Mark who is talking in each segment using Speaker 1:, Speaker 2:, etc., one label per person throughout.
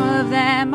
Speaker 1: time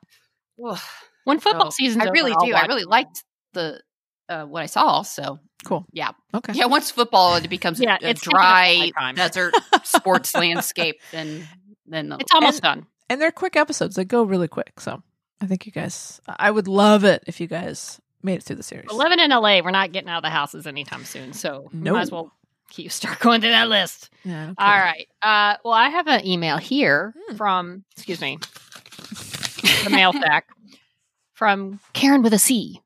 Speaker 2: Ugh.
Speaker 3: When football
Speaker 2: So,
Speaker 3: season's
Speaker 2: Oh, I
Speaker 3: over,
Speaker 2: really
Speaker 3: I'll
Speaker 2: do. I
Speaker 3: watch
Speaker 2: really
Speaker 3: it.
Speaker 2: liked the uh, what I saw. So
Speaker 4: Cool.
Speaker 2: Yeah.
Speaker 4: Okay.
Speaker 2: yeah, once football it becomes
Speaker 3: Yeah,
Speaker 2: a, a
Speaker 3: it's taken up all my
Speaker 2: dry
Speaker 3: time.
Speaker 2: desert sports landscape, then then
Speaker 3: It's almost done.
Speaker 4: And they're quick episodes. They go really quick. So I think you guys. I would love it if you guys made it through the series.
Speaker 3: We're living in LA. We're not getting out of the houses anytime soon, so we
Speaker 4: No.
Speaker 3: might as well keep start going to that list.
Speaker 4: Yeah, okay.
Speaker 3: All right. Uh, well, I have an email here
Speaker 4: Hmm.
Speaker 3: from excuse me, the mail sack from Karen with a C.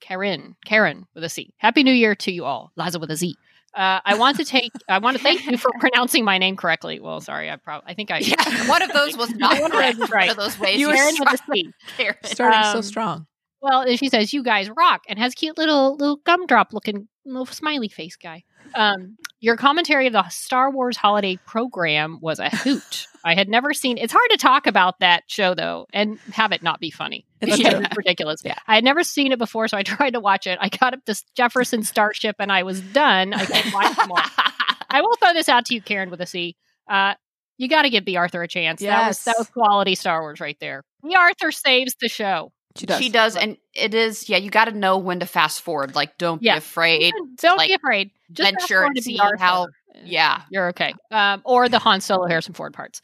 Speaker 3: Karen, Karen with a C. Happy New Year to you all. Liza with a Z. Uh, I want to take. I want to thank you for pronouncing my name correctly. Well, sorry, I probably. I think I.
Speaker 2: yeah, one of those was not
Speaker 3: One of
Speaker 2: correct.
Speaker 3: those is
Speaker 2: One
Speaker 3: right.
Speaker 2: of those ways
Speaker 4: You
Speaker 2: you
Speaker 4: were
Speaker 3: Karen
Speaker 2: were
Speaker 3: with a C.
Speaker 2: Karen.
Speaker 4: starting so
Speaker 3: um,
Speaker 4: strong.
Speaker 3: Well, and she says, "You guys rock," and has cute little little gumdrop looking little smiley face guy. Um, your commentary of the Star Wars holiday program was a hoot. I had never seen. It's hard to talk about that show though, and have it not be funny.
Speaker 4: It's
Speaker 3: because
Speaker 4: true.
Speaker 3: it's ridiculous.
Speaker 4: Yeah.
Speaker 3: I had never seen it before, so I tried to watch it. I got up to Jefferson Starship, and I was done. I couldn't watch more. I will throw this out to you, Karen, with a C. Uh, you got to give B. Arthur a chance. That was that
Speaker 4: Yes.
Speaker 3: was quality Star Wars right there. B. Arthur saves the show.
Speaker 4: She does.
Speaker 2: She does, and it is. Yeah, you got to know when to fast forward. Like, don't
Speaker 3: Yeah.
Speaker 2: be afraid.
Speaker 3: Don't
Speaker 2: like,
Speaker 3: be afraid. Just
Speaker 2: venture
Speaker 3: forward
Speaker 2: and
Speaker 3: to be
Speaker 2: see
Speaker 3: Arthur.
Speaker 2: how- Yeah,
Speaker 3: you're okay. Um, or the Han Solo Harrison Ford parts,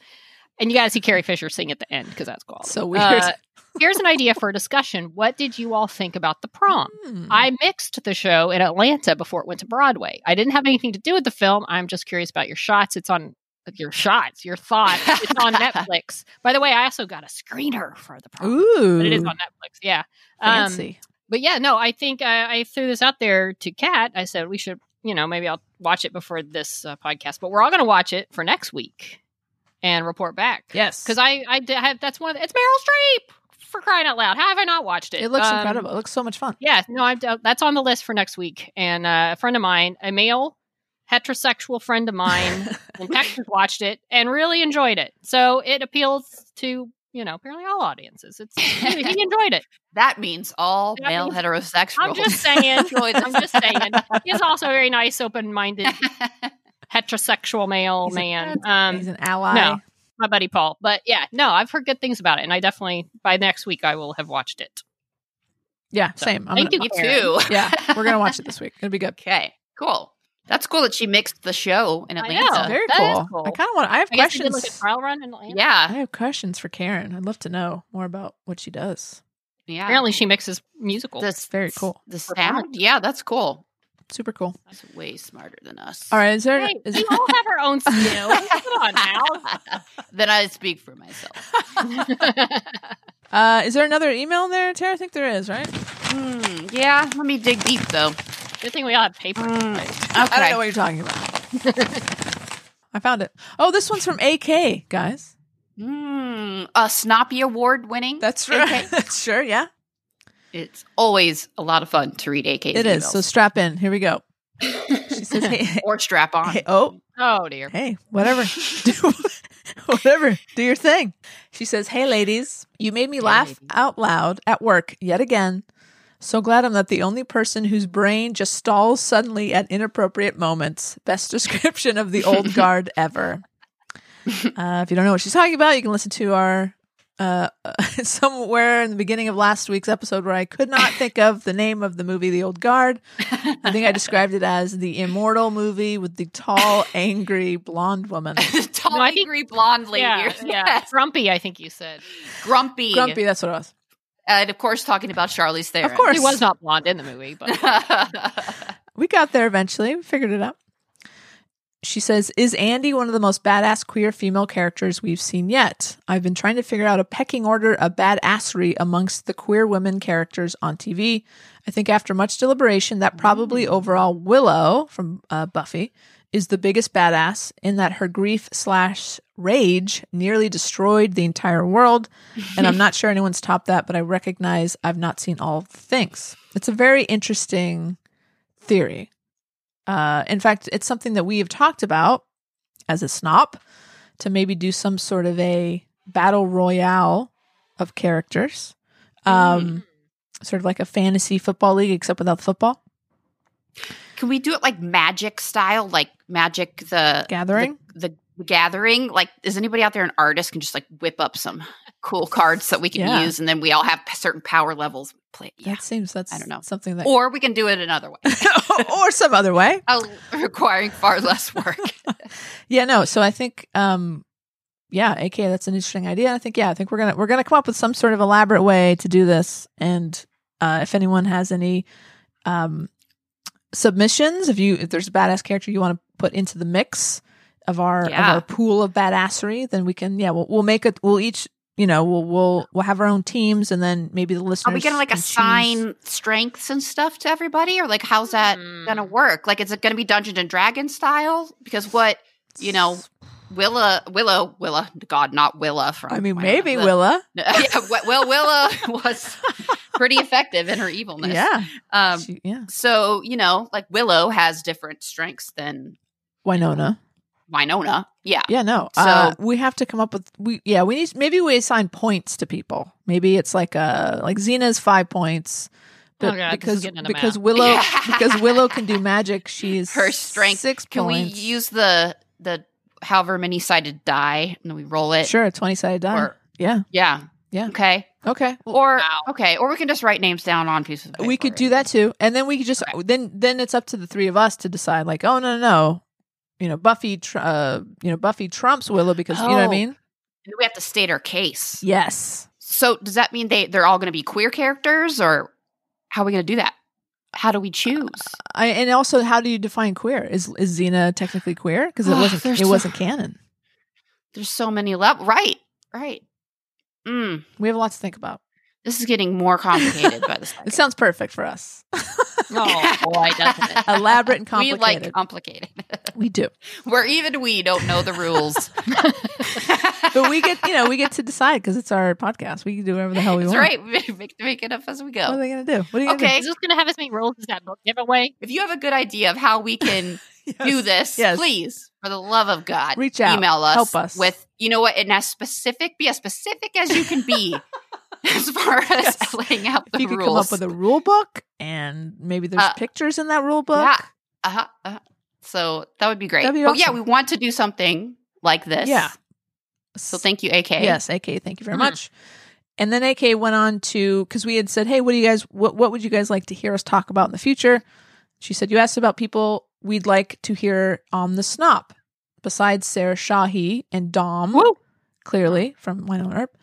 Speaker 3: and you got to see Carrie Fisher sing at the end because that's cool.
Speaker 4: So weird.
Speaker 3: Uh, here's an idea for discussion. What did you all think about the prom?
Speaker 4: Hmm.
Speaker 3: I mixed the show in Atlanta before it went to Broadway. I didn't have anything to do with the film. I'm just curious about your shots. It's on your shots, your thoughts. It's on Netflix. By the way, I also got a screener for the prom,
Speaker 4: Ooh,
Speaker 3: but it is on Netflix. Yeah. Um,
Speaker 4: fancy.
Speaker 3: but yeah, no, I think I, I threw this out there to Kat. I said we should, you know, maybe I'll watch it before this uh, podcast, but we're all going to watch it for next week and report back.
Speaker 4: Yes,
Speaker 3: Because I, I d- have, that's one of the, it's Meryl Streep for crying out loud. How have I not watched it?
Speaker 4: it looks
Speaker 3: Um,
Speaker 4: incredible. It looks so much fun.
Speaker 3: Yeah, no, I've, uh, that's on the list for next week. And uh, a friend of mine, a male heterosexual friend of mine in Texas, watched it and really enjoyed it. So it appeals to you know apparently all audiences. It's he enjoyed it.
Speaker 2: That means all
Speaker 3: That
Speaker 2: male
Speaker 3: means-
Speaker 2: heterosexuals.
Speaker 3: I'm just saying.
Speaker 2: enjoy this.
Speaker 3: I'm just saying. He's also a very nice, open-minded heterosexual male
Speaker 4: He's a-
Speaker 3: man.
Speaker 4: He's
Speaker 3: um,
Speaker 4: an ally.
Speaker 3: no. my buddy Paul. But yeah, no, I've heard good things about it, and I definitely by next week I will have watched it.
Speaker 4: Yeah,
Speaker 3: So,
Speaker 4: same. I'm
Speaker 3: thank
Speaker 4: gonna-
Speaker 2: Me too.
Speaker 4: Yeah, we're gonna watch it this week. It'll be good.
Speaker 2: Okay, cool. That's cool that she mixed the show in
Speaker 3: I
Speaker 2: Atlanta.
Speaker 3: know.
Speaker 4: Very
Speaker 3: that is
Speaker 4: cool.
Speaker 3: cool.
Speaker 4: I kind of want. I have
Speaker 3: I guess we did look at
Speaker 4: questions.
Speaker 3: trial run in Atlanta.
Speaker 4: I
Speaker 2: Yeah,
Speaker 4: have questions for Karen. I'd love to know more about what she does.
Speaker 2: yeah.
Speaker 3: Apparently, she mixes musicals.
Speaker 2: This
Speaker 4: Very cool.
Speaker 2: The
Speaker 3: Performance.
Speaker 2: sound, yeah, that's cool.
Speaker 4: Super cool.
Speaker 2: That's way smarter than us.
Speaker 4: All right, is there?
Speaker 3: Hey,
Speaker 4: is-
Speaker 3: we all have our own skills. Come on
Speaker 2: then I speak for myself.
Speaker 3: now.
Speaker 4: uh, is there another email in there, Tara? I think there is, right?
Speaker 2: Hmm, yeah, let me dig deep though.
Speaker 3: Good thing we all have paper.
Speaker 2: Um,
Speaker 4: Hmm. I don't know
Speaker 2: Okay.
Speaker 4: what you're talking about. I found it. Oh, this one's from AK, guys.
Speaker 2: Hmm, a Snoppy Award winning.
Speaker 4: That's
Speaker 2: right.
Speaker 4: sure, yeah.
Speaker 2: It's always a lot of fun to read AK's
Speaker 4: It is. So
Speaker 2: emails.
Speaker 4: strap in. Here we go. She says, hey,
Speaker 2: or strap on.
Speaker 4: hey, oh,
Speaker 3: Oh dear.
Speaker 4: hey, whatever. Do whatever. Do your thing. She says, hey, ladies, you made me laugh
Speaker 2: ladies.
Speaker 4: out loud at work yet again. So glad I'm not the only person whose brain just stalls suddenly at inappropriate moments. Best description of the old guard ever. Uh, if you don't know what she's talking about, you can listen to our uh, somewhere in the beginning of last week's episode where I could not think of the name of the movie The Old Guard. I think I described it as the immortal movie with the tall, angry blonde woman.
Speaker 2: Tall,
Speaker 3: No, I think-
Speaker 2: angry blonde lady.
Speaker 3: Yeah, yeah. Grumpy, I think you said.
Speaker 2: Grumpy.
Speaker 4: Grumpy, that's what it was.
Speaker 2: And of course, talking about Charlie's Theron.
Speaker 4: Of course.
Speaker 3: He was not blonde in the movie, but
Speaker 4: We got there eventually. We figured it out. She says, Is Andy one of the most badass queer female characters we've seen yet? I've been trying to figure out a pecking order of badassery amongst the queer women characters on TV. I think after much deliberation, that probably overall Willow from uh, Buffy is the biggest badass in that her grief slash rage nearly destroyed the entire world. And I'm not sure anyone's topped that, but I recognize I've not seen all the things. It's a very interesting theory. Uh, in fact, it's something that we have talked about as a snop to maybe do some sort of a battle royale of characters,
Speaker 2: Hmm.
Speaker 4: um, sort of like a fantasy football league except without the football
Speaker 2: Can we do it like magic style, like magic the
Speaker 4: gathering.
Speaker 2: the, the gathering? Like, is anybody out there an artist can just like whip up some cool cards that we can
Speaker 4: Yeah.
Speaker 2: use, and then we all have certain power levels. Play, yeah.
Speaker 4: That seems that's
Speaker 2: I don't know.
Speaker 4: something that
Speaker 2: Or we can do it another way,
Speaker 4: or some other way.
Speaker 2: Oh, requiring far less work.
Speaker 4: Yeah, no. So I think, um, yeah, AK, that's an interesting idea. I think, yeah, I think we're gonna we're gonna come up with some sort of elaborate way to do this. And uh, if anyone has any um, submissions, if you if there's a badass character you want to put into the mix of our
Speaker 2: Yeah.
Speaker 4: of our pool of badassery, then we can, yeah, we'll, we'll make it. We'll each, you know, we'll we'll we'll have our own teams, and then maybe the listeners.
Speaker 2: Are we gonna like
Speaker 4: can choose-
Speaker 2: assign strengths and stuff to everybody, or like how's that
Speaker 3: hmm. Mm.
Speaker 2: gonna work? Like, is it gonna be Dungeons and Dragons style? Because what you know, Willa, Willow, Willa, God, not Willa. From
Speaker 4: I mean,
Speaker 2: why not?
Speaker 4: maybe
Speaker 2: The-
Speaker 4: Willa.
Speaker 2: yeah, we- well, Willa was pretty effective in her evilness.
Speaker 4: Yeah,
Speaker 2: Um,
Speaker 4: she, yeah.
Speaker 2: so you know, like Willow has different strengths than
Speaker 4: Winona.
Speaker 2: Winona. Yeah.
Speaker 4: Yeah, no.
Speaker 2: So-
Speaker 4: uh, we have to come up with we yeah, we need maybe we assign points to people. Maybe it's like uh like Xena's five points.
Speaker 3: Oh,
Speaker 4: But
Speaker 3: God, this is
Speaker 4: because
Speaker 3: getting into
Speaker 4: because
Speaker 3: math.
Speaker 4: Willow
Speaker 2: Yeah.
Speaker 4: because Willow can do magic, she's
Speaker 2: Her strength.
Speaker 4: six
Speaker 2: Can
Speaker 4: points.
Speaker 2: we use the the however many sided die and then we roll it?
Speaker 4: Sure, twenty sided die.
Speaker 2: Or-
Speaker 4: yeah.
Speaker 2: Yeah.
Speaker 4: Yeah.
Speaker 2: Okay.
Speaker 4: Okay.
Speaker 2: Or
Speaker 3: Wow.
Speaker 2: okay, or we can just write names down on pieces. of paper.
Speaker 4: we could do that too. And then we could just then then it's up to the three of us to decide like, oh no no no. You know, Buffy tr- uh you know, Buffy trumps Willow because you know what I
Speaker 2: Oh.
Speaker 4: mean?
Speaker 2: And We have to state our case.
Speaker 4: Yes.
Speaker 2: So does that mean they they're all going to be queer characters, or how are we going to do that? How do we choose?
Speaker 4: I, and also, how do you define queer? Is is Xena technically queer? Because it
Speaker 2: Oh,
Speaker 4: wasn't
Speaker 2: there's
Speaker 4: it
Speaker 2: so-
Speaker 4: wasn't canon.
Speaker 2: There's so many levels. Right. Right. Mm.
Speaker 4: We have a lot to think about.
Speaker 2: This is getting more complicated by the second.
Speaker 4: It sounds perfect for us.
Speaker 3: Oh boy, doesn't it?
Speaker 4: Elaborate and
Speaker 2: We
Speaker 4: complicated.
Speaker 2: like complicated.
Speaker 4: we do.
Speaker 2: Where even we don't know the rules.
Speaker 4: But we get, you know, we get to decide because it's our podcast. We can do whatever the hell we
Speaker 2: That's
Speaker 4: want.
Speaker 2: right. We make, make it up as we
Speaker 4: What are
Speaker 2: go.
Speaker 4: they going to do? What are you
Speaker 2: Okay.
Speaker 3: Is this going to have as many rules as that book giveaway?
Speaker 2: If you have a good idea of how we can
Speaker 4: going to
Speaker 2: do this,
Speaker 4: Yes.
Speaker 2: please, for the love of God,
Speaker 4: Reach out.
Speaker 2: email us,
Speaker 4: Help us.
Speaker 2: with you know what, and as specific, be as specific as you can be as far as
Speaker 4: Yes.
Speaker 2: laying out the
Speaker 4: If you could
Speaker 2: rules.
Speaker 4: come up with a rule book and maybe there's
Speaker 2: Uh,
Speaker 4: pictures in that rule book.
Speaker 2: Yeah. Uh-huh, uh-huh. So that would be great.
Speaker 4: That'd be
Speaker 2: but yeah,
Speaker 4: awesome.
Speaker 2: we want to do something like this.
Speaker 4: Yeah.
Speaker 2: So thank you, AK.
Speaker 4: Yes, AK, thank you very
Speaker 3: Mhm.
Speaker 4: much. And then AK went on to because we had said, "Hey, what do you guys what what would you guys like to hear us talk about in the future?" She said, "You asked about people we'd like to hear on the snop, besides Sarah Shahi and Dom,
Speaker 3: Woo.
Speaker 4: clearly from Wine on Earp."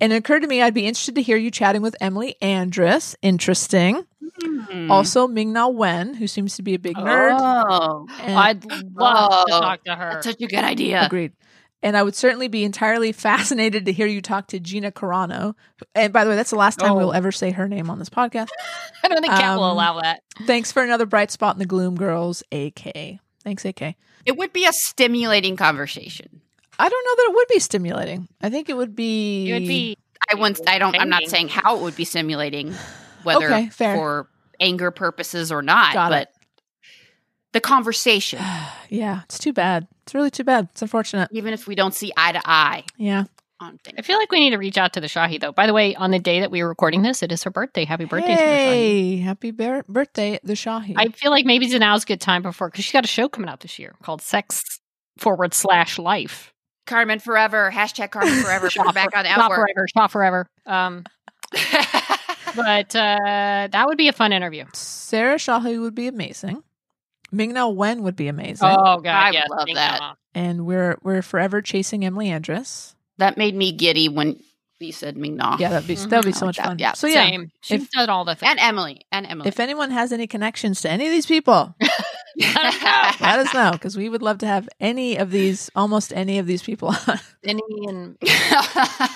Speaker 4: And it occurred to me I'd be interested to hear you chatting with Emily Andress. Interesting.
Speaker 2: Hmm.
Speaker 4: Also, Ming Na Wen, who seems to be a big nerd.
Speaker 2: Oh,
Speaker 4: and-
Speaker 3: I'd love to
Speaker 2: Oh,
Speaker 3: talk to her.
Speaker 2: that's such a good idea.
Speaker 4: Agreed. And I would certainly be entirely fascinated to hear you talk to Gina Carano. And by the way, that's the last time
Speaker 3: Oh.
Speaker 4: we'll ever say her name on this podcast.
Speaker 3: I don't think Kat will
Speaker 4: Um,
Speaker 3: allow that.
Speaker 4: Thanks for another bright spot in the gloom, girls. AK. Thanks, AK.
Speaker 2: It would be a stimulating conversation.
Speaker 4: I don't know that it would be stimulating. I think it would be.
Speaker 3: It would be
Speaker 2: I once I don't I'm not
Speaker 3: Entertaining.
Speaker 2: saying how it would be stimulating, whether
Speaker 4: Okay, fair.
Speaker 2: for anger purposes or not,
Speaker 4: Got
Speaker 2: but
Speaker 4: it.
Speaker 2: the conversation,
Speaker 4: Yeah, it's too bad. It's really too bad. It's unfortunate.
Speaker 2: even if we don't see eye to eye
Speaker 4: Yeah.
Speaker 2: on things.
Speaker 3: I feel like we need to reach out to the Shahi though. By the way, on the day that we were recording this, it is her birthday. Happy birthday to
Speaker 4: Hey, happy bir- birthday, the Shahi.
Speaker 3: the Shahi. I feel like maybe now's a good time before because she's got a show coming out this year called Sex Forward Slash Life.
Speaker 2: Carmen forever, hashtag Carmen forever, put her back on the
Speaker 3: Shaw
Speaker 2: outwork.
Speaker 3: forever, Shaw forever. Um, but uh, that would be a fun interview.
Speaker 4: Sarah Shahi would be amazing. Ming Na Wen would be amazing.
Speaker 3: Oh god,
Speaker 2: I would
Speaker 3: yes,
Speaker 2: love
Speaker 3: thank
Speaker 2: that.
Speaker 3: God.
Speaker 4: and we're we're forever chasing Emily Andress.
Speaker 2: that made me giddy when you said Ming Na.
Speaker 4: Yeah, that'd be
Speaker 3: Mhm.
Speaker 4: that'd be
Speaker 2: I
Speaker 4: so
Speaker 2: like
Speaker 4: much
Speaker 2: that.
Speaker 4: fun.
Speaker 2: Yeah,
Speaker 4: So yeah,
Speaker 3: Same. She's
Speaker 4: If-
Speaker 3: done all the things.
Speaker 2: And Emily. And Emily.
Speaker 4: if anyone has any connections to any of these people,
Speaker 3: I
Speaker 4: let us know because we would love to have any of these, almost any of these people. on.
Speaker 3: Any and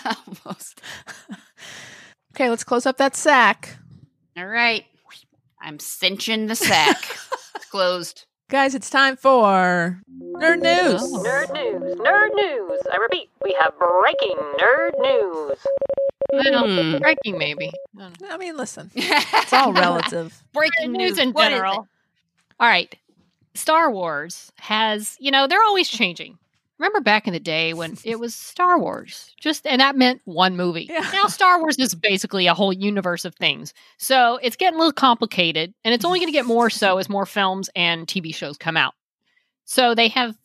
Speaker 2: Almost.
Speaker 4: okay, let's close up that sack,
Speaker 2: All right. I'm cinching the sack. it's closed.
Speaker 4: guys. It's time for nerd news.
Speaker 5: oh. Nerd news, nerd news. I repeat, we have breaking nerd news.
Speaker 2: Hmm.
Speaker 3: breaking maybe. I don't know.
Speaker 4: I mean, listen, it's all relative.
Speaker 2: breaking
Speaker 3: news, in
Speaker 2: What is
Speaker 3: general.
Speaker 2: it?
Speaker 3: All right. Star Wars has, you know, they're always changing. Remember back in the day when it was Star Wars, just and that meant one movie.
Speaker 4: Yeah.
Speaker 3: Now Star Wars is basically a whole universe of things. So it's getting a little complicated, and it's only going to get more so as more films and TV shows come out. So they have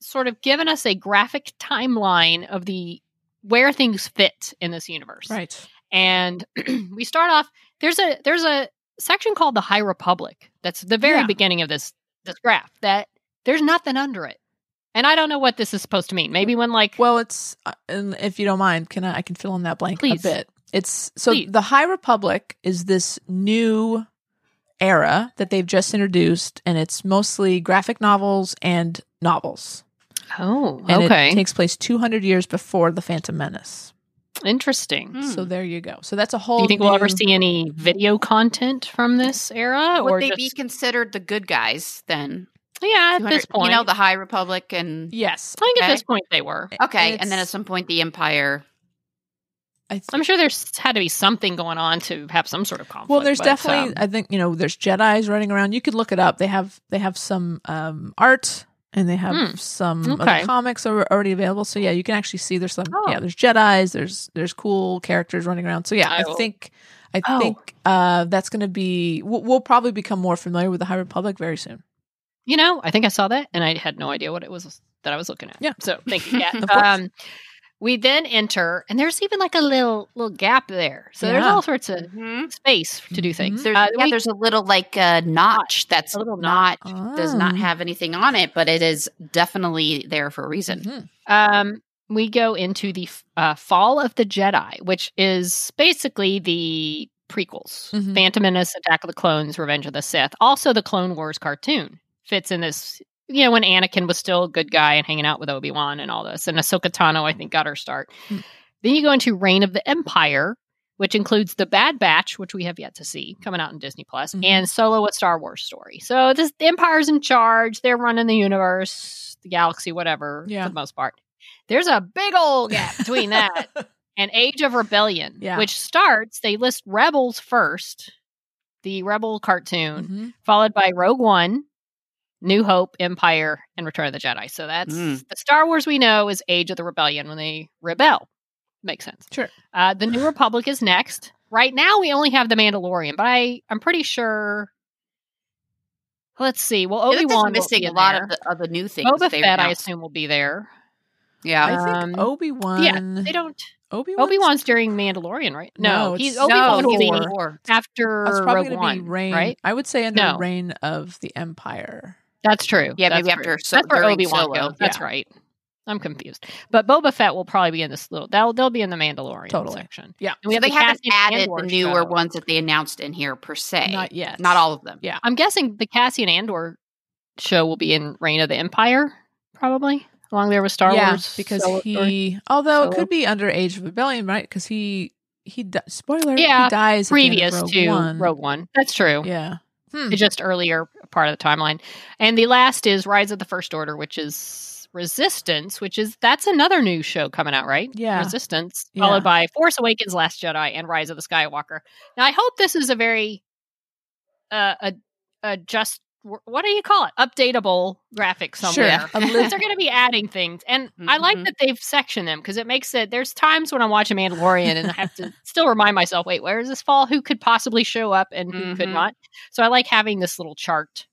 Speaker 3: sort of given us a graphic timeline of the where things fit in this universe
Speaker 4: Right.
Speaker 3: and we start off there's a there's a section called the high republic that's the very
Speaker 4: Yeah.
Speaker 3: beginning of this this graph that there's nothing under it and i don't know what this is supposed to mean maybe when like
Speaker 4: Well, it's uh, and if you don't mind, can I? I can fill in that blank
Speaker 3: Please.
Speaker 4: a bit. It's so
Speaker 3: Please.
Speaker 4: the High Republic is this new era that they've just introduced, and it's mostly graphic novels and novels.
Speaker 3: oh
Speaker 4: and it takes place 200 years before the Phantom Menace.
Speaker 3: interesting
Speaker 2: Hmm.
Speaker 4: So there you go. So that's a whole.
Speaker 3: do you think we'll ever
Speaker 4: new-
Speaker 3: see any video content from this era or
Speaker 2: Would they
Speaker 3: just,
Speaker 2: be considered the good guys then?
Speaker 3: yeah at this
Speaker 2: 200
Speaker 3: point
Speaker 2: You know, the High Republic and.
Speaker 4: Yes.
Speaker 3: i think
Speaker 2: okay.
Speaker 3: at this point they were
Speaker 2: Okay. And, then at
Speaker 4: it's-
Speaker 2: some point, the Empire.
Speaker 4: I th-
Speaker 3: i'm sure there's had to be something going on to have some sort of conflict
Speaker 4: well, there's
Speaker 3: but,
Speaker 4: definitely.
Speaker 3: um,
Speaker 4: I think you know. There's Jedi's running around. You could look it up. They have they have some um, art and they have
Speaker 3: Hmm.
Speaker 4: some
Speaker 3: Okay.
Speaker 4: other comics that are already available. So yeah, you can actually see there's some.
Speaker 3: Oh.
Speaker 4: Yeah, there's Jedi's. There's there's cool characters running around. So yeah,
Speaker 3: I
Speaker 4: I,
Speaker 3: will-
Speaker 4: think I
Speaker 3: Oh.
Speaker 4: think uh, that's going to be. We'll, we'll probably become more familiar with the High Republic very soon.
Speaker 3: you know, I think I saw that and I had no idea what it was that I was looking at.
Speaker 4: Yeah.
Speaker 3: So thank you. Yeah.
Speaker 4: Of course.
Speaker 3: um, we then enter, and there's even like a little little gap there. So there's
Speaker 4: Yeah.
Speaker 3: all sorts of space to do things.
Speaker 2: There's,
Speaker 3: Mm-hmm. Uh,
Speaker 2: yeah,
Speaker 3: we-
Speaker 2: there's a little like uh, notch that's
Speaker 3: A little Oh.
Speaker 2: not does not
Speaker 4: Ah.
Speaker 2: have anything on it, but it is definitely there for a reason.
Speaker 4: Mhm.
Speaker 3: um, we go into the f- uh, Fall of the Jedi, which is basically the prequels:
Speaker 4: Mhm.
Speaker 3: Phantom Menace, Attack of the Clones, Revenge of the Sith. Also, the Clone Wars cartoon fits in this. You know, when Anakin was still a good guy and hanging out with Obi Wan and all this, and Ahsoka Tano, I think, got her start.
Speaker 4: Hmm.
Speaker 3: Then you go into Reign of the Empire, which includes The Bad Batch, which we have yet to see coming out in Disney Plus,
Speaker 4: Mhm.
Speaker 3: and Solo, a Star Wars story. So this the Empire's in charge. They're running the universe, the galaxy, whatever,
Speaker 4: Yeah.
Speaker 3: for the most part. There's a big old gap between that and Age of Rebellion,
Speaker 4: Yeah.
Speaker 3: which starts, they list Rebels first, the Rebel cartoon,
Speaker 4: Mhm.
Speaker 2: Mm-hmm.
Speaker 3: followed by Rogue One, New Hope, Empire, and Return of the Jedi. So that's
Speaker 2: Mm.
Speaker 3: the Star Wars we know is Age of the Rebellion when they rebel. Makes sense.
Speaker 4: Sure.
Speaker 3: Uh, the New Republic is next. Right now, we only have the Mandalorian, but I, I'm pretty sure. Let's see. Well,
Speaker 2: Obi
Speaker 3: Obi Wan
Speaker 2: missing a lot of the, of the new things.
Speaker 3: Boba
Speaker 2: they
Speaker 3: Fett, I
Speaker 2: announced.
Speaker 3: assume, will be there.
Speaker 2: Yeah.
Speaker 4: I think
Speaker 3: Um,
Speaker 4: Obi Wan.
Speaker 3: yeah, They don't.
Speaker 4: Obi
Speaker 3: Obi Wan's during Mandalorian, right? No,
Speaker 4: No, it's-
Speaker 3: he's
Speaker 4: No,
Speaker 3: Obi Wan will be
Speaker 4: before.
Speaker 3: after
Speaker 4: That's probably
Speaker 3: Rogue
Speaker 4: going to
Speaker 3: One,
Speaker 4: be reign.
Speaker 3: right?
Speaker 4: I would say under
Speaker 3: No.
Speaker 4: reign of the Empire.
Speaker 3: That's true.
Speaker 2: Yeah,
Speaker 3: That's
Speaker 2: maybe
Speaker 3: true.
Speaker 2: after so-
Speaker 3: that's where
Speaker 2: during
Speaker 3: Obi Wan
Speaker 2: Solo,
Speaker 3: goes. That's
Speaker 4: yeah.
Speaker 3: right. I'm confused, but Boba Fett will probably be in this little. They'll they'll be in the Mandalorian
Speaker 4: Totally.
Speaker 3: section.
Speaker 4: Yeah.
Speaker 3: and we
Speaker 2: So
Speaker 3: have
Speaker 2: they
Speaker 3: the
Speaker 2: haven't
Speaker 3: Cassian
Speaker 2: added
Speaker 3: Andor
Speaker 2: the newer
Speaker 3: show.
Speaker 2: ones that they announced in here per se.
Speaker 4: Not yet.
Speaker 2: Not all of them.
Speaker 4: Yeah.
Speaker 3: I'm guessing the Cassian Andor show will be in Reign of the Empire, probably along there with Star
Speaker 4: yeah,
Speaker 3: Wars
Speaker 4: because
Speaker 3: Solo story.
Speaker 4: he, although it
Speaker 3: Solo.
Speaker 4: could be under Age of Rebellion, right? Because he he di- spoiler
Speaker 3: Yeah,
Speaker 4: he dies at the end of
Speaker 3: previous
Speaker 4: Rogue
Speaker 3: to
Speaker 4: One.
Speaker 3: Rogue One. That's true.
Speaker 4: Yeah. Hmm.
Speaker 3: It's just earlier part of the timeline. And the last is Rise of the First Order, which is Resistance, which is that's another new show coming out, right?
Speaker 4: Yeah.
Speaker 3: Resistance,
Speaker 4: Yeah.
Speaker 3: followed by Force Awakens, Last Jedi, and Rise of the Skywalker. Now, I hope this is a very uh, a a just what do you call it? Updatable graphic somewhere.
Speaker 4: Sure. A li-
Speaker 3: Because they're going to be adding things, and I like
Speaker 2: Mhm.
Speaker 3: that they've sectioned them because it makes it. There's times when I'm watching Mandalorian and I have to still remind myself, wait, where is this fall? Who could possibly show up and who could
Speaker 2: Mhm.
Speaker 3: not? So I like having this little chart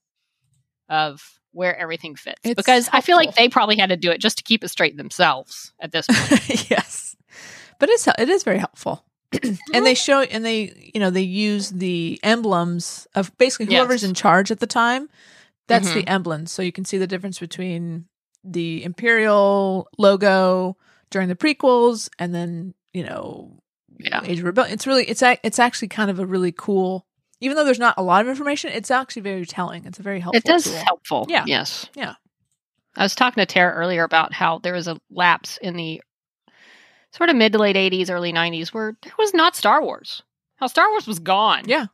Speaker 3: of where everything fits
Speaker 4: It's
Speaker 3: because I feel like
Speaker 4: helpful.
Speaker 3: they probably had to do it just to keep it straight themselves at this point.
Speaker 4: yes, but it's it is very helpful. and they show and they you know they use the emblems of basically
Speaker 3: Yes.
Speaker 4: whoever's
Speaker 3: Mm-hmm.
Speaker 4: in charge at the time. That's the emblem, so you can see the difference between the imperial logo during the prequels and then you know
Speaker 2: Yeah.
Speaker 4: Age of Rebellion. It's really it's ac- it's actually kind of a really cool. Even though there's not a lot of information, it's actually very telling. It's a very helpful.
Speaker 3: It does
Speaker 4: tool.
Speaker 3: helpful.
Speaker 4: Yeah.
Speaker 3: Yes.
Speaker 4: Yeah.
Speaker 3: I was talking to Tara earlier about how there was a lapse in the sort of mid to late 80s, early 90s where there was not Star Wars. How Star Wars was gone.
Speaker 4: Yeah.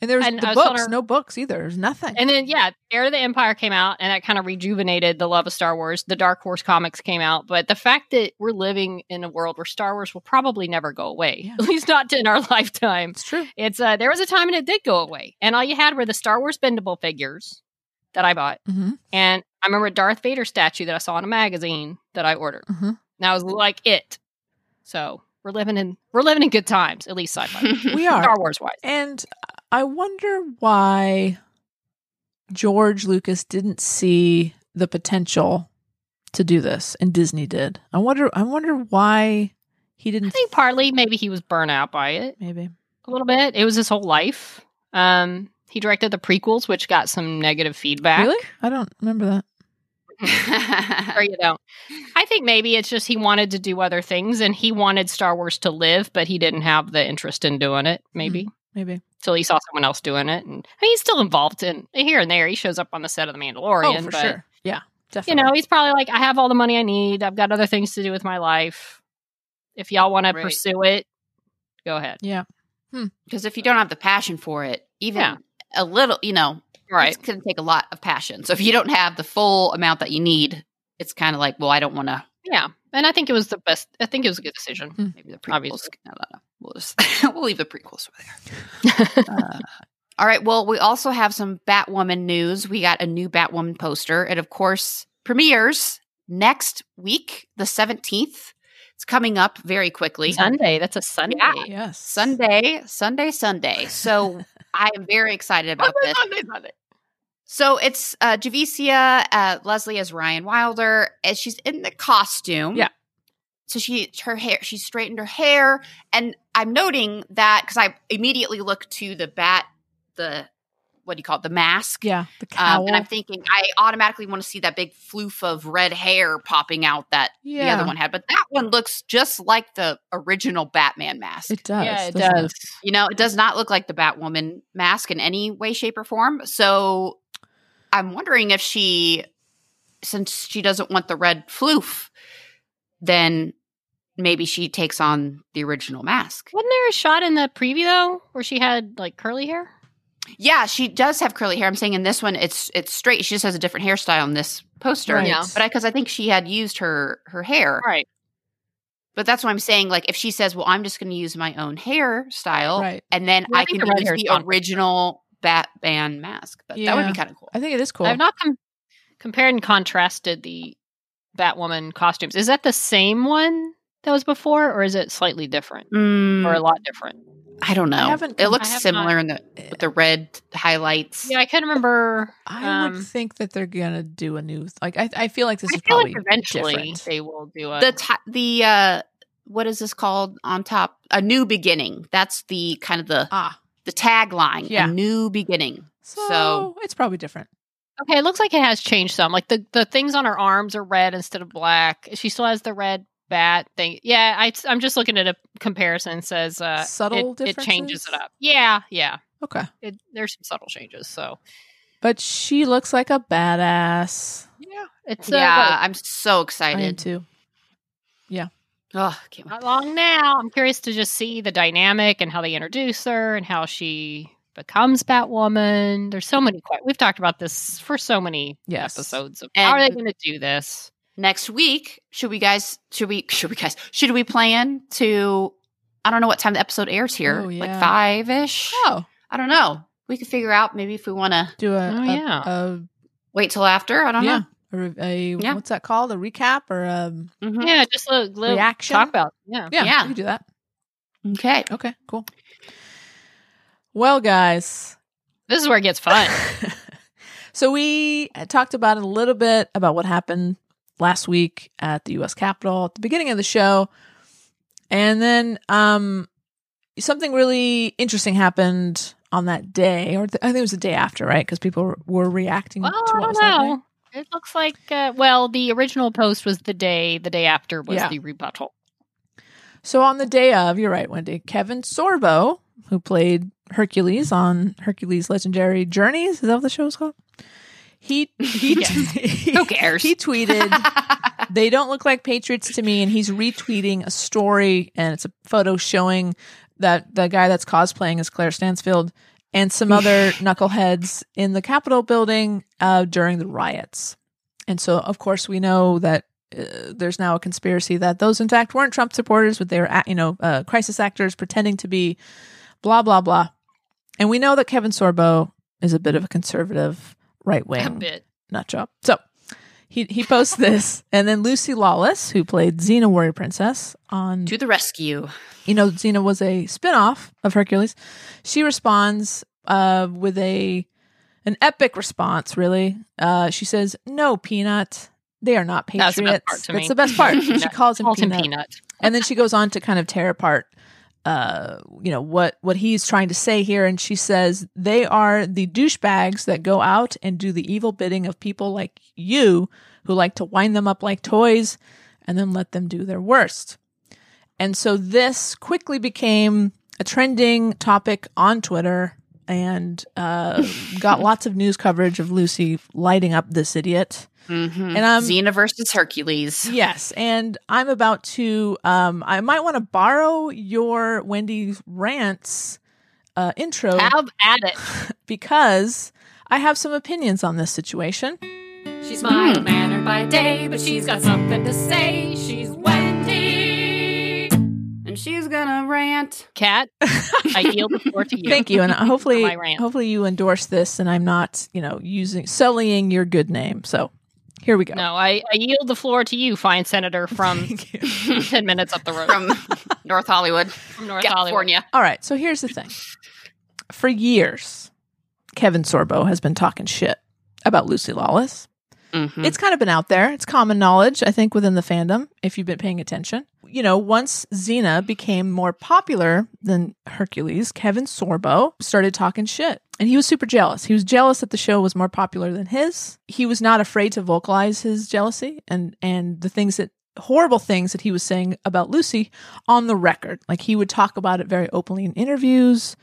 Speaker 4: And there was
Speaker 3: And
Speaker 4: the
Speaker 3: I was telling
Speaker 4: books,
Speaker 3: her-
Speaker 4: no books either. There's nothing.
Speaker 3: And then, yeah, Heir of the Empire came out, and that kind of rejuvenated the love of Star Wars. The Dark Horse comics came out, but the fact that we're living in a world where Star Wars will probably never go away,
Speaker 4: Yeah.
Speaker 3: at least not in our lifetime.
Speaker 4: it's true.
Speaker 3: It's uh, there was a time when it did go away, and all you had were the Star Wars bendable figures that I bought,
Speaker 4: Mm-hmm.
Speaker 3: and I remember a Darth Vader statue that I saw in a magazine that I ordered.
Speaker 4: Mhm.
Speaker 3: And that was like it. So we're living in we're living in good times, at least sci-fi,
Speaker 4: We are.
Speaker 3: Star Wars wise.
Speaker 4: And I wonder why George Lucas didn't see the potential to do this and Disney did. I wonder I wonder why he
Speaker 3: I
Speaker 4: didn't
Speaker 3: think partly maybe he was burnt out by it.
Speaker 4: maybe.
Speaker 3: a little bit. It was his whole life. Um, he directed the prequels, which got some negative feedback.
Speaker 4: Really? I don't remember that.
Speaker 3: Or you don't. I think maybe it's just he wanted to do other things and he wanted Star Wars to live, but he didn't have the interest in doing it. Maybe
Speaker 4: Maybe.
Speaker 3: till he saw someone else doing it, and I mean, he's still involved in here and there. He shows up on the set of The Mandalorian,
Speaker 4: oh, for
Speaker 3: but
Speaker 4: sure. Yeah.
Speaker 3: you
Speaker 4: Definitely.
Speaker 3: know, he's probably like, I have all the money I need. I've got other things to do with my life. If y'all want
Speaker 2: Right.
Speaker 3: to pursue it, go ahead.
Speaker 4: yeah.
Speaker 2: Because if you don't have the passion for it, even
Speaker 3: Yeah.
Speaker 2: a little, you know,
Speaker 3: Right?
Speaker 2: it's going to take a lot of passion. So if you don't have the full amount that you need, it's kind of like, well, I don't want to.
Speaker 3: Yeah, and I think it was the best. I think it was a good decision.
Speaker 2: Maybe the prequels.
Speaker 3: Obviously.
Speaker 2: I don't know. We'll just we'll leave the prequels over there. Uh, all right. Well, we also have some Batwoman news. We got a new Batwoman poster, and of course, premieres next week, the seventeenth. It's coming up very quickly.
Speaker 3: Sunday. That's a Sunday.
Speaker 4: Yes.
Speaker 2: Sunday, Sunday, Sunday. So I am very excited about this.
Speaker 3: Sunday, Sunday.
Speaker 2: So it's uh, Javicia, uh, Leslie as Ryan Wilder, and she's in the costume.
Speaker 4: Yeah.
Speaker 2: So she her hair she straightened her hair, and I'm noting that because I immediately look to the bat, the what do you call it, the mask.
Speaker 4: Yeah. The cowl.
Speaker 2: Um, and I'm thinking I automatically want to see that big floof of red hair popping out that
Speaker 4: yeah.
Speaker 2: the other one had, but that one looks just like the original Batman mask.
Speaker 4: It does.
Speaker 3: yeah, it
Speaker 4: doesn't
Speaker 3: does.
Speaker 2: You know, it does not look like the Batwoman mask in any way, shape, or form. So I'm wondering if she, since she doesn't want the red floof, then maybe she takes on the original mask.
Speaker 3: Wasn't there a shot in the preview though where she had like curly hair?
Speaker 2: Yeah, she does have curly hair. I'm saying in this one, it's it's straight. She just has a different hairstyle in this poster.
Speaker 4: Right.
Speaker 2: But because I think she had used her her hair.
Speaker 3: Right.
Speaker 2: But that's what I'm saying. Like if she says, "Well, I'm just going to use my own hairstyle,"
Speaker 4: Right.
Speaker 2: and then
Speaker 3: Well, I
Speaker 2: I,
Speaker 3: think
Speaker 2: can
Speaker 3: the red
Speaker 2: use
Speaker 3: hair's
Speaker 2: the
Speaker 3: gone.
Speaker 2: original Batman mask, but that would
Speaker 4: Yeah.
Speaker 2: be kind of cool.
Speaker 4: I think it is cool.
Speaker 3: I've not com- compared and contrasted the Batwoman costumes. Is that the same one that was before, or is it slightly different
Speaker 2: Mm,
Speaker 3: or a lot different?
Speaker 2: I don't know.
Speaker 4: I haven't
Speaker 2: it
Speaker 4: com-
Speaker 2: looks
Speaker 3: I have
Speaker 2: similar in the with the red highlights.
Speaker 3: Yeah, I couldn't remember.
Speaker 4: I would
Speaker 3: um,
Speaker 4: think that they're gonna do a new. Like I, I feel like this
Speaker 3: I
Speaker 4: is
Speaker 3: feel
Speaker 4: probably
Speaker 3: like eventually
Speaker 4: different.
Speaker 3: they will do a.
Speaker 2: The top, the uh, what is this called on top? A new beginning. That's the kind of the
Speaker 4: Ah,
Speaker 2: the tagline.
Speaker 4: Yeah.
Speaker 2: A new beginning.
Speaker 4: so,
Speaker 2: So-
Speaker 4: it's probably different.
Speaker 3: okay, it looks like it has changed some. Like the the things on her arms are red instead of black. She still has the red bat thing. Yeah, I, am just looking at a comparison. It says uh,
Speaker 4: Subtle
Speaker 3: it, it changes
Speaker 4: differences?
Speaker 3: it up. Yeah, yeah.
Speaker 4: Okay,
Speaker 3: It, there's some subtle changes. So
Speaker 4: but she looks like a badass.
Speaker 3: yeah, it's uh,
Speaker 2: yeah,
Speaker 3: what,
Speaker 2: I'm so
Speaker 4: I, am
Speaker 2: excited.
Speaker 4: too.
Speaker 2: Oh, can't wait.
Speaker 3: not long now. I'm curious to just see the dynamic and how they introduce her and how she becomes Batwoman. There's so many. que- We've talked about this for so many
Speaker 4: Yes.
Speaker 3: episodes of how are they
Speaker 2: And-
Speaker 3: going to do this?
Speaker 2: Next week, should we guys? Should we? Should we guys? Should we plan to? I don't know what time the episode airs here.
Speaker 4: Oh,
Speaker 2: Like
Speaker 4: yeah.
Speaker 2: five ish.
Speaker 4: Oh,
Speaker 2: I don't know. We could figure out maybe if we want to
Speaker 4: do a,
Speaker 3: Oh,
Speaker 4: a-
Speaker 3: yeah. Uh-huh.
Speaker 4: a
Speaker 2: wait till after. I don't
Speaker 4: yeah,
Speaker 2: know.
Speaker 4: a, re- a-
Speaker 2: Yeah.
Speaker 4: what's that called? A recap or um
Speaker 2: Mhm.
Speaker 3: Yeah, just a little
Speaker 4: reaction?
Speaker 3: talk about. Yeah.
Speaker 4: yeah,
Speaker 2: Yeah.
Speaker 4: we could do that.
Speaker 2: Okay.
Speaker 4: Okay, cool. Well, guys,
Speaker 3: This is where it gets fun.
Speaker 4: so we talked about a little bit about what happened last week at the U.S. Capitol at the beginning of the show, and then um, something really interesting happened on that day, or th- I think it was the day after, right? Because people were, were reacting
Speaker 3: well,
Speaker 4: to
Speaker 3: I
Speaker 4: what
Speaker 3: don't
Speaker 4: was happening.
Speaker 3: know. It looks like uh, well, the original post was the day. The day after was
Speaker 4: Yeah.
Speaker 3: the rebuttal.
Speaker 4: So on the day of, you're right, Wendy, Kevin Sorbo, who played Hercules on Hercules Legendary Journeys, is that what the show was called? He he,
Speaker 2: Who cares?
Speaker 4: he tweeted, "They don't look like patriots to me," and he's retweeting a story, and it's a photo showing that the guy that's cosplaying is Claire Stansfield and some other knuckleheads in the Capitol building uh, during the riots. And so, of course, we know that uh, there's now a conspiracy that those, in fact, weren't Trump supporters, but they were, act- you know, uh, crisis actors pretending to be, blah blah blah. And we know that Kevin Sorbo is a bit of a conservative, right
Speaker 3: A
Speaker 4: wing
Speaker 3: bit.
Speaker 4: nut job. So he he posts this, and then Lucy Lawless, who played Xena Warrior Princess on
Speaker 2: to the rescue.
Speaker 4: you know, Xena was a spin-off of Hercules. She responds uh, with a an epic response, really. Uh, she says, "No, Peanut. They are not patriots.
Speaker 3: That's the best part to me.
Speaker 4: That's the best part." she
Speaker 3: Peanut.
Speaker 4: calls him
Speaker 3: Salt and
Speaker 4: Peanut.
Speaker 3: peanut.
Speaker 4: And then she goes on to kind of tear apart uh, you know, what what he's trying to say here and she says, "They are the douchebags that go out and do the evil bidding of people like you who like to wind them up like toys and then let them do their worst." And so this quickly became a trending topic on Twitter and uh, got lots of news coverage of Lucy lighting up this idiot.
Speaker 2: Mm-hmm.
Speaker 4: And I'm-
Speaker 2: Xena versus Hercules.
Speaker 4: Yes, and I'm about to. Um, I might want to borrow your Wendy's rants uh, intro
Speaker 3: Have at it.
Speaker 4: because I have some opinions on this situation.
Speaker 1: She's
Speaker 4: Hmm.
Speaker 1: mild mannered by day, but she's got something to say. She's Wendy.
Speaker 2: And she's gonna rant.
Speaker 3: Cat, I yield the floor to you.
Speaker 4: Thank you, and uh, hopefully,
Speaker 3: my rant.
Speaker 4: hopefully you endorse this, and I'm not, you know, using sullying your good name. So here we go.
Speaker 3: No, I, I yield the floor to you, fine senator from
Speaker 4: Thank you.
Speaker 3: ten minutes up the road from,
Speaker 2: From North Hollywood,
Speaker 3: North Hollywood.
Speaker 2: California.
Speaker 4: All right, so here's the thing. For years, Kevin Sorbo has been talking shit about Lucy Lawless.
Speaker 2: Mhm.
Speaker 4: It's kind of been out there. It's common knowledge, I think, within the fandom, if you've been paying attention. You know, once Xena became more popular than Hercules, Kevin Sorbo started talking shit. And he was super jealous. He was jealous that the show was more popular than his. He was not afraid to vocalize his jealousy and and the things that horrible things that he was saying about Lucy on the record. Like he would talk about it very openly in interviews,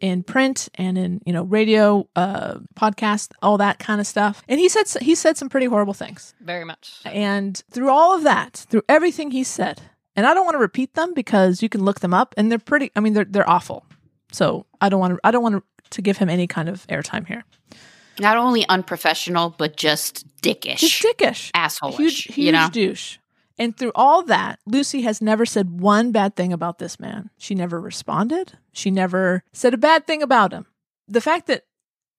Speaker 4: in print and in you know radio, uh, podcast, all that kind of stuff. And he said s- he said some pretty horrible things.
Speaker 3: Very much.
Speaker 4: And through all of that, through everything he said, and I don't want to repeat them because you can look them up and they're pretty. I mean, they're they're awful. So I don't want to. I don't want to give him any kind of airtime here.
Speaker 2: Not only unprofessional, but just dickish.
Speaker 4: Just dickish,
Speaker 2: Asshole.
Speaker 4: huge, huge
Speaker 2: you know?
Speaker 4: douche. And through all that, Lucy has never said one bad thing about this man. She never responded. She never said a bad thing about him. The fact that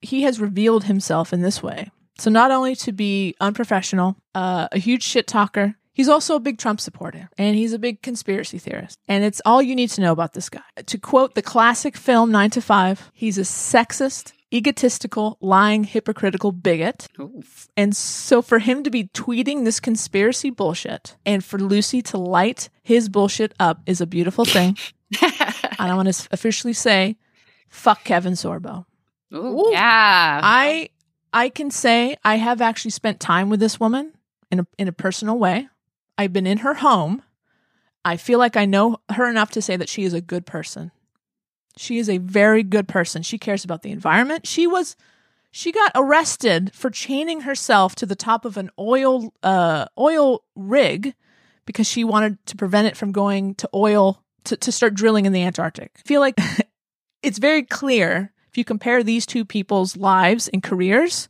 Speaker 4: he has revealed himself in this way. So not only to be unprofessional, uh, a huge shit talker, he's also a big Trump supporter and he's a big conspiracy theorist. And it's all you need to know about this guy. To quote the classic film 9 to 5, he's a sexist, egotistical, lying, hypocritical bigot. And so for him to be tweeting this conspiracy bullshit and for Lucy to light his bullshit up is a beautiful thing. and I want to officially say, fuck Kevin Sorbo.
Speaker 2: Ooh, yeah.
Speaker 4: I I can say I have actually spent time with this woman in a in a personal way. I've been in her home. I feel like I know her enough to say that she is a good person. She is a very good person. She cares about the environment. She was she got arrested for chaining herself to the top of an oil uh oil rig because she wanted to prevent it from going to oil to, to start drilling in the Antarctic. I feel like it's very clear if you compare these two people's lives and careers,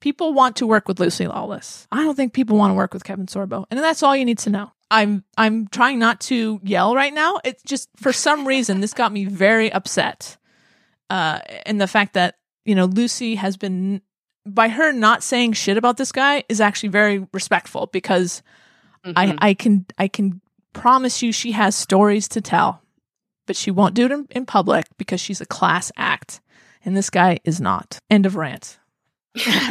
Speaker 4: people want to work with Lucy Lawless. I don't think people want to work with Kevin Sorbo, and that's all you need to know. I'm I'm trying not to yell right now. It's just for some reason this got me very upset, uh, and the fact that you know Lucy has been by her not saying shit about this guy is actually very respectful because
Speaker 3: Mhm.
Speaker 4: I I can I can promise you she has stories to tell, but she won't do it in, in public because she's a class act, and this guy is not. End of rant.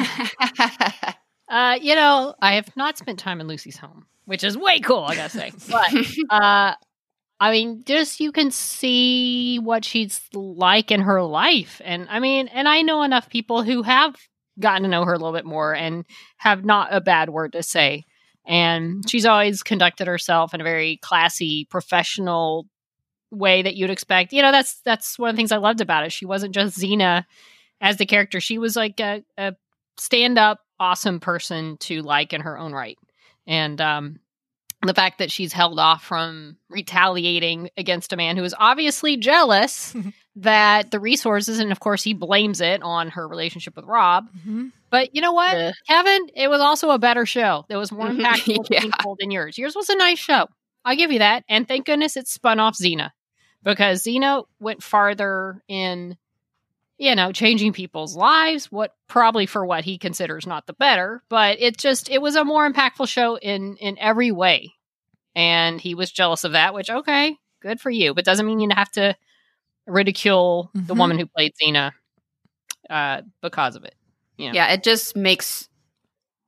Speaker 3: Uh, you know, I have not spent time in Lucy's home, which is way cool, I gotta say. But uh, I mean, just you can see what she's like in her life, and I mean, and I know enough people who have gotten to know her a little bit more and have not a bad word to say. And she's always conducted herself in a very classy, professional way that you'd expect. You know, that's that's one of the things I loved about it. She wasn't just Xena as the character; she was like a, a stand up, awesome person to like in her own right. And um, the fact that she's held off from retaliating against a man who is obviously jealous that the resources, and of course, he blames it on her relationship with Rob. But you know what,
Speaker 2: Yeah.
Speaker 3: Kevin? It was also a better show. It was more
Speaker 2: Mhm.
Speaker 3: impactful and
Speaker 2: Yeah.
Speaker 3: meaningful than yours. Yours was a nice show. I'll give you that. And thank goodness it spun off Xena because Xena went farther in, you know, changing people's lives, what probably for what he considers not the better, but it just it was a more impactful show in in every way. And he was jealous of that, which okay, good for you, but doesn't mean you have to ridicule the
Speaker 2: Mm-hmm.
Speaker 4: Mhm.
Speaker 3: woman who played Xena uh because of it.
Speaker 2: yeah, it just makes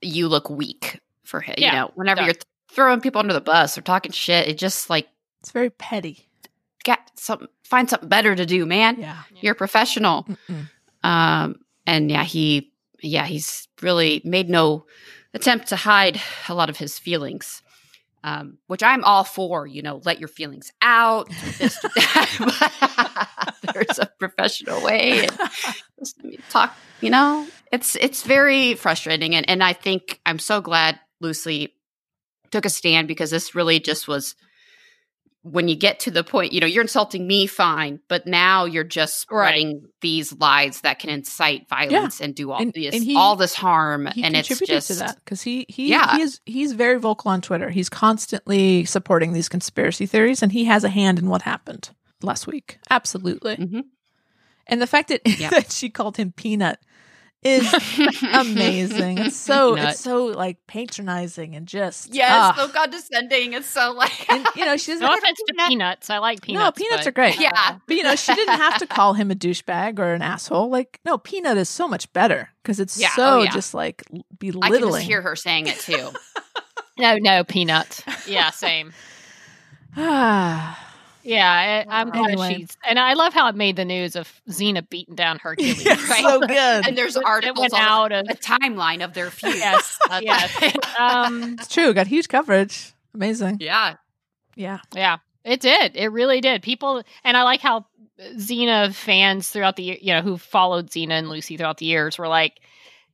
Speaker 2: you look weak for him.
Speaker 3: Yeah,
Speaker 2: you know, whenever
Speaker 3: does.
Speaker 2: you're th- throwing people under the bus or talking shit, it just like
Speaker 4: It's very petty.
Speaker 2: get some find something better to do, man.
Speaker 4: Yeah.
Speaker 2: You're a professional.
Speaker 4: Mm-mm.
Speaker 2: Um, and yeah, he yeah he's really made no attempt to hide a lot of his feelings. Um, which I'm all for, you know, let your feelings out. do this, do that. But There's a professional way. And just talk, you know, it's it's very frustrating, and and I think I'm so glad Lucy took a stand because this really just was when you get to the point, you know, you're insulting me, fine, but now you're just
Speaker 3: Right.
Speaker 2: spreading these lies that can incite violence and do all
Speaker 4: And-
Speaker 2: this
Speaker 4: and he-
Speaker 2: all this harm,
Speaker 4: He
Speaker 2: and it's
Speaker 4: contributed
Speaker 2: just
Speaker 4: to that because he he,
Speaker 2: Yeah.
Speaker 4: he is he's very vocal on Twitter. He's constantly supporting these conspiracy theories, and he has a hand in what happened last week. Absolutely.
Speaker 2: Mhm.
Speaker 4: And the fact that,
Speaker 2: Yeah.
Speaker 4: that she called him peanut is amazing. It's so
Speaker 3: Peanut.
Speaker 4: it's so like patronizing and just
Speaker 2: Yes,
Speaker 4: ah.
Speaker 2: so condescending. It's so like
Speaker 4: and you know she doesn't
Speaker 3: No
Speaker 4: have to-
Speaker 3: offense to peanuts. I like peanuts.
Speaker 4: no peanuts
Speaker 3: but-
Speaker 4: are great
Speaker 2: Yeah.
Speaker 4: but you know she didn't have to call him a douchebag or an asshole like no peanut is so much better because it's
Speaker 2: Yeah,
Speaker 4: so
Speaker 2: oh, yeah.
Speaker 4: just like l-
Speaker 2: I can just
Speaker 4: belittling
Speaker 2: hear her saying it too.
Speaker 3: No, no, peanut. Yeah, same.
Speaker 4: ah
Speaker 3: Yeah, I, I'm glad
Speaker 4: Anyway.
Speaker 3: she's. And I love how it made the news of Xena beating down Hercules.
Speaker 4: Yes,
Speaker 3: right?
Speaker 4: so good
Speaker 2: And there's
Speaker 3: it
Speaker 2: articles
Speaker 3: went
Speaker 2: all
Speaker 3: out of.
Speaker 2: a timeline of their feud.
Speaker 3: Yes,
Speaker 2: Uh,
Speaker 3: yes. Um,
Speaker 4: it's true got huge coverage amazing
Speaker 2: yeah.
Speaker 4: yeah
Speaker 3: yeah, it did. It really did. People, and I like how Xena fans throughout the year, you know, who followed Xena and Lucy throughout the years were like,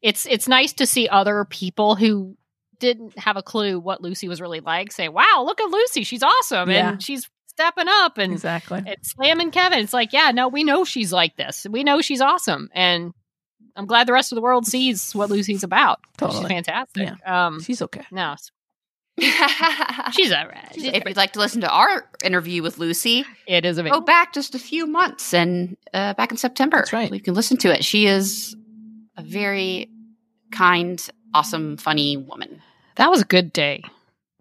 Speaker 3: it's it's nice to see other people who didn't have a clue what Lucy was really like say, wow, look at Lucy. She's awesome.
Speaker 4: Yeah.
Speaker 3: And she's stepping up and
Speaker 4: Exactly.
Speaker 3: it's slamming Kevin. It's like, yeah, no, we know she's like this. We know she's awesome. And I'm glad the rest of the world sees what Lucy's about. She's
Speaker 4: Totally.
Speaker 3: fantastic. Um,
Speaker 4: She's okay.
Speaker 3: no,
Speaker 2: if
Speaker 3: she's all right.
Speaker 2: you'd like to listen to our interview with Lucy,
Speaker 3: it is
Speaker 4: Oh.
Speaker 3: amazing.
Speaker 2: go back just a few months and uh, back in September.
Speaker 4: That's right.
Speaker 2: We can listen to it. She is a very kind, awesome, funny woman.
Speaker 3: That was a good day.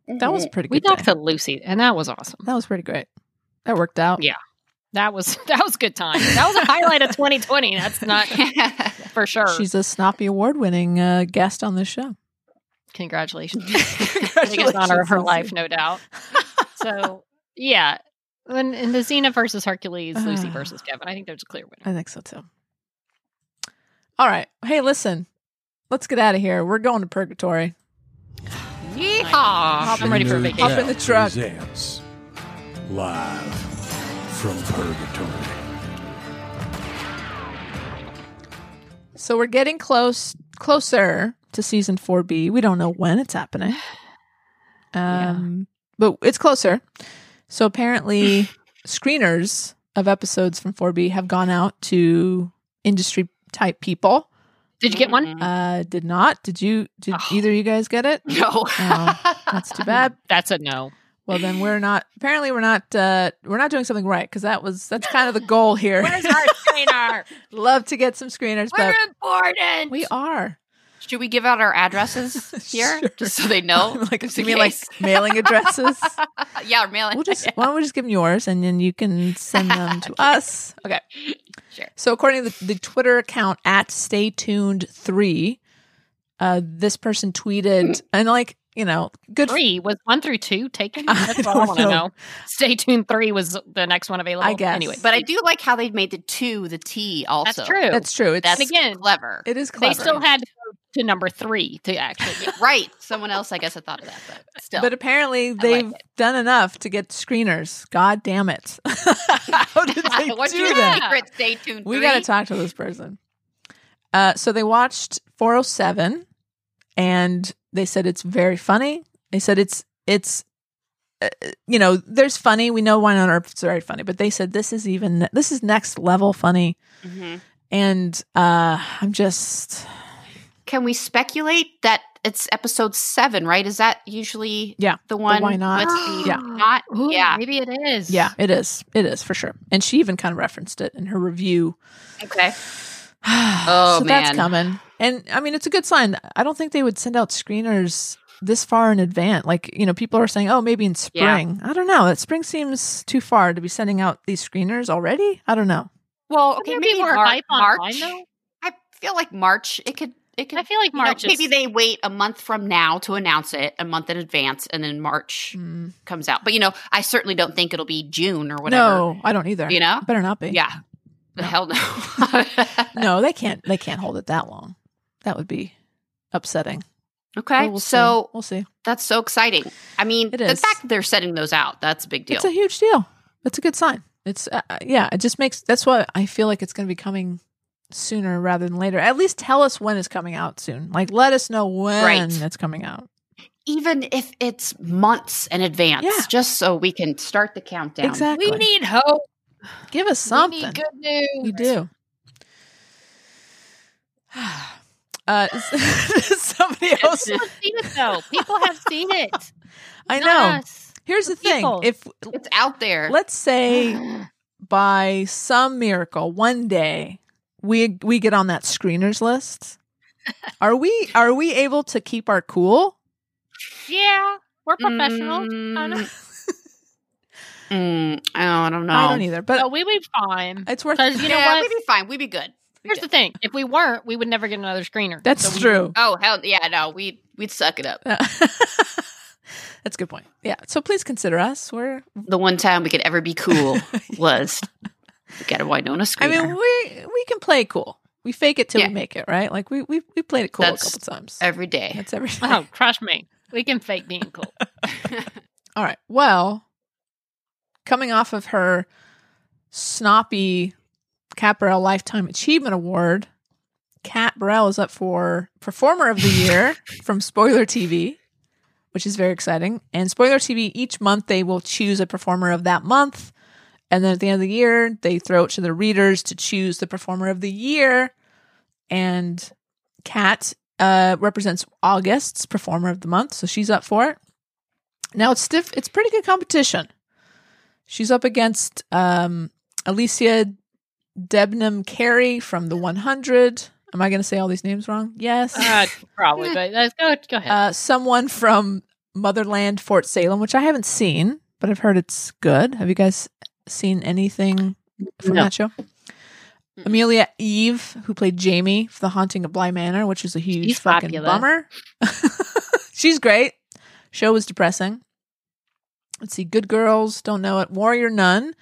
Speaker 4: That was a pretty
Speaker 3: we
Speaker 4: good.
Speaker 3: talked
Speaker 4: day.
Speaker 3: to Lucy, and that was awesome.
Speaker 4: That was pretty great. That worked out.
Speaker 3: Yeah. That was that was good time. That was a highlight of 2020. That's not for sure.
Speaker 4: She's a Snoppy Award winning uh, guest on this show.
Speaker 3: Congratulations. biggest honor of her life, no doubt. so yeah, when in the Xena versus Hercules, Lucy
Speaker 4: Ah.
Speaker 3: versus Kevin, I think there's a clear winner.
Speaker 4: I think so too. All right. Hey, listen. Let's get out of here. We're going to purgatory.
Speaker 3: Yeehaw! I'm ready for a
Speaker 6: Nerd
Speaker 3: vacation.
Speaker 4: Hop in the truck.
Speaker 6: Presents live from purgatory.
Speaker 4: So we're getting close, closer to season four B. We don't know when it's happening, um, but it's closer. So apparently, screeners of episodes from four B have gone out to industry type people.
Speaker 3: Did you get one?
Speaker 4: Uh, did not? Did you? Did
Speaker 3: Oh.
Speaker 4: either of you guys get it?
Speaker 2: No.
Speaker 4: Oh, That's too bad.
Speaker 3: That's a no.
Speaker 4: Well, then we're not. Apparently, we're not. Uh, we're not doing something right because that was that's kind of the goal here.
Speaker 3: our screener?
Speaker 4: Love to get some screeners, but
Speaker 3: important.
Speaker 4: we are.
Speaker 2: Should we give out our addresses here
Speaker 4: Sure.
Speaker 2: just so they know?
Speaker 4: like,
Speaker 2: Just
Speaker 4: you
Speaker 2: in
Speaker 4: mean like
Speaker 2: case.
Speaker 4: mailing addresses?
Speaker 2: yeah, mailing.
Speaker 4: We'll just why don't we just give them yours and then you can send them to us. Okay.
Speaker 2: Sure.
Speaker 4: So according to the, the Twitter account at Stay Tuned Three, uh, this person
Speaker 2: Mm.
Speaker 4: tweeted and like you know good. f-
Speaker 3: Three was one through two taken.
Speaker 4: I
Speaker 3: That's all I
Speaker 4: don't
Speaker 3: want to
Speaker 4: know.
Speaker 3: know. Stay tuned. Three was the next one available.
Speaker 4: I guess.
Speaker 3: Anyway,
Speaker 2: but I do like how they made the two the T also.
Speaker 3: that's true.
Speaker 4: That's true. It's
Speaker 2: That's
Speaker 3: And again,
Speaker 2: clever.
Speaker 4: it is clever.
Speaker 3: they still had to go to number three to actually. Get
Speaker 2: right. Someone else, I guess, had thought of that, but still.
Speaker 4: but apparently they've
Speaker 2: it.
Speaker 4: done enough to get screeners. God damn it! How did they
Speaker 2: What's
Speaker 4: do
Speaker 2: your
Speaker 4: that?
Speaker 2: secret? Stay tuned.
Speaker 4: We
Speaker 2: three?
Speaker 4: got to talk to this person. Uh, so they watched 407 and they said it's very funny. They said it's, it's, uh, you know, there's funny. We know Wine on Earth is very funny, but they said this is even, this is next level funny.
Speaker 2: Mhm.
Speaker 4: And uh, I'm just,
Speaker 2: Can we speculate that it's episode seven? Right? Is that usually
Speaker 4: Yeah.
Speaker 2: the one?
Speaker 4: why not?
Speaker 2: With the
Speaker 4: Yeah.
Speaker 2: Not.
Speaker 3: Ooh,
Speaker 2: Yeah.
Speaker 3: maybe it is.
Speaker 4: yeah, it is. It is for sure. And she even kind of referenced it in her review.
Speaker 2: Okay.
Speaker 4: oh, so that's
Speaker 2: man.
Speaker 4: coming. And I mean, it's a good sign. I don't think they would send out screeners this far in advance. Like, you know, people are saying, oh, maybe in
Speaker 3: Yeah.
Speaker 4: spring. I don't know. That spring seems too far to be sending out these screeners already. I don't know.
Speaker 2: Well,
Speaker 3: Would
Speaker 2: okay.
Speaker 3: there
Speaker 2: Maybe
Speaker 3: be more
Speaker 2: Mar-
Speaker 3: hype
Speaker 2: March.
Speaker 3: online though?
Speaker 2: I feel like March. It could. It could.
Speaker 3: I feel like
Speaker 2: you know,
Speaker 3: March.
Speaker 2: maybe they wait a month from now to announce it, a month in advance, and then March
Speaker 4: Mm.
Speaker 2: comes out. But you know, I certainly don't think it'll be June or whatever.
Speaker 4: No, I don't either.
Speaker 2: You know?
Speaker 4: Better not be.
Speaker 2: Yeah. The hell no.
Speaker 4: No, they can't. They can't hold it that long. That would be upsetting.
Speaker 2: okay.
Speaker 4: But we'll see.
Speaker 2: so
Speaker 4: we'll see.
Speaker 2: that's so exciting. I mean,
Speaker 4: It
Speaker 2: the
Speaker 4: is.
Speaker 2: fact that they're setting those out, that's a big deal.
Speaker 4: It's a huge deal. It's a good sign. It's uh, uh, yeah. It just makes. That's why I feel like it's going to be coming sooner rather than later. At least tell us when it's coming out soon. Like let us know when
Speaker 2: Right.
Speaker 4: it's coming out.
Speaker 2: Even if it's months in advance,
Speaker 4: Yeah.
Speaker 2: just so we can start the countdown.
Speaker 4: Exactly.
Speaker 3: need hope.
Speaker 4: Give us something. We,
Speaker 3: good news.
Speaker 4: do. Uh, does somebody else.
Speaker 3: People have seen it though. People have seen it.
Speaker 4: I
Speaker 3: Not
Speaker 4: know.
Speaker 3: us.
Speaker 4: Here's the thing.
Speaker 3: people.
Speaker 4: If
Speaker 2: It's out there. Mm.
Speaker 4: let's say by some miracle one day we we get on that screeners list, are we are we able to keep our cool?
Speaker 3: Yeah, we're professional. I don't know.
Speaker 2: Mm, oh, I don't know.
Speaker 4: I don't either, but
Speaker 3: So we would be fine.
Speaker 4: it's worth.
Speaker 3: Because you know
Speaker 2: yeah,
Speaker 3: what?
Speaker 2: we'd be fine. We'd be good.
Speaker 3: Here's the thing: if we weren't, we would never get another screener.
Speaker 4: That's
Speaker 3: So we-
Speaker 4: true.
Speaker 2: Oh hell yeah, no, we we'd suck it up.
Speaker 4: That's a good point. Yeah. So please consider us. We're.
Speaker 2: The one time we could ever be cool was we got a Winona
Speaker 4: I
Speaker 2: screener.
Speaker 4: mean, we we can play cool. We fake it till
Speaker 2: Yeah.
Speaker 4: we make it, right? Like we we we played it cool
Speaker 2: That's-
Speaker 4: a couple times.
Speaker 2: every day.
Speaker 4: That's everything.
Speaker 3: Oh, trust me, we can fake being cool.
Speaker 4: All right. Well, coming off of her snoppy Cat Burrell Lifetime Achievement Award, Cat Burrell is up for Performer of the Year from Spoiler TV. which is very exciting. And Spoiler TV, each month they will choose a performer of that month. And then at the end of the year, they throw it to the readers to choose the performer of the year. And Kat uh, represents August's performer of the month, so she's up for it. Now it's stiff. It's pretty good competition. She's up against um, Alicia Debnam Carey from the 100. Am I going to say all these names wrong? Yes.
Speaker 3: Uh, probably, but let's go, go ahead.
Speaker 4: Uh, someone from Motherland Fort Salem, which I haven't seen, but I've heard it's good. Have you guys seen anything from
Speaker 3: No.
Speaker 4: that show? Amelia Eve, who played Jamie for The Haunting of Bly Manor, which was a huge
Speaker 3: She's
Speaker 4: fucking
Speaker 3: popular.
Speaker 4: bummer. She's great. Show was depressing. Let's see, Good Girls, don't know it. Warrior Nun.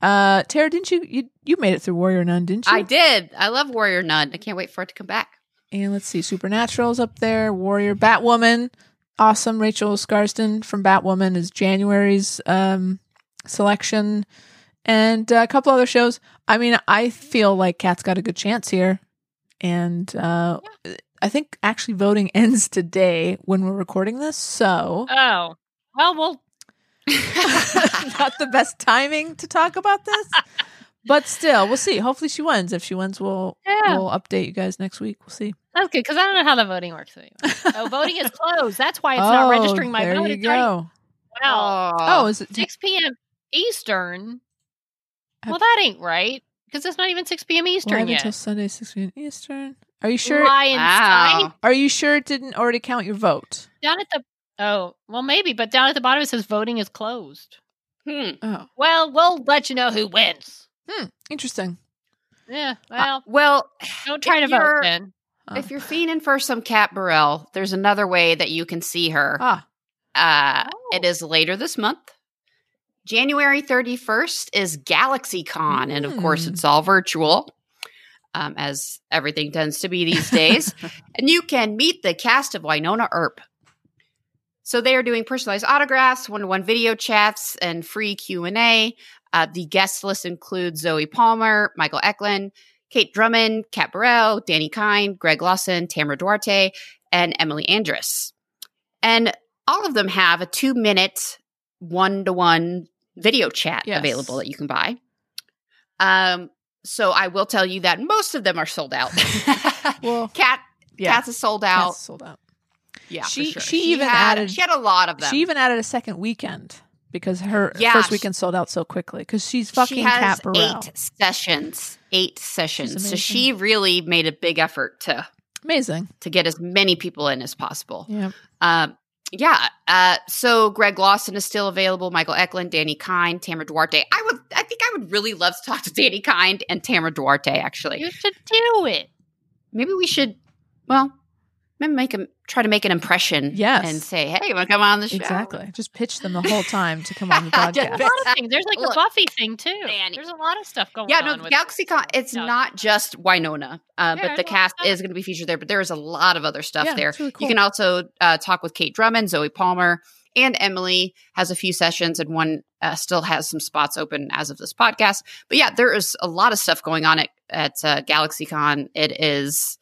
Speaker 4: Uh, Tara, didn't you, you you made it through Warrior Nun, didn't you?
Speaker 2: I did. I love Warrior Nun. I can't wait for it to come back.
Speaker 4: And let's see, Supernatural's up there. Warrior, Batwoman, awesome. Rachel Scarston from Batwoman is January's um, selection, and uh, a couple other shows. I mean, I feel like Kat's got a good chance here, and uh, I think actually voting ends today when we're recording this, so
Speaker 3: Oh, well, we'll
Speaker 4: not the best timing to talk about this. But still, we'll see. Hopefully, she wins. If she wins, we'll
Speaker 3: Yeah.
Speaker 4: we'll update you guys next week. We'll see.
Speaker 3: that's good because I don't know how the voting works anyway. oh, voting is closed. That's why it's not
Speaker 4: Oh,
Speaker 3: registering my
Speaker 4: there
Speaker 3: vote.
Speaker 4: you
Speaker 3: It's already-
Speaker 4: go.
Speaker 3: Wow.
Speaker 4: Oh, is it? do-
Speaker 3: six p.m. Eastern.
Speaker 4: I-
Speaker 3: Well, that ain't right because it's not even six p.m. Eastern
Speaker 4: Live
Speaker 3: yet.
Speaker 4: until Sunday, six p.m. Eastern. Are you sure?
Speaker 3: Lions
Speaker 2: Wow.
Speaker 3: night
Speaker 4: Are you sure it didn't already count your vote?
Speaker 3: down at the oh well maybe, but down at the bottom it says voting is closed. Hmm.
Speaker 4: Oh,
Speaker 3: Well, we'll let you know who wins.
Speaker 4: interesting.
Speaker 3: Yeah. Well,
Speaker 2: Well,
Speaker 3: don't try to
Speaker 2: if
Speaker 3: vote
Speaker 2: you're-
Speaker 3: then.
Speaker 4: Huh.
Speaker 2: if you're fiending for some Cat Burrell, there's another way that you can see her.
Speaker 4: ah,
Speaker 2: Uh,
Speaker 3: Oh.
Speaker 2: It is later this month. January 31st is GalaxyCon, and of course,
Speaker 4: Mm.
Speaker 2: it's all virtual, um, as everything tends to be these days. and you can meet the cast of Winona Earp. So they are doing personalized autographs, one-to-one video chats, and free Q and A. Uh, the guest list includes Zoe Palmer, Michael Eklund, Kate Drummond, Kat Burrell, Danny Kine, Greg Lawson, Tamara Duarte, and Emily Andress. And all of them have a two minute one to one video chat
Speaker 4: Yes.
Speaker 2: available that you can buy. Um, so I will tell you that most of them are sold out.
Speaker 4: well,
Speaker 2: Cat
Speaker 4: yeah,
Speaker 2: Cats is sold
Speaker 4: Cats
Speaker 2: out.
Speaker 4: sold out.
Speaker 2: Yeah, for
Speaker 4: She-
Speaker 2: sure.
Speaker 4: she even
Speaker 2: had,
Speaker 4: added-
Speaker 2: she had a lot of them.
Speaker 4: She even added a second weekend because her
Speaker 2: Yeah,
Speaker 4: first
Speaker 2: she-
Speaker 4: weekend sold out so quickly because she's
Speaker 2: She
Speaker 4: fucking
Speaker 2: has
Speaker 4: Cat Burrell.
Speaker 2: eight sessions, eight sessions. So
Speaker 4: amazing.
Speaker 2: she really made a big effort to
Speaker 4: Amazing.
Speaker 2: to get as many people in as possible.
Speaker 4: Yeah.
Speaker 2: Um, yeah. Uh, so Greg Lawson is still available. Michael Eklund, Danny Kind, Tamara Duarte. I would. I think I would really love to talk to Danny Kind and Tamara Duarte. Actually,
Speaker 3: You should do it.
Speaker 2: maybe we should. Well, maybe make him try to make an impression.
Speaker 4: Yes.
Speaker 2: and say, hey, you want to come on the show?
Speaker 4: Exactly. Just pitch them the whole time to come on the
Speaker 2: Just
Speaker 3: There's a
Speaker 4: podcast.
Speaker 3: lot of things. There's like a
Speaker 2: Look,
Speaker 3: Buffy thing too.
Speaker 2: Manny.
Speaker 3: There's a lot of stuff going
Speaker 2: Yeah,
Speaker 3: on.
Speaker 2: no,
Speaker 3: with-
Speaker 2: GalaxyCon. It's
Speaker 3: Yeah.
Speaker 2: not just Winona,
Speaker 3: Yeah,
Speaker 2: uh, but the
Speaker 3: there's a lot
Speaker 2: cast
Speaker 3: of stuff.
Speaker 2: is going to be featured there. But there is a lot of other stuff
Speaker 4: Yeah,
Speaker 2: there.
Speaker 4: it's really
Speaker 2: You
Speaker 4: cool.
Speaker 2: can also uh, talk with Kate Drummond, Zoe Palmer, and Emily has a few sessions, and one uh, still has some spots open as of this podcast. But yeah, there is a lot of stuff going on at, at uh, GalaxyCon. It is,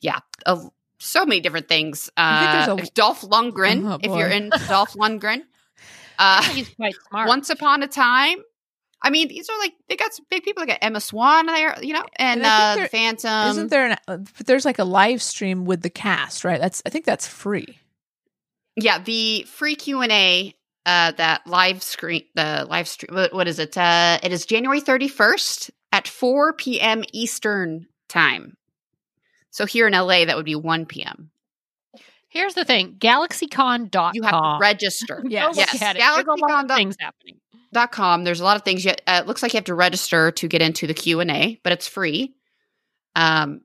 Speaker 2: yeah, a, so many different things.
Speaker 4: I
Speaker 2: Uh,
Speaker 4: think there's a-
Speaker 2: Dolph Lundgren,
Speaker 4: Oh,
Speaker 2: if
Speaker 4: boy.
Speaker 2: you're in Dolph Lundgren.
Speaker 3: I
Speaker 2: Uh,
Speaker 3: think he's quite smart.
Speaker 2: once upon a time. I mean, these are like they got some big people. They got Emma Swan there, you know, and,
Speaker 4: And I
Speaker 2: uh,
Speaker 4: think
Speaker 2: the Phantom.
Speaker 4: Isn't there an? uh, But there's like a live stream with the cast, right? That's I think that's free.
Speaker 2: Yeah, the free Q and A. Uh, that live screen, the live stream. What, what is it? Uh, it is January thirty first at four p.m. Eastern time. So here in LA, that would be one p.m.
Speaker 3: Here's the thing: GalaxyCon.com.
Speaker 2: You have to register.
Speaker 3: Go
Speaker 4: Yes.
Speaker 3: look
Speaker 2: Yes.
Speaker 3: at it. There's a lot of
Speaker 2: GalaxyCon.com.
Speaker 3: things happening.
Speaker 2: dot com. There's a lot of things. Yet uh, it looks like you have to register to get into the Q and A, but it's free. Um,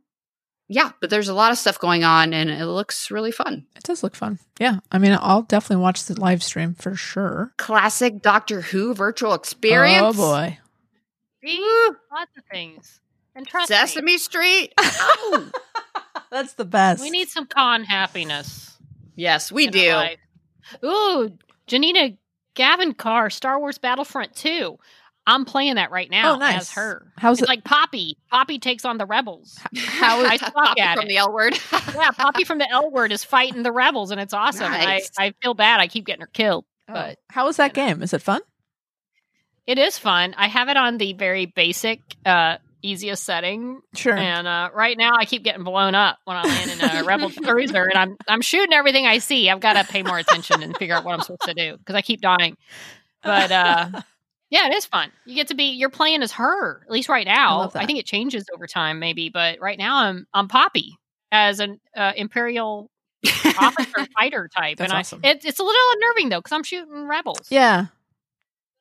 Speaker 2: yeah, but there's a lot of stuff going on, and it looks really fun.
Speaker 4: It does look fun. Yeah, I mean, I'll definitely watch the live stream for sure.
Speaker 2: Classic Doctor Who virtual experience.
Speaker 4: Oh boy.
Speaker 3: See? Lots of things. And trust me,
Speaker 2: Sesame Street. Ow.
Speaker 4: That's the best.
Speaker 3: we need some con happiness.
Speaker 2: yes, we
Speaker 3: in our
Speaker 2: do.
Speaker 3: life. Ooh, Janina, Gavin Carr, Star Wars Battlefront 2. I'm playing that right now
Speaker 4: Oh, nice.
Speaker 3: as her.
Speaker 4: How's
Speaker 3: It's
Speaker 4: it?
Speaker 3: like Poppy. Poppy takes on the rebels.
Speaker 2: How
Speaker 3: I
Speaker 2: is
Speaker 3: suck
Speaker 2: Poppy
Speaker 3: at
Speaker 2: from
Speaker 3: it.
Speaker 2: the L word?
Speaker 3: yeah, Poppy from the L word is fighting the rebels, and it's awesome.
Speaker 2: Nice.
Speaker 3: I, I feel bad. I keep getting her killed.
Speaker 4: oh,
Speaker 3: but,
Speaker 4: how was that game? Is it fun?
Speaker 3: It is fun. I have it on the very basic, uh, easiest setting,
Speaker 4: Sure.
Speaker 3: and uh, right now I keep getting blown up when I land in a rebel cruiser, and I'm I'm shooting everything I see. I've got to pay more attention and figure out what I'm supposed to do because I keep dying. But uh, yeah, it is fun. You get to be you're playing as her at least right now.
Speaker 4: love
Speaker 3: I,
Speaker 4: that.
Speaker 3: think it changes over time, maybe, but right now I'm I'm Poppy as an uh, imperial officer fighter type,
Speaker 4: That's
Speaker 3: and I,
Speaker 4: awesome.
Speaker 3: it, it's a little unnerving though because I'm shooting rebels.
Speaker 4: yeah,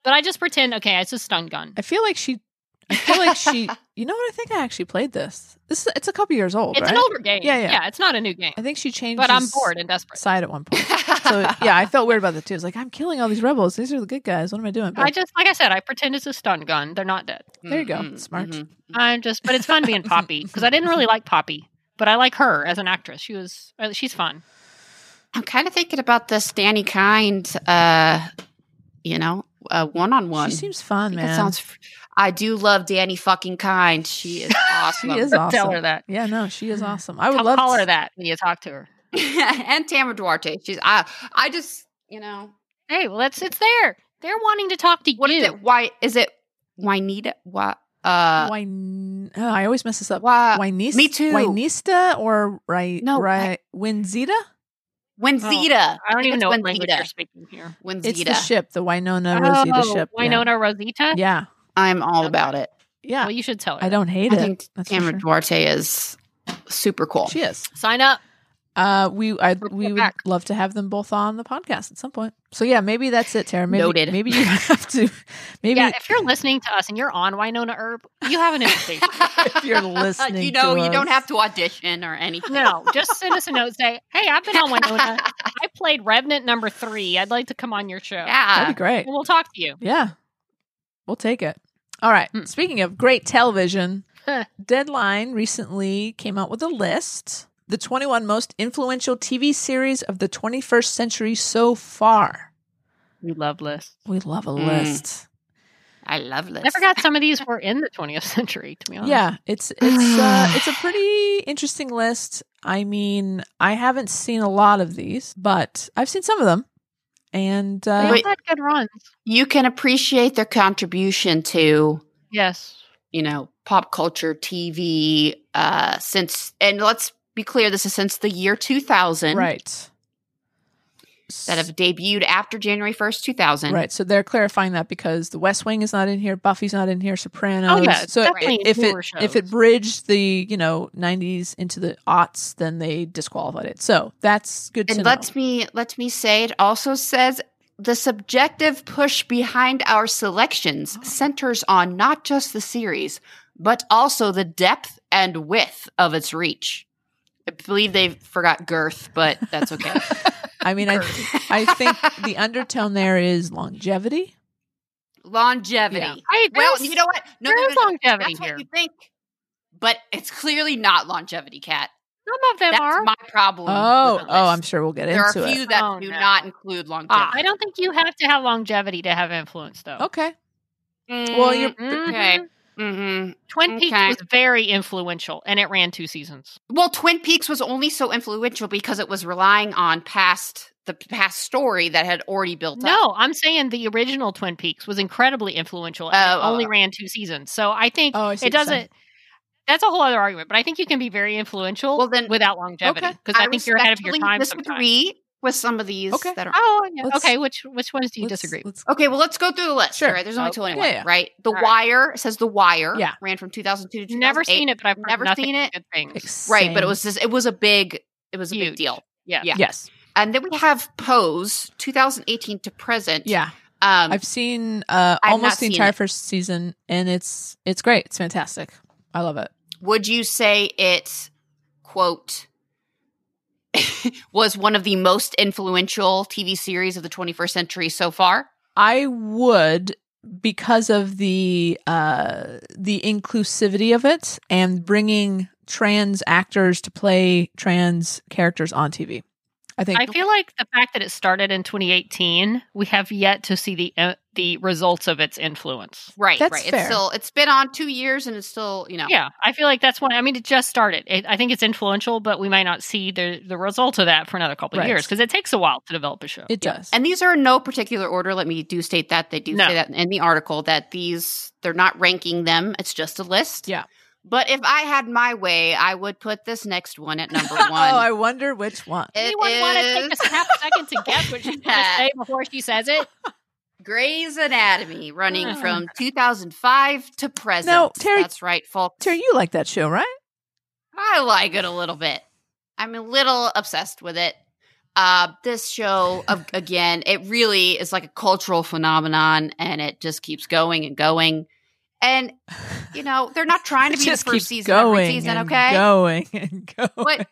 Speaker 3: But I just pretend, okay, it's a stun gun.
Speaker 4: I feel like she. I feel like she. You know what? I think I actually played this. This is, it's a couple years old.
Speaker 3: It's an
Speaker 4: right?
Speaker 3: older game.
Speaker 4: Yeah, yeah.
Speaker 3: it's not a new game.
Speaker 4: I think she changed.
Speaker 3: But I'm
Speaker 4: his
Speaker 3: bored and desperate.
Speaker 4: Side at one point. So yeah, I felt weird about that too. It's like I'm killing all these rebels. These are the good guys. What am I doing? But
Speaker 3: I just, mm-hmm, like I said, I pretend it's a stun gun. They're not dead.
Speaker 4: there you go.
Speaker 2: Mm-hmm.
Speaker 4: Smart.
Speaker 3: I'm just, but it's fun being Poppy because I didn't really like Poppy, but I like her as an actress. She was, uh, she's fun.
Speaker 2: I'm kind of thinking about this Danny Kind, uh, you know, one on one.
Speaker 4: She seems fun, man.
Speaker 2: That sounds. Fr- I do love Danny fucking Kind. She is awesome.
Speaker 4: She is awesome.
Speaker 3: Tell her that.
Speaker 4: Yeah, no, she is awesome. I would
Speaker 3: Tell,
Speaker 4: love
Speaker 3: call
Speaker 4: to-
Speaker 3: her that when you talk to her.
Speaker 2: and Tamara Duarte. She's. I. I just. You know.
Speaker 3: Hey, well, that's, it's there. They're wanting to talk to
Speaker 2: What
Speaker 3: you.
Speaker 2: is it? Why is it? Juanita? What? Uh.
Speaker 4: Why? Oh, I always mess this up.
Speaker 2: Why?
Speaker 4: Winista,
Speaker 2: me too.
Speaker 4: Winista or right?
Speaker 2: No,
Speaker 4: right. Winzita.
Speaker 2: Wenzita.
Speaker 3: I don't even
Speaker 2: it's
Speaker 3: know what
Speaker 2: Wenzita.
Speaker 3: language you're speaking here.
Speaker 4: oh, It's
Speaker 2: Wenzita.
Speaker 4: the ship, the Winona Rosita
Speaker 2: Oh,
Speaker 4: ship. yeah.
Speaker 3: Oh, Winona Rosita?
Speaker 4: Yeah,
Speaker 2: I'm all about it.
Speaker 4: yeah.
Speaker 3: Well, you should tell her.
Speaker 4: I
Speaker 3: that.
Speaker 4: don't hate
Speaker 2: Oh, I
Speaker 4: it.
Speaker 2: think
Speaker 4: That's for
Speaker 2: Tamara
Speaker 4: sure.
Speaker 2: Duarte is super cool.
Speaker 4: She is.
Speaker 3: Sign up.
Speaker 4: Uh, we I, we
Speaker 3: Report
Speaker 4: would
Speaker 3: back.
Speaker 4: love to have them both on the podcast at some point. So yeah, maybe that's it, Tara. Maybe,
Speaker 2: Noted.
Speaker 4: Maybe you have to. Maybe
Speaker 3: Yeah, if you're listening to us and you're on Winona Herb, you have an invitation.
Speaker 4: if you're listening,
Speaker 2: you know,
Speaker 4: to
Speaker 2: you don't
Speaker 4: us.
Speaker 2: have to audition or anything.
Speaker 3: No, just send us a note. Say, hey, I've been on Winona. I played Revenant number three. I'd like to come on your show.
Speaker 2: Yeah.
Speaker 4: That'd be great.
Speaker 3: And we'll talk to you.
Speaker 4: Yeah. We'll take it. All right.
Speaker 2: Mm.
Speaker 3: Hmm.
Speaker 4: Speaking of great television, Deadline recently came out with a list the 21 most influential TV series of the 21st century so far.
Speaker 3: We love lists.
Speaker 4: We love a
Speaker 2: Mm.
Speaker 4: list.
Speaker 2: I love this.
Speaker 3: I forgot some of these were in the 20th century, to be honest.
Speaker 4: Yeah, it's it's uh, it's a pretty interesting list. I mean, I haven't seen a lot of these, but I've seen some of them. And
Speaker 3: They
Speaker 4: uh,
Speaker 3: all
Speaker 2: Wait.
Speaker 3: had good runs.
Speaker 2: You can appreciate their contribution to
Speaker 3: Yes.
Speaker 2: you know pop culture, TV. Uh, since and let's be clear, this is since the year 2000
Speaker 4: right.
Speaker 2: that have debuted after January 1st, 2000.
Speaker 4: Right. So they're clarifying that because the West Wing is not in here, Buffy's not in here, Sopranos.
Speaker 3: Oh, yeah, it's
Speaker 4: So
Speaker 3: definitely
Speaker 4: if it
Speaker 3: newer shows.
Speaker 4: if it bridged the you know '90s into the aughts, then they disqualified it. So that's good to
Speaker 2: And
Speaker 4: know.
Speaker 2: let me let me say it also says the subjective push behind our selections centers on not just the series, but also the depth and width of its reach. I believe they forgot girth, but that's okay.
Speaker 4: I mean, I I think the undertone there is longevity.
Speaker 2: longevity.
Speaker 4: Yeah.
Speaker 3: I,
Speaker 2: Well,
Speaker 3: there's-
Speaker 2: you know what? No,
Speaker 3: there
Speaker 2: no,
Speaker 3: is
Speaker 2: no, no.
Speaker 3: longevity
Speaker 2: That's
Speaker 3: here.
Speaker 2: what you think. But it's clearly not longevity, Kat.
Speaker 3: Some of them
Speaker 2: That's
Speaker 3: are.
Speaker 2: my problem. with
Speaker 4: Oh,
Speaker 2: the
Speaker 4: oh, I'm
Speaker 2: list.
Speaker 4: sure we'll get
Speaker 2: There are
Speaker 4: into
Speaker 2: a few
Speaker 4: it.
Speaker 2: that
Speaker 3: Oh,
Speaker 2: do
Speaker 3: no.
Speaker 2: not include
Speaker 3: Ah,
Speaker 2: longevity.
Speaker 3: I don't think you have to have longevity to have influence, though.
Speaker 4: Okay.
Speaker 2: Mm,
Speaker 4: Well, you're
Speaker 2: okay.
Speaker 3: Mhm.
Speaker 2: Mm-hmm.
Speaker 3: Twin Peaks
Speaker 2: Okay.
Speaker 3: was very influential, and it ran two seasons.
Speaker 2: Well, Twin Peaks was only so influential because it was relying on past the past story that had already built up.
Speaker 3: No, I'm saying the original Twin Peaks was incredibly influential and it
Speaker 2: Oh, oh,
Speaker 3: only
Speaker 2: oh.
Speaker 3: ran two seasons. So I think
Speaker 4: Oh, I see
Speaker 3: it
Speaker 4: what you're saying.
Speaker 3: doesn't. That's a whole other argument, but I think you can be very influential
Speaker 2: Well, then-
Speaker 3: without longevity
Speaker 4: okay.
Speaker 3: because I, think you're ahead of your
Speaker 2: respectfully
Speaker 3: time sometimes.
Speaker 2: disagree with some of these
Speaker 4: Okay.
Speaker 2: that are
Speaker 3: Oh, yeah.
Speaker 4: Let's-
Speaker 3: okay. Which which ones do you
Speaker 4: Let's-
Speaker 3: disagree? with?
Speaker 4: let's-
Speaker 2: Okay, well, let's go through the list.
Speaker 4: Sure. Oh,
Speaker 2: Right, there's only
Speaker 3: Okay.
Speaker 2: 21.
Speaker 4: Yeah, yeah.
Speaker 2: Right, The
Speaker 3: All right.
Speaker 2: Wire it says The Wire.
Speaker 4: Yeah.
Speaker 2: ran from 2002 to 2008.
Speaker 3: Never seen it, but I've heard
Speaker 2: Never
Speaker 3: nothing
Speaker 2: seen
Speaker 3: but
Speaker 2: it.
Speaker 3: Good things.
Speaker 2: Right, but it
Speaker 4: Same.
Speaker 2: was just, it was a big it was a big
Speaker 3: Huge.
Speaker 2: deal.
Speaker 3: Yeah.
Speaker 2: yeah.
Speaker 4: yes,
Speaker 2: And then we have Pose 2018 to present.
Speaker 4: yeah.
Speaker 2: um,
Speaker 4: I've seen uh,
Speaker 2: I've
Speaker 4: almost
Speaker 2: not
Speaker 4: the
Speaker 2: seen
Speaker 4: entire
Speaker 2: it.
Speaker 4: first season, and it's it's great. It's fantastic. I love it.
Speaker 2: would you say it quote was one of the most influential TV series of the 21st century so far?
Speaker 4: I would because of the uh, the inclusivity of it and bringing trans actors to play trans characters on TV. I think
Speaker 3: I feel like the fact that it started in 2018, we have yet to see the uh, the results of its influence.
Speaker 2: Right,
Speaker 4: That's
Speaker 2: right.
Speaker 4: fair.
Speaker 2: It's still it's been on two years and it's still, you know.
Speaker 3: Yeah, I feel like that's one. I mean, it just started. It, I think it's influential, but we might not see the the result of that for another couple
Speaker 4: Right.
Speaker 3: of years because it takes a while to develop a show.
Speaker 4: It does.
Speaker 2: And these are in no particular order. Let me do state that they do
Speaker 3: No.
Speaker 2: say that in the article that these they're not ranking them. It's just a list.
Speaker 4: Yeah.
Speaker 2: But if I had my way, I would put this next one at number one.
Speaker 4: oh, I wonder which one.
Speaker 2: It
Speaker 3: Anyone want to take a
Speaker 2: is
Speaker 3: snap second to guess what she's going to say before she says it?
Speaker 2: Grey's Anatomy, running from 2005 to present.
Speaker 4: Ah. No, Terry-
Speaker 2: that's right, folks.
Speaker 4: Terry, you like that show, right?
Speaker 2: I like it a little bit. I'm a little obsessed with it. Uh, this show, a- again, it really is like a cultural phenomenon, and it just keeps going and going. And you know, they're not trying to be the
Speaker 4: just keeps
Speaker 2: first season
Speaker 4: going
Speaker 2: every season,
Speaker 4: and
Speaker 2: okay?
Speaker 4: Going and going.
Speaker 2: But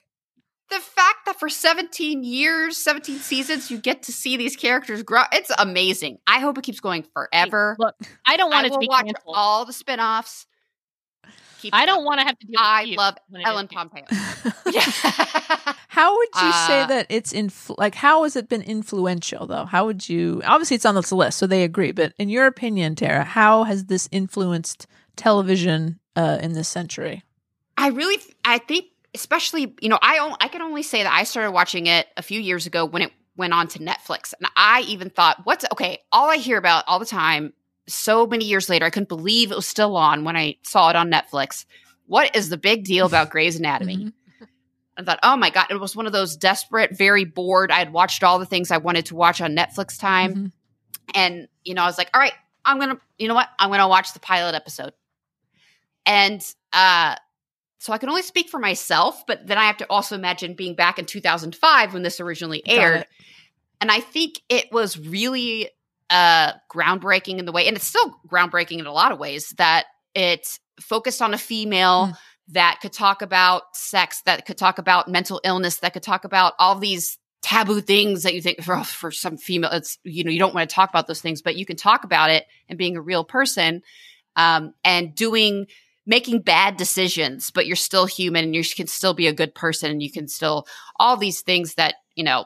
Speaker 2: the fact that for 17 years, 17 seasons, you get to see these characters grow—it's amazing. I hope it keeps going forever.
Speaker 3: Look, I don't want
Speaker 2: I
Speaker 3: it to
Speaker 2: will
Speaker 3: be
Speaker 2: watch
Speaker 3: canceled.
Speaker 2: all the spin-offs. Keep
Speaker 3: I
Speaker 2: it
Speaker 3: don't
Speaker 2: up.
Speaker 3: want to have to deal with
Speaker 2: I
Speaker 3: you
Speaker 2: love
Speaker 3: when it
Speaker 2: Ellen
Speaker 3: is-
Speaker 2: Pompeo. Yeah.
Speaker 4: How would you say
Speaker 2: Uh,
Speaker 4: that it's influ- like how has it been influential though? How would you obviously it's on this list, so they agree. But in your opinion, Tara, how has this influenced television uh, in this century?
Speaker 2: I really, I think, especially, you know, I on- I can only say that I started watching it a few years ago when it went on to Netflix, and I even thought, what's okay? All I hear about all the time, so many years later, I couldn't believe it was still on when I saw it on Netflix. What is the big deal about Grey's Anatomy?
Speaker 4: Mhm.
Speaker 2: I thought, oh my god, it was one of those desperate, very bored. I had watched all the things I wanted to watch on Netflix time,
Speaker 4: Mhm.
Speaker 2: and you know, I was like, all right, I'm gonna, you know what, I'm gonna watch the pilot episode, and uh, so I can only speak for myself, but then I have to also imagine being back in 2005 when this originally
Speaker 4: it.
Speaker 2: aired, and I think it was really uh, groundbreaking in the way, and it's still groundbreaking in a lot of ways that it focused on a female
Speaker 4: Mm.
Speaker 2: that could talk about sex, that could talk about mental illness, that could talk about all these taboo things that you think "Oh, for some female, it's you know you don't want to talk about those things, but you can talk about it and being a real person um, and doing making bad decisions, but you're still human and you can still be a good person and you can still all these things that you know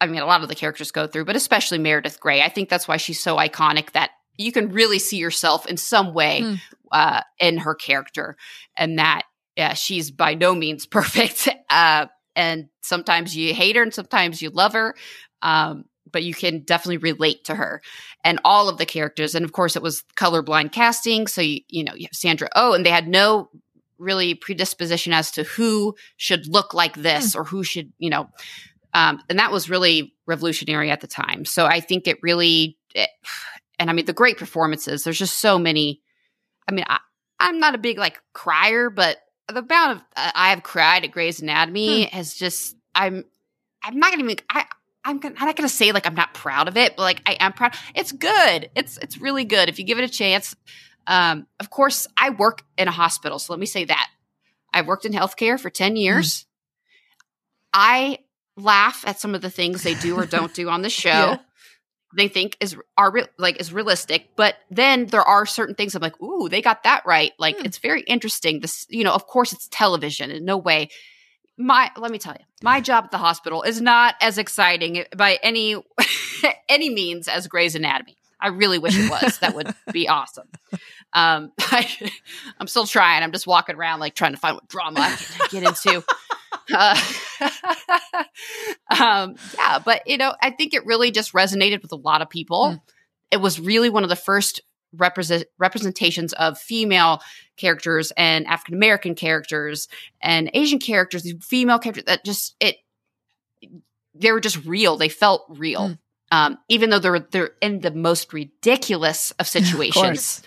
Speaker 2: I mean, a lot of the characters go through, but especially Meredith Grey. I think that's why she's so iconic that you can really see yourself in some way
Speaker 4: Hmm.
Speaker 2: uh, in her character, and that yeah, she's by no means perfect. Uh, and sometimes you hate her, and sometimes you love her, um, but you can definitely relate to her and all of the characters. And of course, it was colorblind casting, so you you know you have Sandra Oh, and they had no really predisposition as to who should look like this or who should you know um, and that was really revolutionary at the time. So I think it really, it- and I mean the great performances. There's just so many. I mean, I, I'm not a big like crier, but the amount of uh, I have cried at Grey's Anatomy has just I'm I'm not gonna even I. I'm, gonna, I'm not going to say like I'm not proud of it, but like I am proud. It's good. It's it's really good if you give it a chance. Um, of course, I work in a hospital, so let me say that I worked in healthcare for ten years. I laugh at some of the things they do or don't do on the show
Speaker 4: Yeah.
Speaker 2: they think is are real like is realistic but then there are certain things i'm like ooh they got that right like
Speaker 4: Hmm.
Speaker 2: it's very interesting this you know of course it's television in no way my let me tell you my job at the hospital is not as exciting by any any means as Grey's Anatomy I really wish it was that would be awesome um I, I'm still trying I'm just walking around like trying to find what drama I can get into uh, um, yeah, but you know, I think it really just resonated with a lot of people.
Speaker 4: Mm.
Speaker 2: It was really one of the first represent- representations of female characters and African American characters and Asian characters, these female characters that just it they were just real. They felt real.
Speaker 4: Mm.
Speaker 2: Um, even though they're they're in the most ridiculous of situations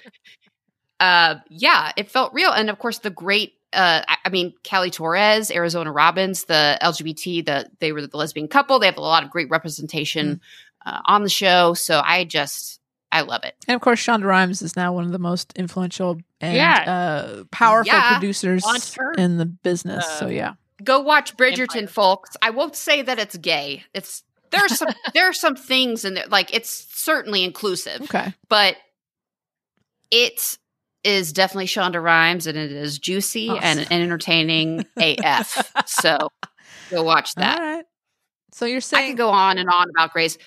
Speaker 2: uh, yeah, it felt real. And of course, the great, uh, I- I mean, Callie Torres, Arizona Robbins, the LGBT, the they were the lesbian couple. They have a lot of great representation uh, on the show. So I just, I love it.
Speaker 4: And of course, Shonda Rhimes is now one of the most influential and
Speaker 3: Yeah.
Speaker 4: uh, powerful
Speaker 2: Yeah.
Speaker 4: producers
Speaker 3: Launched her.
Speaker 4: in the business. so
Speaker 3: Uh,
Speaker 4: yeah,
Speaker 2: Go watch Bridgerton,
Speaker 3: Empire.
Speaker 2: folks. I won't say that it's gay. It's there's some there are some things in there like it's certainly inclusive,
Speaker 4: okay,
Speaker 2: but it is definitely Shonda Rhimes, and it is juicy and,
Speaker 4: Awesome.
Speaker 2: and entertaining AF. So go watch that.
Speaker 4: all right. So you're
Speaker 2: I could
Speaker 4: saying
Speaker 2: go on and on about Grace.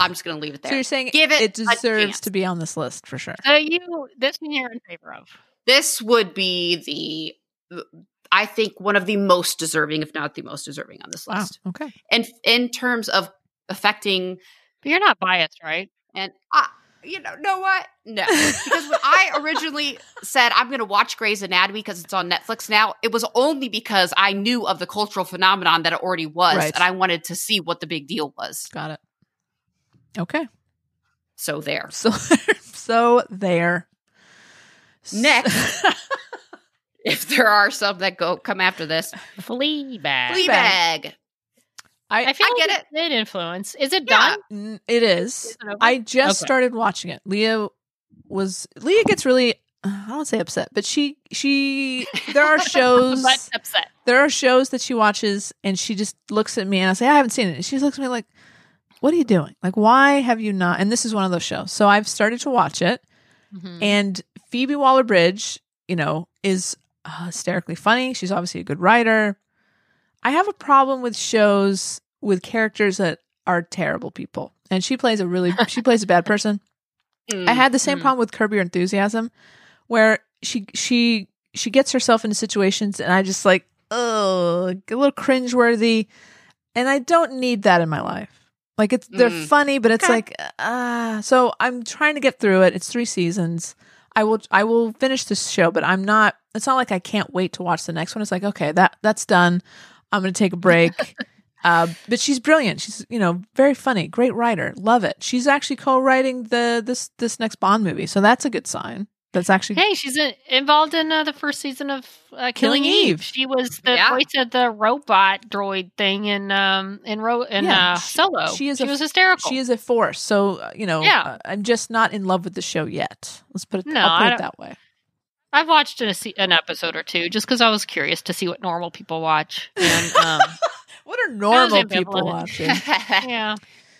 Speaker 2: I'm just going to leave it
Speaker 4: So
Speaker 2: there.
Speaker 4: you're saying
Speaker 2: Give it
Speaker 4: it
Speaker 2: a
Speaker 4: deserves
Speaker 2: chance.
Speaker 4: to be on this list for sure.
Speaker 3: So you, this one you're in favor of.
Speaker 2: This would be the, I think, one of the most deserving, if not the most deserving on this
Speaker 4: Wow.
Speaker 2: list.
Speaker 4: Okay.
Speaker 2: And in terms of affecting,
Speaker 3: But you're not biased, right?
Speaker 2: and I, you know, know what? No. because when I originally said I'm going to watch Grey's Anatomy because it's on Netflix now, it was only because I knew of the cultural phenomenon that it already was,
Speaker 4: Right.
Speaker 2: and I wanted to see what the big deal was.
Speaker 4: Got it. Okay.
Speaker 2: So there.
Speaker 4: So so there.
Speaker 2: Next. If there are some that go come after this,
Speaker 3: Fleabag.
Speaker 2: Fleabag.
Speaker 3: I feel
Speaker 2: I get
Speaker 3: like
Speaker 2: it.
Speaker 3: did influence. Is it
Speaker 2: Yeah.
Speaker 3: done?
Speaker 4: N- It is.
Speaker 3: Is it over?
Speaker 4: I just
Speaker 3: Okay.
Speaker 4: started watching it. Leah was Leah gets really I don't say upset, but she she there are shows
Speaker 3: but upset.
Speaker 4: there are shows that she watches and she just looks at me and I say, I haven't seen it. And she looks at me like, What are you doing? Like, why have you not? And this is one of those shows. So I've started to watch it.
Speaker 3: Mm-hmm. Mm.
Speaker 4: And Phoebe Waller Bridge, you know, is uh, hysterically funny. She's obviously a good writer. I have a problem with shows with characters that are terrible people. And she plays a really she plays a bad person. I had the
Speaker 2: Mm-hmm.
Speaker 4: same problem with Curb Your Enthusiasm, where she she she gets herself into situations, and I just like oh a little cringeworthy, and I don't need that in my life. Like it's they're
Speaker 2: Mm.
Speaker 4: funny, but it's
Speaker 2: Okay.
Speaker 4: like ah. so I'm trying to get through it. It's three seasons. I will I will finish this show, but I'm not. It's not like I can't wait to watch the next one. It's like okay that that's done. I'm gonna take a break. Uh, but she's brilliant. She's you know very funny, great writer. Love it. She's actually co-writing the this this next Bond movie, so that's a good sign. That's actually
Speaker 3: Hey, she's in, involved in uh, the first season of uh, Killing,
Speaker 4: Killing
Speaker 3: Eve.
Speaker 4: Eve.
Speaker 3: She was the
Speaker 2: Yeah.
Speaker 3: voice of the robot droid thing in um in ro- in
Speaker 4: Yeah,
Speaker 3: uh,
Speaker 4: she-
Speaker 3: Solo.
Speaker 4: she is
Speaker 3: she
Speaker 4: a-
Speaker 3: was hysterical.
Speaker 4: she is a force. So uh, you know,
Speaker 3: Yeah.
Speaker 4: uh, I'm just not in love with the show yet. Let's put it.
Speaker 3: No,
Speaker 4: I'll
Speaker 3: I
Speaker 4: put it
Speaker 3: don't-
Speaker 4: that way.
Speaker 3: I've watched an, an episode or two just because I was curious to see what normal people watch. And, um,
Speaker 4: What are normal
Speaker 3: ambivalent.
Speaker 4: people watching?
Speaker 2: Mm.
Speaker 3: yeah,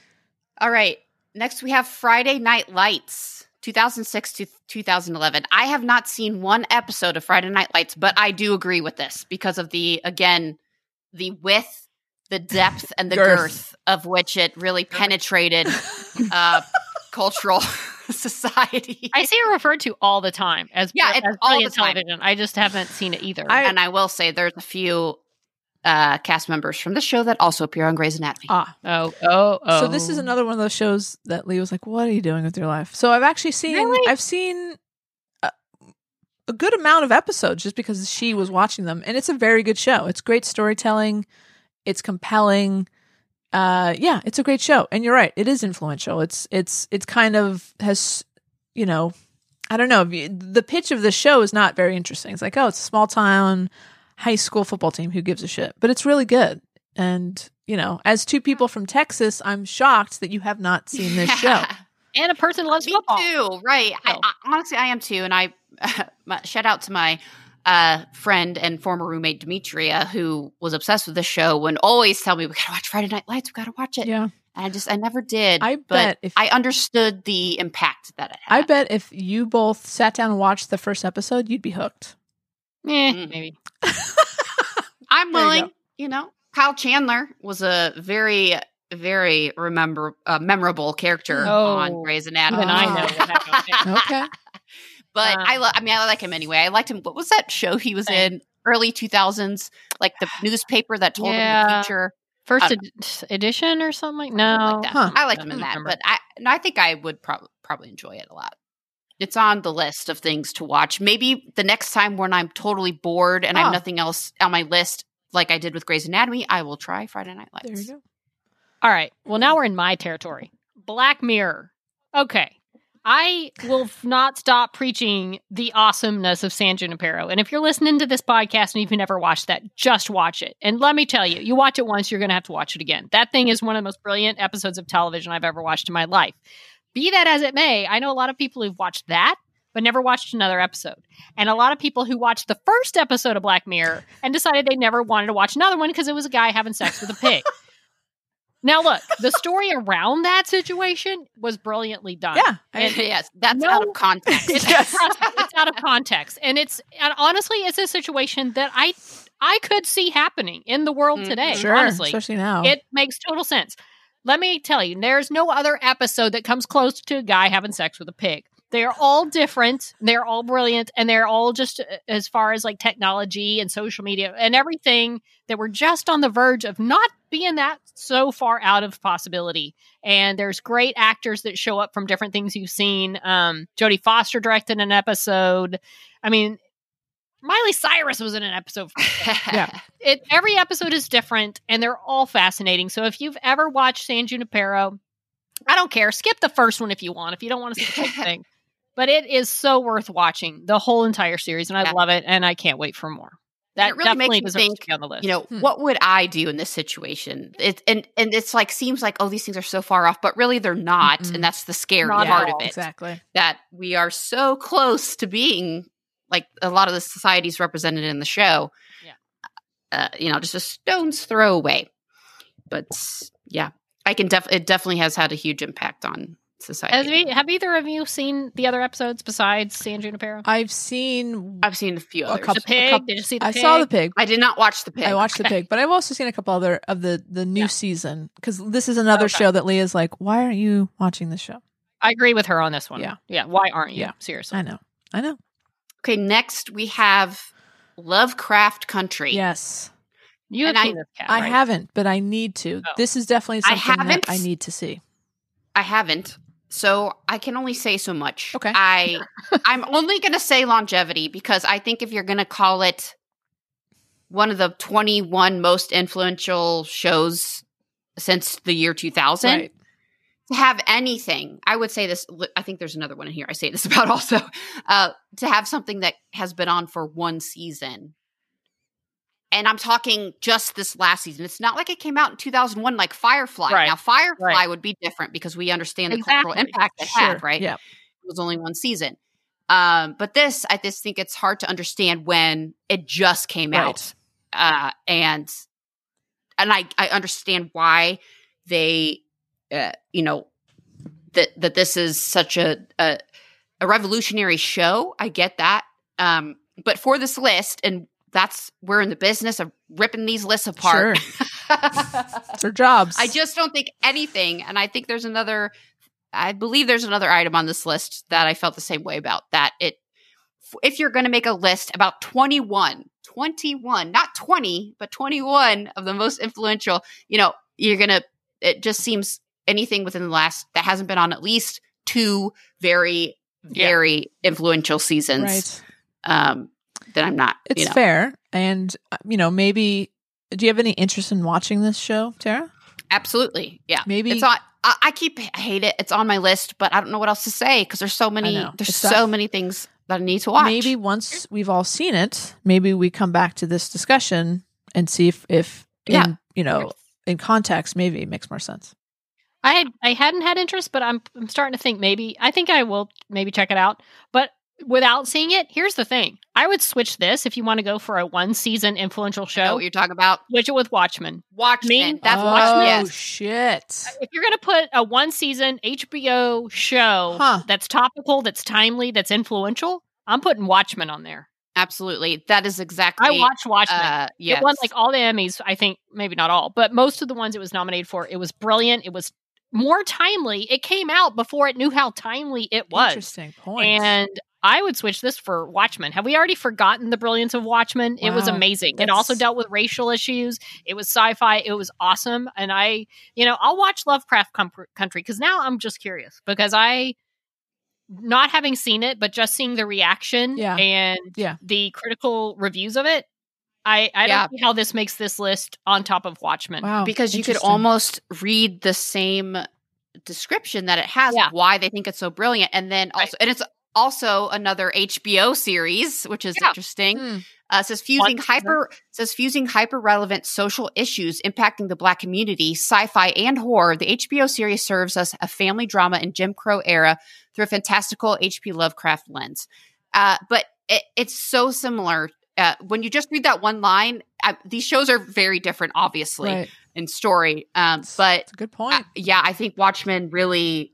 Speaker 2: All right. Next, we have Friday Night Lights, 2006 to 2011. I have not seen one episode of Friday Night Lights, but I do agree with this because of the, again, the width, the depth, and the
Speaker 4: Girth.
Speaker 2: girth, of which it really penetrated uh, cultural society.
Speaker 3: I see it referred to all the time as
Speaker 2: Yeah,
Speaker 3: br-
Speaker 2: it's
Speaker 3: as
Speaker 2: all
Speaker 3: brilliant
Speaker 2: the time.
Speaker 3: television. I just haven't seen it either.
Speaker 4: I-
Speaker 2: and I will say there's a few uh, cast members from the show that also appear on Grey's Anatomy.
Speaker 4: ah,
Speaker 3: oh, oh, oh.
Speaker 4: so this is another one of those shows that Lee was like, "What are you doing with your life?" So I've actually seen
Speaker 3: Really?
Speaker 4: I've seen a, a good amount of episodes just because she was watching them, and it's a very good show. It's great storytelling. It's compelling. Uh, yeah, it's a great show, and you're right. It is influential. It's it's it's kind of has you know, I don't know. if you- The pitch of the show is not very interesting. It's like, oh, it's a small town high school football team. Who gives a shit? But it's really good. And you know, as two people from Texas, I'm shocked that you have not seen this show.
Speaker 3: and a person loves
Speaker 2: Me
Speaker 3: football.
Speaker 2: too. Right. I,
Speaker 3: So.
Speaker 2: I, honestly, I am too. And I my, shout out to my uh, friend and former roommate Demetria, who was obsessed with the show, and always tell me we gotta watch Friday Night Lights. We gotta watch it.
Speaker 4: Yeah,
Speaker 2: And I just, I never did.
Speaker 4: I
Speaker 2: but
Speaker 4: bet if-
Speaker 2: I understood the impact that it had.
Speaker 4: I bet if you both sat down and watched the first episode, you'd be hooked.
Speaker 3: Eh,
Speaker 2: Mm.
Speaker 3: maybe.
Speaker 2: I'm
Speaker 4: There you
Speaker 2: willing.
Speaker 4: go.
Speaker 2: You, know, Kyle Chandler was a very, very remember uh, memorable character
Speaker 3: Oh.
Speaker 2: on Grey's Anatomy.
Speaker 3: Even I
Speaker 4: Oh.
Speaker 3: know what happened.
Speaker 4: Okay,
Speaker 2: But
Speaker 3: Um,
Speaker 2: I, lo- I mean, I like him anyway. I liked him. What was that show he was
Speaker 3: Same.
Speaker 2: in? Early two thousands, like the newspaper that told him
Speaker 3: Yeah.
Speaker 2: the future.
Speaker 3: First
Speaker 2: I
Speaker 3: ed- edition or something like
Speaker 2: something
Speaker 3: no.
Speaker 2: like that.
Speaker 4: Huh.
Speaker 2: I liked him in
Speaker 3: Don't
Speaker 2: that,
Speaker 3: remember.
Speaker 2: but I, and I think I would probably probably enjoy it a lot. It's on the list of things to watch. Maybe the next time when I'm totally bored and I
Speaker 3: Oh.
Speaker 4: Ah.
Speaker 2: have nothing else on my list, like I did with Grey's Anatomy, I will try Friday Night Lights.
Speaker 4: there you go.
Speaker 3: All right. Well, now we're in my territory. Black Mirror. Okay. I will f- not stop preaching the awesomeness of San Junipero. And if you're listening to this podcast and you've never watched that, just watch it. And let me tell you, you watch it once, you're going to have to watch it again. That thing is one of the most brilliant episodes of television I've ever watched in my life. Be that as it may, I know a lot of people who've watched that, but never watched another episode. And a lot of people who watched the first episode of Black Mirror and decided they never wanted to watch another one because it was a guy having sex with a pig. Now, look, the story around that situation was brilliantly done.
Speaker 4: Yeah, I,
Speaker 3: And-
Speaker 2: yes, that's
Speaker 3: No.
Speaker 2: out of context.
Speaker 3: It's, trust me, it's out of context, and it's and honestly, it's a situation that I I could see happening in the world
Speaker 2: Mm,
Speaker 3: today.
Speaker 4: sure.
Speaker 3: honestly,
Speaker 4: Especially now,
Speaker 3: it makes total sense. Let me tell you, there's no other episode that comes close to a guy having sex with a pig. They are all different, they're all brilliant, and they're all just uh, as far as like technology and social media and everything that we're just on the verge of not being that so far out of possibility. And there's great actors that show up from different things you've seen. Um, Jodie Foster directed an episode. I mean, Miley Cyrus was in an episode
Speaker 4: Yeah.
Speaker 3: it every episode is different and they're all fascinating. So if you've ever watched San Junipero, I don't care. Skip the first one if you want, if you don't want to see the whole thing. But it is so worth watching the whole entire series, and I
Speaker 2: Yeah.
Speaker 3: love it, and I can't wait for more. That
Speaker 2: It really makes
Speaker 3: definitely
Speaker 2: you
Speaker 3: deserves
Speaker 2: think,
Speaker 3: to be on the list.
Speaker 2: you know
Speaker 4: Hmm.
Speaker 2: what would i do in this situation it and and it's like seems like oh these things are so far off but really they're not
Speaker 4: Mm-mm.
Speaker 2: and that's the scary
Speaker 3: Not at
Speaker 2: part of
Speaker 3: all.
Speaker 2: it
Speaker 4: Exactly.
Speaker 2: that we are so close to being like a lot of the societies represented in the show
Speaker 3: Yeah.
Speaker 2: uh, you know just a stone's throw away but yeah i can def it definitely has had a huge impact on
Speaker 3: Has
Speaker 2: society
Speaker 3: e- have either of you seen the other episodes besides San Junipero?
Speaker 4: I've seen.
Speaker 2: i've seen a few
Speaker 4: A
Speaker 2: others
Speaker 4: couple-
Speaker 3: the pig?
Speaker 4: couple-
Speaker 3: Did you see the
Speaker 4: I
Speaker 3: pig?
Speaker 4: saw the pig.
Speaker 2: i did not watch the pig
Speaker 4: I watched the pig, but I've also seen a couple other of the the new
Speaker 3: Yeah.
Speaker 4: season because this is another
Speaker 3: Okay.
Speaker 4: show that Leah's like, why aren't you watching this show?
Speaker 3: I agree with her on this one.
Speaker 4: Yeah.
Speaker 3: yeah. Why aren't you?
Speaker 4: Yeah.
Speaker 3: Seriously,
Speaker 4: I know, I know.
Speaker 2: okay next we have lovecraft country
Speaker 4: Yes,
Speaker 3: you have
Speaker 2: And
Speaker 3: seen
Speaker 2: I-
Speaker 3: this cat.
Speaker 4: I
Speaker 3: right?
Speaker 4: haven't, but I need to.
Speaker 3: Oh.
Speaker 4: This is definitely
Speaker 2: I
Speaker 4: something that
Speaker 2: haven't.
Speaker 4: I need to see.
Speaker 2: I haven't. So I can only say so much.
Speaker 4: Okay.
Speaker 2: I I'm only going to say longevity because I think if you're going to call it one of the 21 most influential shows since the year 2000 to have anything i would say this i think there's another one in here i say this about also uh, to have something that has been on for one season and i'm talking just this last season it's not like it came out in 2001 like firefly
Speaker 3: Right.
Speaker 2: now firefly
Speaker 3: Right.
Speaker 2: would be different because we understand the cultural
Speaker 3: Exactly.
Speaker 2: impact it had right
Speaker 4: Yeah.
Speaker 2: it was only one season um, but this i just think it's hard to understand when it just came out
Speaker 4: Right.
Speaker 2: uh, and and I I understand why they uh, you know that that this is such a, a a revolutionary show. I get that, um, but for this list, and that's we're in the business of ripping these lists apart.
Speaker 4: Sure. It's their jobs.
Speaker 2: I just don't think anything, and I think there's another. I believe there's another item on this list that I felt the same way about. That it, if you're going to make a list about 21, 21, not 20, but 21 of the most influential, you know, you're going to, it just seems anything within the last that hasn't been on at least two very,
Speaker 3: Yeah.
Speaker 2: very influential seasons.
Speaker 4: right.
Speaker 2: Um, that I'm not,
Speaker 4: It's
Speaker 2: you know,
Speaker 4: fair, and uh, you know maybe. Do you have any interest in watching this show, Tara?
Speaker 2: absolutely. Yeah.
Speaker 4: Maybe
Speaker 2: It's on. I, I keep I hate it. It's on my list, but I don't know what else to say because there's so many.
Speaker 4: know.
Speaker 2: There's
Speaker 4: It's
Speaker 2: so
Speaker 4: tough.
Speaker 2: many things that I need to watch.
Speaker 4: Maybe once we've all seen it, maybe we come back to this discussion and see if, if in,
Speaker 2: Yeah.
Speaker 4: you know, in context, maybe it makes more sense.
Speaker 3: I had I hadn't had interest, but I'm I'm starting to think maybe I think I will maybe check it out. But without seeing it, here's the thing: I would switch this if you want to go for a one season influential
Speaker 2: I know
Speaker 3: show.
Speaker 2: what you're talking about.
Speaker 3: Switch it with Watchmen.
Speaker 2: Watchmen.
Speaker 3: Me?
Speaker 2: That's
Speaker 4: oh,
Speaker 2: Watchmen. Yes.
Speaker 4: shit.
Speaker 3: If you're going to put a one season HBO show
Speaker 4: Huh.
Speaker 3: that's topical, that's timely, that's influential, I'm putting Watchmen on there.
Speaker 2: Absolutely. That is exactly.
Speaker 3: I watched Watchmen.
Speaker 2: Uh, yes.
Speaker 3: It won like all the Emmys, I think, maybe not all, but most of the ones it was nominated for. It was brilliant. It was more timely. It came out before it knew how timely it was.
Speaker 4: Interesting point.
Speaker 3: And I would switch this for Watchmen. Have we already forgotten the brilliance of Watchmen? It was
Speaker 4: Wow.
Speaker 3: amazing. It
Speaker 4: That's-
Speaker 3: also dealt with racial issues. It was sci-fi. It was awesome. And I, you know, I'll watch Lovecraft Com- Country because now I'm just curious because I, not having seen it, but just seeing the reaction
Speaker 4: Yeah.
Speaker 3: and
Speaker 4: Yeah.
Speaker 3: the critical reviews of it, I, I
Speaker 2: Yeah.
Speaker 3: don't see how this makes this list on top of Watchmen.
Speaker 4: wow.
Speaker 2: because you could
Speaker 4: Interesting.
Speaker 2: almost read the same description that it has
Speaker 3: Yeah.
Speaker 2: of why they think it's so brilliant, and then
Speaker 3: Right.
Speaker 2: also, and it's also another HBO series, which is
Speaker 3: Yeah.
Speaker 2: interesting.
Speaker 4: Hmm.
Speaker 2: Uh, it says fusing
Speaker 3: season.
Speaker 2: hyper says fusing hyper relevant social issues impacting the black community, sci-fi and horror. The HBO series serves as a family drama in Jim Crow era through a fantastical H.P. Lovecraft lens. Uh, but it, it's so similar. Uh, when you just read that one line, uh, these shows are very different, obviously,
Speaker 4: Right.
Speaker 2: in story. Um,
Speaker 4: It's-
Speaker 2: but
Speaker 4: it's a good
Speaker 2: uh,
Speaker 4: point.
Speaker 2: yeah, I think Watchmen really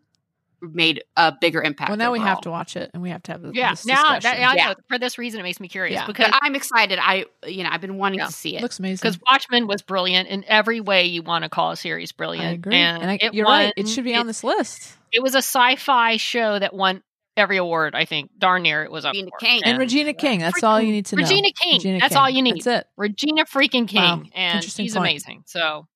Speaker 2: made a bigger impact.
Speaker 4: Well, now we have
Speaker 2: overall.
Speaker 4: to watch it and we have to have the
Speaker 3: Yeah.
Speaker 4: This
Speaker 3: Now that,
Speaker 4: discussion.
Speaker 3: I
Speaker 2: Yeah.
Speaker 3: know for this reason, it makes me curious
Speaker 4: Yeah.
Speaker 3: because
Speaker 2: But I'm excited. I you know I've been wanting
Speaker 3: Yeah.
Speaker 2: to see
Speaker 4: It
Speaker 2: it.
Speaker 4: looks amazing.
Speaker 3: because Watchmen was brilliant in every way you want to call a series
Speaker 4: I
Speaker 3: brilliant.
Speaker 4: agree, and, I,
Speaker 3: it
Speaker 4: you're
Speaker 3: won,
Speaker 4: right. It should be on this list.
Speaker 3: It was a sci-fi show that won every award. I think darn near it was up.
Speaker 2: Regina
Speaker 3: for.
Speaker 2: King.
Speaker 4: And Regina King. That's all you need to know.
Speaker 3: Regina King.
Speaker 4: Regina
Speaker 3: That's
Speaker 4: King.
Speaker 3: all you need.
Speaker 4: That's it.
Speaker 3: Regina freaking King,
Speaker 4: Wow,
Speaker 3: and
Speaker 4: interesting
Speaker 3: she's
Speaker 4: point.
Speaker 3: amazing. So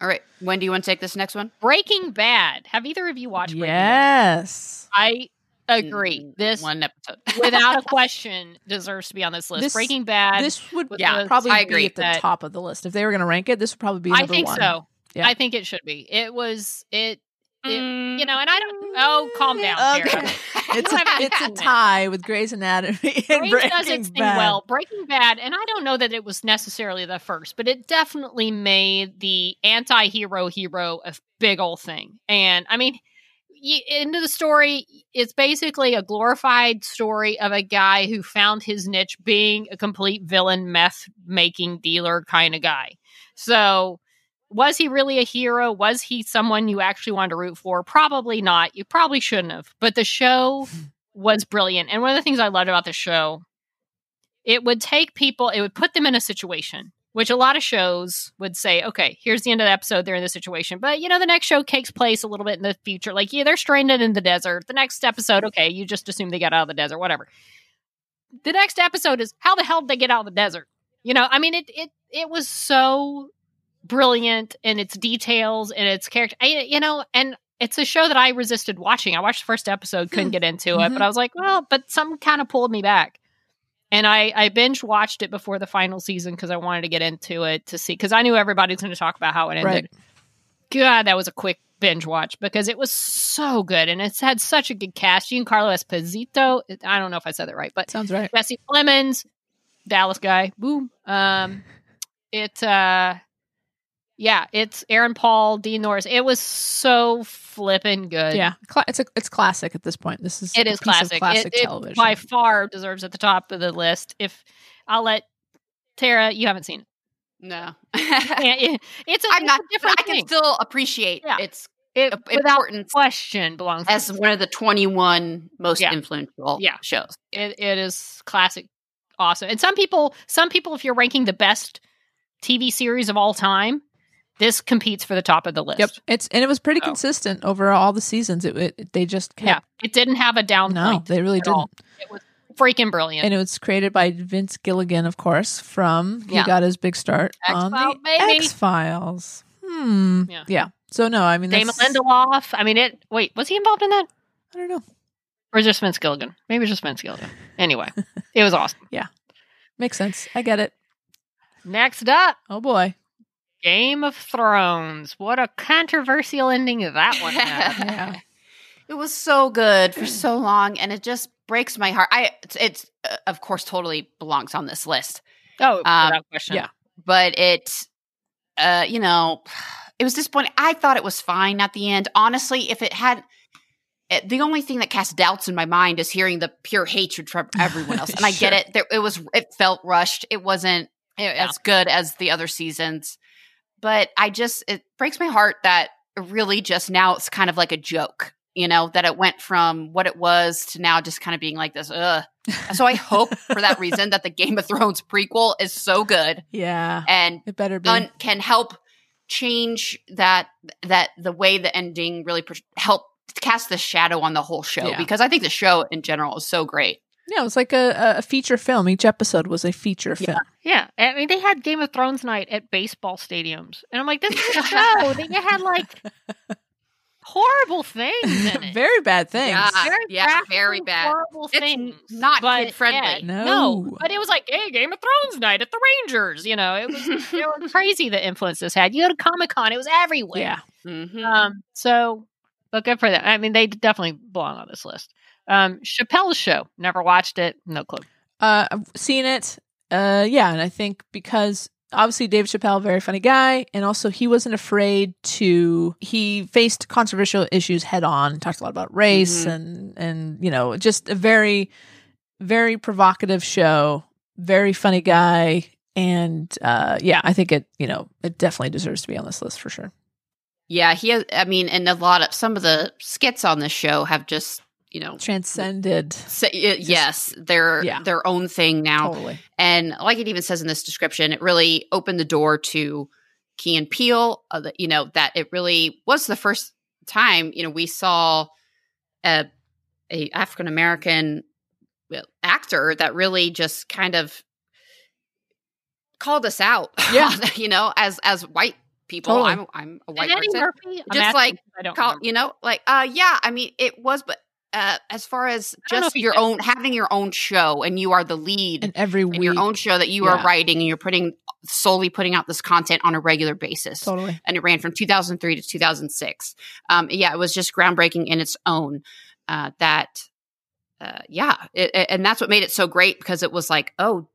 Speaker 2: All right, when do you want to take this next one?
Speaker 3: Breaking Bad. Have either of you watched? Breaking Bad?
Speaker 4: Yes.
Speaker 3: I agree.
Speaker 2: Mm,
Speaker 3: This
Speaker 2: one episode.
Speaker 3: without a question deserves to be on this list.
Speaker 4: This-
Speaker 3: Breaking Bad.
Speaker 4: This would
Speaker 3: was
Speaker 2: Yeah,
Speaker 3: the-
Speaker 4: probably
Speaker 2: I
Speaker 4: be
Speaker 2: agree
Speaker 4: at the
Speaker 3: uh, that-
Speaker 4: top of the list. If they were going to rank it, this would probably be
Speaker 3: I
Speaker 4: number
Speaker 3: think
Speaker 4: one.
Speaker 3: so.
Speaker 4: Yeah.
Speaker 3: I think it should be. It was it.
Speaker 2: Mm,
Speaker 3: You know, and I don't. Oh, calm down.
Speaker 4: Mm, Okay.
Speaker 3: Tara.
Speaker 4: It's
Speaker 3: You
Speaker 4: a,
Speaker 3: haven't
Speaker 4: it's a
Speaker 3: gotten it.
Speaker 4: tie with Grey's Anatomy and
Speaker 3: Grace
Speaker 4: Breaking
Speaker 3: does its thing
Speaker 4: Bad.
Speaker 3: well. Breaking Bad, and I don't know that it was necessarily the first, but it definitely made the anti-hero hero a big old thing. And I mean, y- into the story, it's basically a glorified story of a guy who found his niche being a complete villain, meth making dealer kind of guy. So. Was he really a hero? Was he someone you actually wanted to root for? Probably not. You probably shouldn't have. But the show was brilliant. And one of the things I loved about the show it would take people, it would put them in a situation, which a lot of shows would say, okay, here's the end of the episode, they're in this situation. But, you know, the next show takes place a little bit in the future. Like, yeah, they're stranded in the desert. The next episode, okay, you just assume they got out of the desert, whatever. The next episode is how the hell did they get out of the desert? You know, I mean, it it it was so brilliant in its details and its character. I, you know, and it's a show that I resisted watching. I watched the first episode, couldn't get into it,
Speaker 4: Mhm.
Speaker 3: but I was like, well, but something kind of pulled me back and I, I binge watched it before the final season because I wanted to get into it to see because I knew everybody's going to talk about how it ended.
Speaker 4: Right.
Speaker 3: God, that was a quick binge watch because it was so good and it's had such a good cast. Giancarlo Esposito, I don't know if I said that right, but
Speaker 4: Sounds right.
Speaker 3: Jesse Plemons, Dallas guy, boom. Um, it, uh, yeah, it's Aaron Paul, Dean Norris. It was so flippin' good.
Speaker 4: Yeah. Cla- it's a, it's classic at this point. This is
Speaker 3: It
Speaker 4: a
Speaker 3: is
Speaker 4: piece of
Speaker 3: classic. It-
Speaker 4: classic
Speaker 3: it,
Speaker 4: television.
Speaker 3: by far deserves at the top of the list. If I'll let Tara, you haven't seen it.
Speaker 2: no,
Speaker 3: Yeah, it- it's a,
Speaker 2: I'm
Speaker 3: it's
Speaker 2: not.
Speaker 3: a different
Speaker 2: I can
Speaker 3: thing.
Speaker 2: still appreciate
Speaker 3: Yeah.
Speaker 2: its
Speaker 3: it,
Speaker 2: its
Speaker 3: without
Speaker 2: importance
Speaker 3: question belongs. to
Speaker 2: as one of the 21 most
Speaker 3: Yeah.
Speaker 2: influential
Speaker 3: Yeah.
Speaker 2: shows.
Speaker 3: it, it is classic, awesome. And some people, some people, if you're ranking the best TV series of all time, this competes for the top of the list.
Speaker 4: Yep. It's and it was pretty
Speaker 3: So.
Speaker 4: consistent over all the seasons. It, it they just
Speaker 3: Yeah,
Speaker 4: kept
Speaker 3: it didn't have a down
Speaker 4: no,
Speaker 3: point.
Speaker 4: they really
Speaker 3: at
Speaker 4: didn't.
Speaker 3: all. It was freaking brilliant.
Speaker 4: And it was created by Vince Gilligan, of course, from he
Speaker 3: Yeah.
Speaker 4: got his big start on
Speaker 3: X-File,
Speaker 4: the
Speaker 3: baby.
Speaker 4: X Files. Hmm.
Speaker 3: Yeah.
Speaker 4: Yeah. So no, I mean,
Speaker 3: Damon
Speaker 4: that's-
Speaker 3: Lindelof. I mean, it. Wait, was he involved in that?
Speaker 4: I don't know.
Speaker 3: Or just Vince Gilligan? Maybe it was just Vince Gilligan. Anyway, it was awesome.
Speaker 4: Makes sense. I get it.
Speaker 3: Next up,
Speaker 4: Oh boy.
Speaker 3: Game of Thrones. What a controversial ending that one had.
Speaker 4: Yeah.
Speaker 2: It was so good for so long, and it just breaks my heart. I it's, it's uh, of course totally belongs on this list,
Speaker 3: oh,
Speaker 2: Um,
Speaker 3: without question.
Speaker 4: yeah.
Speaker 2: but it, uh, you know, it was disappointing. I thought it was fine at the end. Honestly, if it had. it- The only thing that casts doubts in my mind is hearing the pure hatred from everyone else, and I
Speaker 4: Sure.
Speaker 2: get it. There, it was it felt rushed. It wasn't eh,
Speaker 3: Yeah.
Speaker 2: as good as the other seasons, but I just it breaks my heart that really just now it's kind of like a joke, you know, that it went from what it was to now just kind of being like this. Ugh. So I hope for that reason that the Game of Thrones prequel is so good
Speaker 4: Yeah.
Speaker 2: and
Speaker 4: It better be.
Speaker 2: un- can help change that that the way the ending really pr- help cast the shadow on the whole show
Speaker 4: Yeah.
Speaker 2: because I think the show in general is so great.
Speaker 4: yeah, it was like a, a feature film. Each episode was a feature film.
Speaker 3: Yeah. I mean, they had Game of Thrones night at baseball stadiums. And I'm like, this is a show that you had like horrible things in it.
Speaker 4: Very bad things.
Speaker 2: Yeah.
Speaker 3: Very
Speaker 2: very
Speaker 3: drastic,
Speaker 2: bad.
Speaker 3: Horrible
Speaker 2: It's
Speaker 3: things.
Speaker 2: not
Speaker 3: but
Speaker 2: kid-friendly.
Speaker 3: yeah,
Speaker 4: No.
Speaker 3: But it was like, hey, Game of Thrones night at the Rangers. You know, it was they were crazy the influence this had. You go to Comic Con, it was everywhere.
Speaker 4: Yeah. Mm-hmm.
Speaker 2: Mhm.
Speaker 3: Um, so, but good for them. I mean, they definitely belong on this list. Um, Chappelle's show. Never watched it. No clue.
Speaker 4: Uh, I've seen it. Uh, yeah, and I think because obviously Dave Chappelle, very funny guy, and also he wasn't afraid to. He faced controversial issues head on. Talked a lot about race
Speaker 2: Mhm.
Speaker 4: and and you know just a very, very provocative show. Very funny guy, and uh, yeah, I think it you know it definitely deserves to be on this list for sure.
Speaker 2: Yeah, he has, I mean, and a lot of some of the skits on this show have just, you know,
Speaker 4: Transcended.
Speaker 2: say, y- yes, they're
Speaker 4: yeah.
Speaker 2: their own thing now.
Speaker 4: Totally.
Speaker 2: And like it even says in this description, it really opened the door to Key and Peele. Uh, the, you know that it really was the first time you know we saw a, a African American well, actor that really just kind of called us out.
Speaker 4: Yeah.
Speaker 2: you know, as as white people,
Speaker 4: Totally.
Speaker 2: I'm I'm a white
Speaker 3: Is Eddie
Speaker 2: person.
Speaker 3: Murphy? I'm
Speaker 2: Just
Speaker 3: asking
Speaker 2: like
Speaker 3: because I don't
Speaker 2: Call,
Speaker 3: remember.
Speaker 2: you know, like uh, yeah. I mean, it was, but. Uh, as far as
Speaker 3: don't know
Speaker 2: just
Speaker 3: if he
Speaker 2: your
Speaker 3: did.
Speaker 2: own having your own show and you are the lead
Speaker 4: And every
Speaker 2: in
Speaker 4: week.
Speaker 2: your own show that you
Speaker 4: Yeah.
Speaker 2: are writing and you're putting solely putting out this content on a regular basis.
Speaker 4: Totally.
Speaker 2: And it ran from 2003 to 2006. Um, yeah, it was just groundbreaking in its own. Uh, that, uh, yeah, it, it- and that's what made it so great because it was like, oh,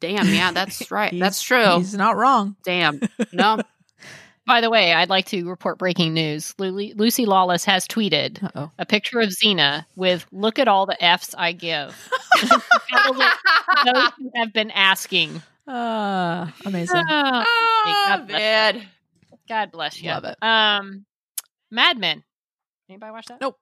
Speaker 2: damn, yeah, that's right,
Speaker 4: He's-
Speaker 2: that's true.
Speaker 4: He's not wrong.
Speaker 2: Damn, no,
Speaker 3: By the way, I'd like to report breaking news. Lu- Lucy Lawless has tweeted
Speaker 4: Uh oh.
Speaker 3: a picture of Xena with "Look at all the Fs I give." Those who have been asking.
Speaker 4: Uh, amazing.
Speaker 3: Oh,
Speaker 2: Ah, man.
Speaker 3: God bless you.
Speaker 4: Love it.
Speaker 3: Um, Mad Men. Anybody watch that?
Speaker 4: Nope.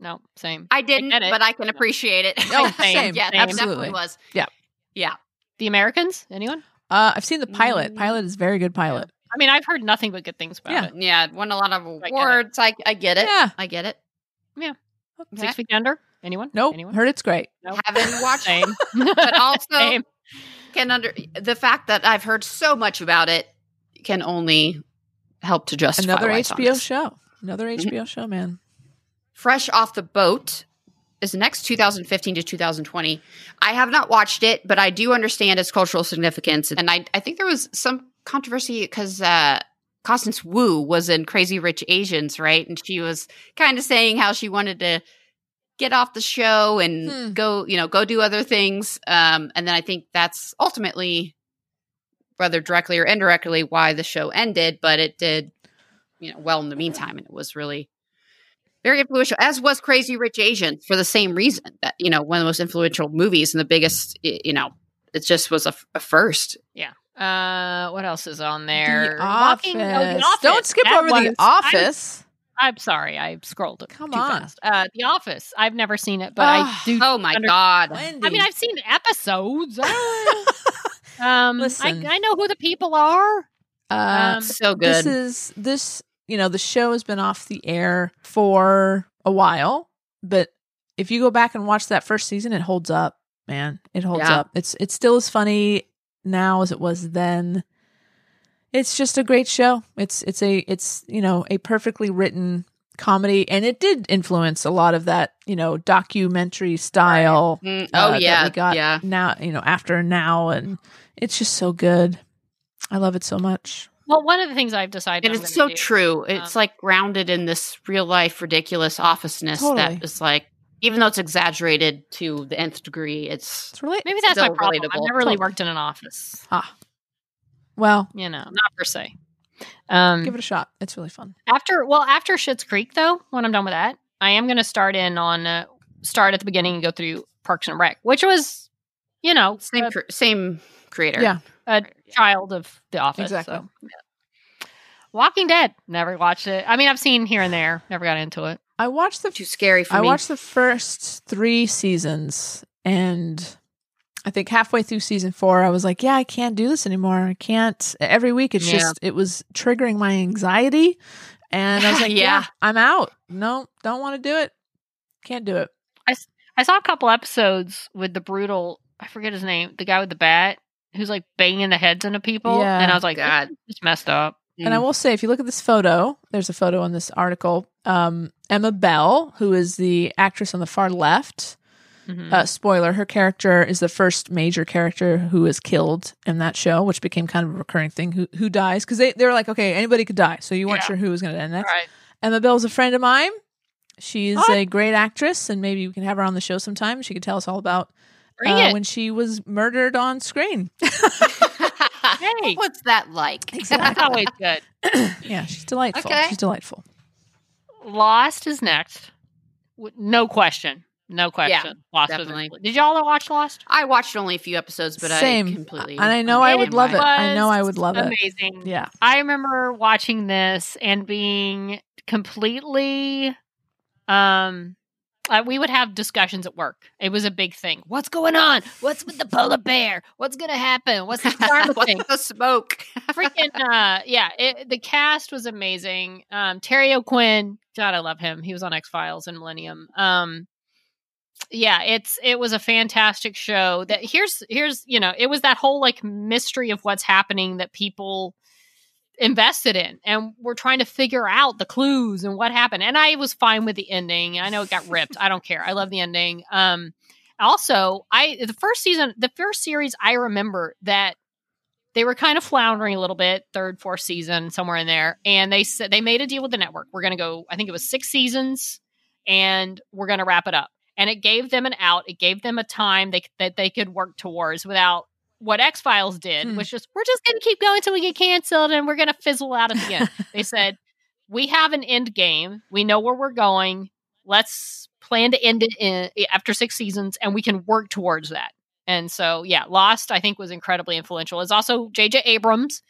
Speaker 3: No, same.
Speaker 2: I didn't,
Speaker 3: get it.
Speaker 2: but I can appreciate it.
Speaker 4: No,
Speaker 3: Same,
Speaker 4: same.
Speaker 2: yeah, that
Speaker 4: absolutely.
Speaker 2: definitely was.
Speaker 4: Yeah.
Speaker 2: yeah.
Speaker 3: The Americans? Anyone?
Speaker 4: Uh, I've seen the pilot. Pilot is a very good pilot.
Speaker 3: I mean, I've heard nothing but good things about
Speaker 4: Yeah.
Speaker 3: it.
Speaker 2: Yeah, it won a lot of
Speaker 3: get it.
Speaker 2: awards. I, I get it.
Speaker 4: Yeah.
Speaker 2: I get it.
Speaker 3: Yeah.
Speaker 2: Okay.
Speaker 3: Six Feet Under? Anyone?
Speaker 4: Nope.
Speaker 3: Anyone?
Speaker 4: Heard it's great.
Speaker 3: Nope.
Speaker 2: Haven't watched it,
Speaker 3: Same.
Speaker 2: but also
Speaker 3: Same.
Speaker 2: can under the fact that I've heard so much about it can only help to justify
Speaker 4: Another
Speaker 2: why it's on
Speaker 4: HBO
Speaker 2: this.
Speaker 4: show. Another HBO show, man.
Speaker 2: Fresh off the boat is next 2015 to 2020. I have not watched it, but I do understand its cultural significance, and I I think there was some controversy because. Uh, Constance Wu was in Crazy Rich Asians, right? And she was kind of saying how she wanted to get off the show and
Speaker 4: Hmm.
Speaker 2: go, you know, go do other things. Um, and then I think that's ultimately, whether directly or indirectly, why the show ended. But it did, you know, well in the meantime, and it was really very influential. As was Crazy Rich Asians for the same reason that you know one of the most influential movies and the biggest, y- you know, it just was a, f- a first.
Speaker 3: Uh, what else is on there?
Speaker 4: The
Speaker 3: Walking- oh, The
Speaker 4: Office. Don't skip
Speaker 3: That
Speaker 4: over the
Speaker 3: one's-
Speaker 4: office.
Speaker 3: I, am sorry, I scrolled.
Speaker 4: Come
Speaker 3: too
Speaker 4: on.
Speaker 3: fast. Uh, the Office. I've never seen it, but I
Speaker 4: Ah,
Speaker 3: do.
Speaker 2: Oh my
Speaker 3: Under-
Speaker 2: god!
Speaker 4: Wendy.
Speaker 3: I mean, I've seen episodes. um,
Speaker 4: Listen.
Speaker 3: I, I know who the people are.
Speaker 4: uh,
Speaker 3: Um,
Speaker 2: So
Speaker 4: this
Speaker 2: good.
Speaker 4: is this you know the show has been off the air for a while but if you go back and watch that first season it holds up man it holds
Speaker 2: Yeah.
Speaker 4: up it's it's still as funny now as it was then it's just a great show it's it's a it's you know a perfectly written comedy and it did influence a lot of that you know documentary style
Speaker 2: Mm,
Speaker 4: uh,
Speaker 2: oh yeah,
Speaker 4: that we got
Speaker 2: yeah.
Speaker 4: now you know after now and it's just so good i love it so much
Speaker 3: Well, one of the things I've decided,
Speaker 2: And
Speaker 3: I'm
Speaker 2: it's
Speaker 3: gonna
Speaker 2: so
Speaker 3: do-
Speaker 2: true. It's
Speaker 3: Um,
Speaker 2: like grounded in this real life ridiculous officeness
Speaker 4: Totally.
Speaker 2: that is like, even though it's exaggerated to the nth degree, it's
Speaker 4: it's really
Speaker 3: Maybe that's my
Speaker 2: still
Speaker 3: problem. I've
Speaker 2: relatable.
Speaker 3: never really
Speaker 4: Totally.
Speaker 3: worked in an office.
Speaker 4: Ah. well
Speaker 3: You know, not per se.
Speaker 2: Mm.
Speaker 3: Um,
Speaker 4: give it a shot. It's really fun.
Speaker 3: After well, after Schitt's Creek though, when I'm done with that, I am going to start in on uh, start at the beginning and go through Parks and Rec, which was, you know,
Speaker 2: same
Speaker 3: a
Speaker 2: cr- same creator.
Speaker 4: Yeah.
Speaker 3: child of The Office.
Speaker 4: Exactly.
Speaker 3: so, yeah. Walking Dead, never watched it. I mean, I've seen here and there, never got into it.
Speaker 4: I watched the
Speaker 2: Too scary for
Speaker 4: I
Speaker 2: me.
Speaker 4: watched the first three seasons, and I think halfway through season four, I was like, "Yeah, I can't do this anymore. I can't." Every week, it's
Speaker 2: Yeah.
Speaker 4: just it was triggering my anxiety, and I was like,
Speaker 2: Yeah.
Speaker 4: "Yeah, I'm out. No, don't want to do it. Can't do it."
Speaker 3: I saw a couple episodes with the brutal, I forget his name, the guy with the bat who's like banging the heads into people,
Speaker 4: Yeah.
Speaker 3: and I was like,
Speaker 2: Oh God.
Speaker 3: it's messed up.
Speaker 4: And I
Speaker 2: Mm.
Speaker 4: will say, if you look at this photo, there's a photo on this article. Um, Emma Bell, who is the actress on the far left,
Speaker 3: Mhm.
Speaker 4: Uh, spoiler: Her character is the first major character who is killed in that show, which became kind of a recurring thing. Who who dies? Because they they were like, okay, anybody could die, so you weren't
Speaker 3: Yeah.
Speaker 4: sure who was going to die next.
Speaker 3: All right.
Speaker 4: Emma Bell's a friend of mine. She's
Speaker 3: What?
Speaker 4: a great actress, and maybe we can have her on the show sometime. She could tell us all about
Speaker 3: Bring
Speaker 4: uh,
Speaker 3: it.
Speaker 4: when she was murdered on screen.
Speaker 3: Hey.
Speaker 2: What's that like?
Speaker 3: That's always good.
Speaker 4: yeah, she's delightful.
Speaker 2: Okay.
Speaker 4: She's delightful.
Speaker 3: Lost is next. W- No question. No question. Lost was
Speaker 2: definitely.
Speaker 3: included. Did y'all watch Lost?
Speaker 2: I watched only a few episodes, but
Speaker 4: Same.
Speaker 2: I completely
Speaker 4: and I know I would love it. I know I would love it.
Speaker 3: Amazing.
Speaker 4: Yeah.
Speaker 3: I remember watching this and being completely um uh, we would have discussions at work. It was a big thing. What's going on? What's with the polar bear? What's going to happen? What's the climate
Speaker 2: What's
Speaker 3: thing?
Speaker 2: the smoke?
Speaker 3: Freaking uh yeah, it, the cast was amazing. Um Terry O'Quinn, God I love him. He was on X-Files and Millennium. Um yeah, it's it was a fantastic show. That here's here's, you know, it was that whole like mystery of what's happening that people invested in and we're trying to figure out the clues and what happened and i was fine with the ending i know it got ripped i don't care i love the ending um also i the first season the first series i remember that they were kind of floundering a little bit third fourth season somewhere in there and they said they made a deal with the network we're going to go i think it was six seasons and we're going to wrap it up and it gave them an out it gave them a time they, c- that they could work towards without what X Files did,
Speaker 4: Hmm.
Speaker 3: which was we're just going to keep going till we get canceled and we're going to fizzle out at the end. they said, We have an end game. We know where we're going. Let's plan to end it in, eh, after six seasons and we can work towards that. And so, yeah, Lost, I think, was incredibly influential. It's also J.J. Abrams.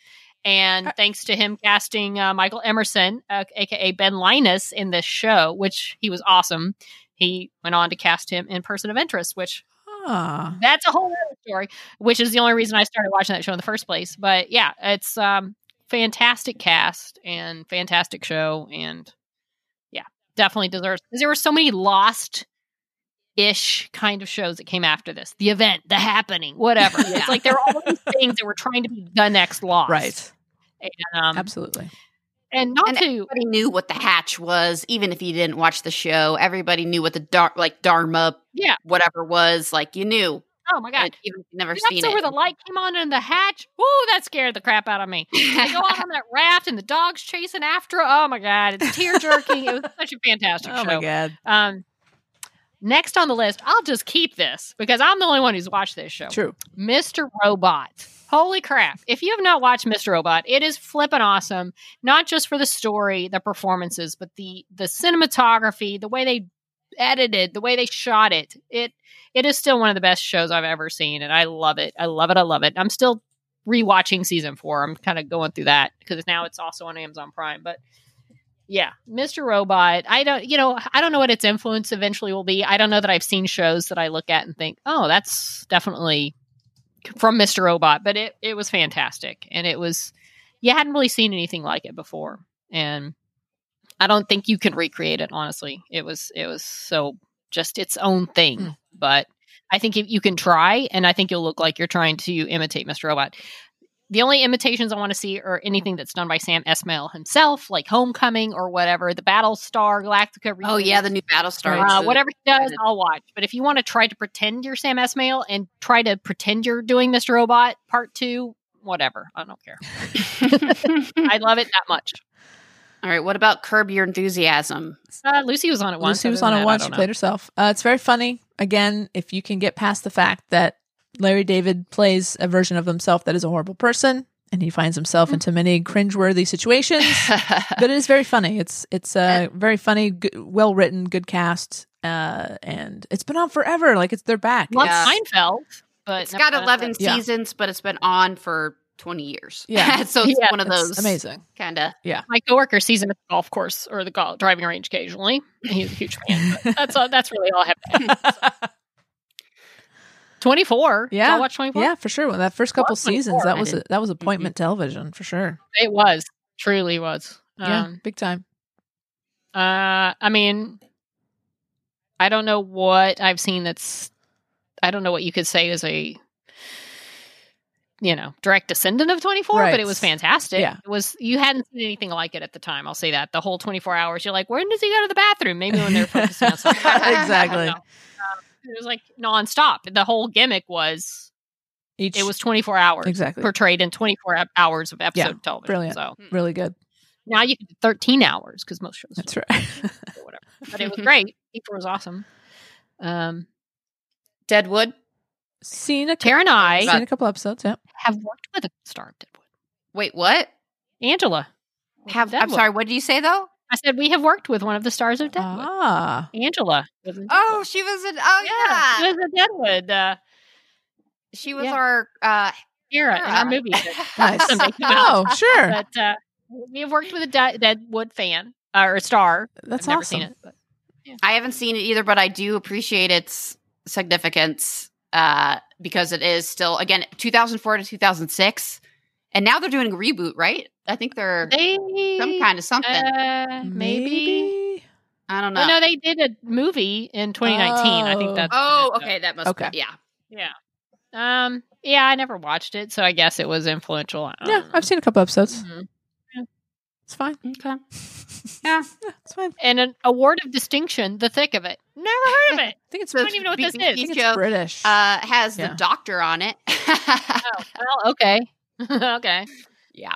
Speaker 3: And
Speaker 4: I-
Speaker 3: thanks to him casting uh, Michael Emerson, uh, aka Ben Linus, in this show, which he was awesome, he went on to cast him in Person of Interest, which
Speaker 4: Ah.
Speaker 3: that's a whole other story, which is the only reason I started watching that show in the first place. But yeah, it's um fantastic cast and fantastic show and yeah, definitely deserves because there were so many lost ish kind of shows that came after this. The event, the happening, whatever. It's like there were all these things that were trying to be the next lost.
Speaker 4: Right.
Speaker 3: Um,
Speaker 4: Absolutely.
Speaker 3: and not
Speaker 2: And-
Speaker 3: to
Speaker 2: Everybody knew what the hatch was, even if you didn't watch the show. Everybody knew what the dar- like Dharma,
Speaker 3: Yeah.
Speaker 2: whatever was. Like you kue,
Speaker 3: oh my god.
Speaker 2: like, even if you never
Speaker 3: The
Speaker 2: seen
Speaker 3: episode
Speaker 2: it.
Speaker 3: where the light came on in the hatch. Woo, that scared the crap out of me. they go out on that raft and the dog's chasing after. Oh my god, it's tear jerking. it was such a fantastic
Speaker 4: Oh my
Speaker 3: show.
Speaker 4: god.
Speaker 3: Um, next on the list, I'll just keep this because I'm the only one who's watched this show.
Speaker 4: True.
Speaker 3: Mr. Robot. Holy crap. If you have not watched Mr. Robot, it is flippin' awesome. Not just for the story, the performances, but the the cinematography, the way they edited, the way they shot it. It it is still one of the best shows I've ever seen and I love it. I love it. I love it. I'm still rewatching season 4. I'm kind of going through that because now it's also on Amazon Prime, but yeah, Mr. Robot. I don't, you know, I don't know what its influence eventually will be. I don't know that I've seen shows that I look at and think, "Oh, that's definitely from Mr. Robot, but it it was fantastic, and it was you hadn't really seen anything like it before, and I don't think you can recreate it. Honestly, it was it was so just its own thing,
Speaker 2: Hmm.
Speaker 4: Mm.
Speaker 3: but I think if you can try, and I think you'll look like you're trying to imitate Mr. Robot. The only imitations I want to see are anything that's done by Sam Esmail himself, like Homecoming or whatever, the Battlestar Galactica.
Speaker 2: oh
Speaker 3: reboot.
Speaker 2: yeah, the new Battlestar.
Speaker 4: Right.
Speaker 3: Uh,
Speaker 2: So-
Speaker 3: whatever he does,
Speaker 2: excited.
Speaker 3: I'll watch. But if you want to try to pretend you're Sam Esmail and try to pretend you're doing Mr. Robot Part Two, whatever, I don't care. I love it that much.
Speaker 2: All right, what about Curb Your Enthusiasm?
Speaker 3: Uh, Lucy was on it once.
Speaker 4: Lucy was
Speaker 3: Other
Speaker 4: on
Speaker 3: than
Speaker 4: it
Speaker 3: that,
Speaker 4: once.
Speaker 3: I
Speaker 4: She
Speaker 3: don't
Speaker 4: played herself. Uh, it's very funny. Again, if you can get past the fact that Larry David plays a version of himself that is a horrible person, and he finds himself into many cringeworthy situations, but it is very funny. It's it's uh, very funny, g- well written, good cast, uh, and it's been on forever. Like it's they're back.
Speaker 3: know. Not
Speaker 2: Yeah.
Speaker 3: Seinfeld, but
Speaker 2: it's got
Speaker 3: never-
Speaker 2: 11
Speaker 4: Yeah.
Speaker 2: seasons, but it's been on for 20 years.
Speaker 4: Yeah.
Speaker 2: so it's
Speaker 3: Yeah.
Speaker 2: one of
Speaker 4: It's
Speaker 2: those
Speaker 4: amazing.
Speaker 2: kind of
Speaker 3: My coworker sees him at the golf course or the golf driving range occasionally. and He's a huge fan. But that's all, that's really all I have. Twenty four.
Speaker 4: Yeah.
Speaker 3: I watch twenty four.
Speaker 4: yeah, for sure. Well, that first couple
Speaker 3: Well,
Speaker 4: seasons,
Speaker 3: 24,
Speaker 4: that
Speaker 3: I
Speaker 4: was a, that was
Speaker 3: Mm-hmm.
Speaker 4: appointment television for sure.
Speaker 3: It was truly was.
Speaker 4: Yeah,
Speaker 3: Um,
Speaker 4: big time.
Speaker 3: Uh, I mean, I don't know what I've seen that's. I don't know what you could say is a, you know, direct descendant of 24, but
Speaker 4: Right.
Speaker 3: it was fantastic.
Speaker 4: Yeah.
Speaker 3: It was, you hadn't seen anything like it at the time. I'll say that. The whole 24 hours, you're like, when does he go to the bathroom? Maybe when they're focusing on something. I don't
Speaker 4: Exactly.
Speaker 3: know. Um, it was like nonstop. The whole gimmick was,
Speaker 4: Each
Speaker 3: it was 24 hours
Speaker 4: exactly
Speaker 3: portrayed in 24 ep- hours of episode
Speaker 4: Yeah,
Speaker 3: of television.
Speaker 4: brilliant.
Speaker 3: So
Speaker 4: really good.
Speaker 3: now you can do 13 hours because most shows
Speaker 4: That's right.
Speaker 3: or whatever. But it was great. April was awesome. Um,
Speaker 2: Deadwood.
Speaker 4: Seen a
Speaker 3: Tara and I
Speaker 4: seen a couple episodes. Yeah.
Speaker 3: have worked with a star of Deadwood.
Speaker 2: Wait, what?
Speaker 3: Angela.
Speaker 2: Have I'm
Speaker 3: Deadwood.
Speaker 2: sorry, what did you say though?
Speaker 3: I said we have worked with one of the stars
Speaker 2: Uh,
Speaker 3: of Deadwood.
Speaker 4: Ah.
Speaker 3: Angela. was in
Speaker 2: Oh, she was an oh yeah.
Speaker 3: She was in Deadwood. Uh,
Speaker 2: She was
Speaker 3: Yeah.
Speaker 2: our uh
Speaker 3: era in our
Speaker 2: Era.
Speaker 3: movie.
Speaker 4: Nice.
Speaker 3: Something about-
Speaker 4: Oh, sure.
Speaker 3: but uh, we have worked with a De- Deadwood fan uh, or star.
Speaker 4: That's
Speaker 3: I've never
Speaker 4: awesome.
Speaker 3: seen it. but-
Speaker 2: I haven't seen it either, but I do appreciate its significance uh, because it is still again 2004 to 2006, and now they're doing a reboot, right? I think they're
Speaker 3: They
Speaker 2: some kind of something.
Speaker 3: Uh, maybe. Oh,
Speaker 2: I don't know.
Speaker 3: No. no, they did a movie in 2019. I
Speaker 4: Oh.
Speaker 3: think that's
Speaker 2: oh,
Speaker 3: that's-
Speaker 2: okay, that must.
Speaker 4: Okay.
Speaker 2: Be, yeah,
Speaker 3: Um, yeah, I never watched it, so I guess it was influential. I don't
Speaker 4: Yeah,
Speaker 3: know.
Speaker 4: I've seen a couple
Speaker 2: Hmm.
Speaker 4: episodes.
Speaker 3: Mhm.
Speaker 4: It's fine.
Speaker 2: okay, yeah.
Speaker 4: It's fine.
Speaker 3: and an award of distinction, the thick of it. Never heard of it.
Speaker 4: I think it's,
Speaker 2: So
Speaker 3: I don't even know what this
Speaker 2: BBC
Speaker 3: is.
Speaker 4: I think it's
Speaker 2: joke
Speaker 4: British.
Speaker 2: uh, has
Speaker 4: Yeah.
Speaker 2: the doctor on it.
Speaker 3: Oh. well, okay. okay.
Speaker 2: yeah,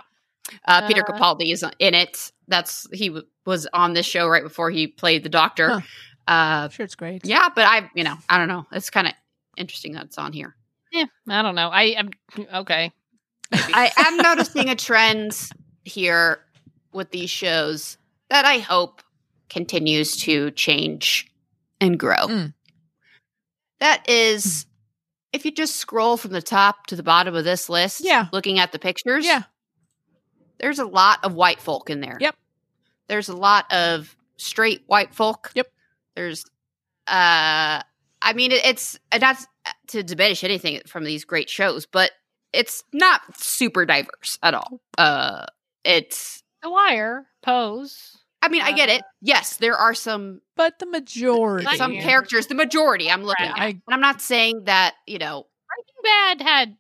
Speaker 2: uh, Peter
Speaker 3: Uh,
Speaker 2: Capaldi is in it. That's he w- was on this show right before he played the doctor.
Speaker 4: Huh.
Speaker 2: Uh,
Speaker 4: I'm sure it's great.
Speaker 2: yeah, but I, you know, I don't know. It's kind of interesting that it's on here.
Speaker 3: Yeah, I don't know. I am okay.
Speaker 2: I am noticing a trend here with these shows that I hope continues to change and grow.
Speaker 4: Mm.
Speaker 2: That
Speaker 4: Hmm.
Speaker 2: is, if you just scroll from the top to the bottom of this list,
Speaker 4: Yeah.
Speaker 2: looking at the pictures,
Speaker 4: Yeah.
Speaker 2: there's a lot of white folk in there.
Speaker 4: Yep.
Speaker 2: There's a lot of straight white folk.
Speaker 4: Yep.
Speaker 2: There's, uh, I mean, it, it's and not to diminish anything from these great shows, but it's not super diverse at all. Uh, it's,
Speaker 3: The Wire, Pose.
Speaker 2: I mean, I get it. Yes, there are some
Speaker 4: Uh, But the majority.
Speaker 3: Like
Speaker 2: some
Speaker 3: you.
Speaker 2: characters. The majority, I'm looking
Speaker 4: Right.
Speaker 2: at,
Speaker 4: I-
Speaker 2: and I'm not saying that you know.
Speaker 3: Breaking Bad had.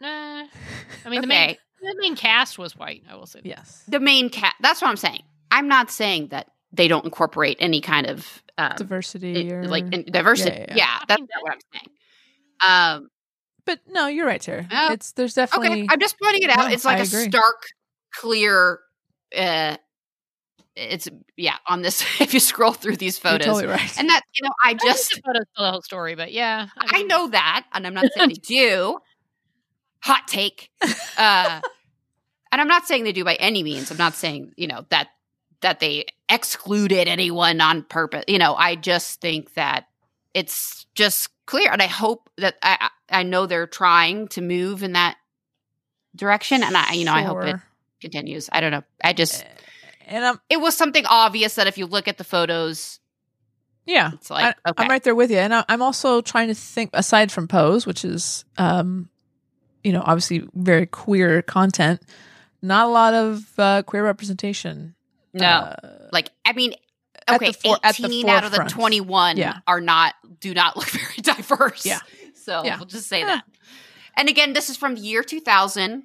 Speaker 3: Nah, I mean the main
Speaker 2: okay,
Speaker 3: the main cast was white. I will say. that.
Speaker 4: yes.
Speaker 2: the main cat. That's what I'm saying. I'm not saying that they don't incorporate any kind of um,
Speaker 4: Diversity.
Speaker 2: i-
Speaker 4: Or,
Speaker 2: like in diversity.
Speaker 4: yeah,
Speaker 2: Yeah,
Speaker 4: yeah.
Speaker 2: that's not what I'm saying. Um,
Speaker 4: but no, you're right, Tara.
Speaker 2: Oh.
Speaker 4: it's there's definitely
Speaker 2: okay, I'm just pointing it out.
Speaker 4: No,
Speaker 2: it's like
Speaker 4: I
Speaker 2: a
Speaker 4: agree.
Speaker 2: stark, clear. Uh, it's yeah. On this, if you scroll through these
Speaker 4: you're
Speaker 2: photos,
Speaker 4: totally right.
Speaker 2: and that you know, I
Speaker 3: I just
Speaker 2: just
Speaker 3: the photos tell the whole story, but yeah,
Speaker 2: I
Speaker 3: mean,
Speaker 2: know that, and I'm not saying they do. Hot take. Uh, and I'm not saying they do by any means. I'm not saying you know that that they excluded anyone on purpose. You know, I just think that it's just clear, and I hope that I I I know they're trying to move in that direction, and I you know I hope it
Speaker 4: Sure. Eh.
Speaker 2: continues. I don't know. I just
Speaker 4: And I'm
Speaker 2: it was something obvious that if you look at the photos,
Speaker 4: yeah.
Speaker 2: it's like
Speaker 4: I,
Speaker 2: okay,
Speaker 4: I'm right there with you, and I, I'm also trying to think aside from Pose, which is, um, you know, obviously very queer content. Not a lot of uh, queer representation.
Speaker 2: no.
Speaker 4: Uh,
Speaker 2: Like, I mean,
Speaker 4: At
Speaker 2: okay,
Speaker 4: the fore- at the
Speaker 2: 18 out of the
Speaker 4: forefront.
Speaker 2: 21
Speaker 4: Yeah.
Speaker 2: are not, do not look very diverse.
Speaker 4: Yeah.
Speaker 2: So
Speaker 4: Yeah.
Speaker 2: we'll just say
Speaker 4: Yeah.
Speaker 2: that. And again, this is from year 2000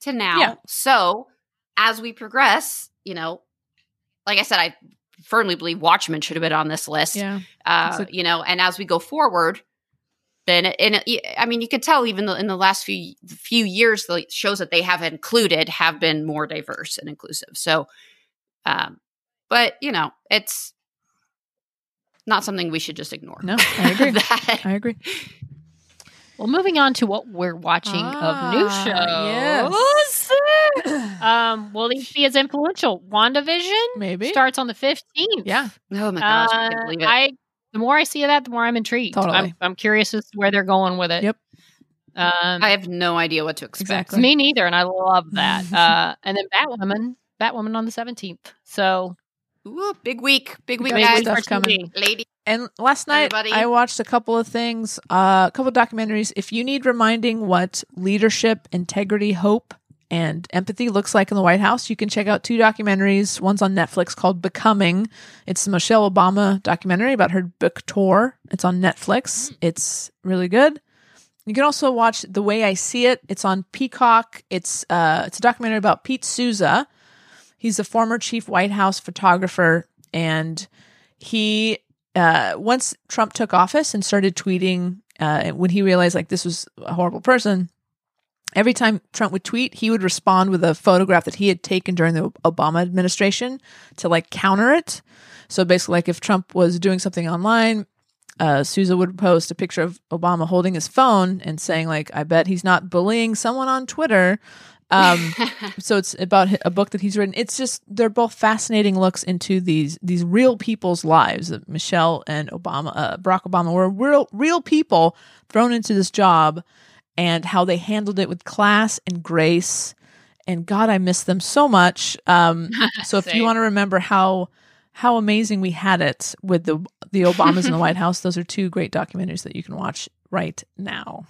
Speaker 2: to now.
Speaker 4: Yeah.
Speaker 2: So as we progress, you know, like I said, I firmly believe Watchmen should have been on this list.
Speaker 4: yeah.
Speaker 2: Uh,
Speaker 4: It's a-
Speaker 2: you know, and as we go forward, then it- and it, I mean, you can tell even the, in the last few few years, the shows that they have included have been more diverse and inclusive. So, um, but you know, it's not something we should just ignore.
Speaker 4: No, I agree.
Speaker 2: That-
Speaker 4: I agree.
Speaker 3: Well, moving on to what we're watching of new shows.
Speaker 4: Ah, yes.
Speaker 3: Um, will these be as influential? WandaVision
Speaker 4: Maybe.
Speaker 3: starts on the fifteenth.
Speaker 4: yeah.
Speaker 2: oh my gosh, I can't
Speaker 3: Uh,
Speaker 2: believe it.
Speaker 3: I- the more I see of that, the more I'm intrigued.
Speaker 4: Totally.
Speaker 3: I'm, I'm curious as to where they're going with it.
Speaker 4: Yep.
Speaker 3: Um,
Speaker 2: I have no idea what to expect.
Speaker 4: Exactly.
Speaker 3: me neither, and I love that. uh, and then Batwoman, Batwoman on the seventeenth. So
Speaker 2: Ooh, big week, big week,
Speaker 4: got
Speaker 2: guys.
Speaker 4: big stuff coming.
Speaker 2: Lady,
Speaker 4: And last night
Speaker 2: Everybody.
Speaker 4: I watched a couple of things, uh, a couple of documentaries. If you need reminding what leadership, integrity, hope, and empathy looks like in the White House, you can check out two documentaries. One's on Netflix called Becoming. It's the Michelle Obama documentary about her book tour. It's on Netflix. It's really good. You can also watch The Way I See It. It's on Peacock. It's uh, it's a documentary about Pete Souza. He's a former chief White House photographer, and he uh, once Trump took office and started tweeting uh, when he realized like this was a horrible person. Every time Trump would tweet, he would respond with a photograph that he had taken during the Obama administration to like counter it. So basically, like if Trump was doing something online, uh, Souza would post a picture of Obama holding his phone and saying like, "I bet he's not bullying someone on Twitter," Um, so it's about hi- a book that he's written. It's just they're both fascinating looks into these these real people's lives. that Michelle and Obama, uh, Barack Obama, were real real people thrown into this job, and how they handled it with class and grace. And God, I miss them so much. Um, so if you
Speaker 3: Same.
Speaker 4: want to remember how how amazing we had it with the the Obamas in the White House, those are two great documentaries that you can watch right now.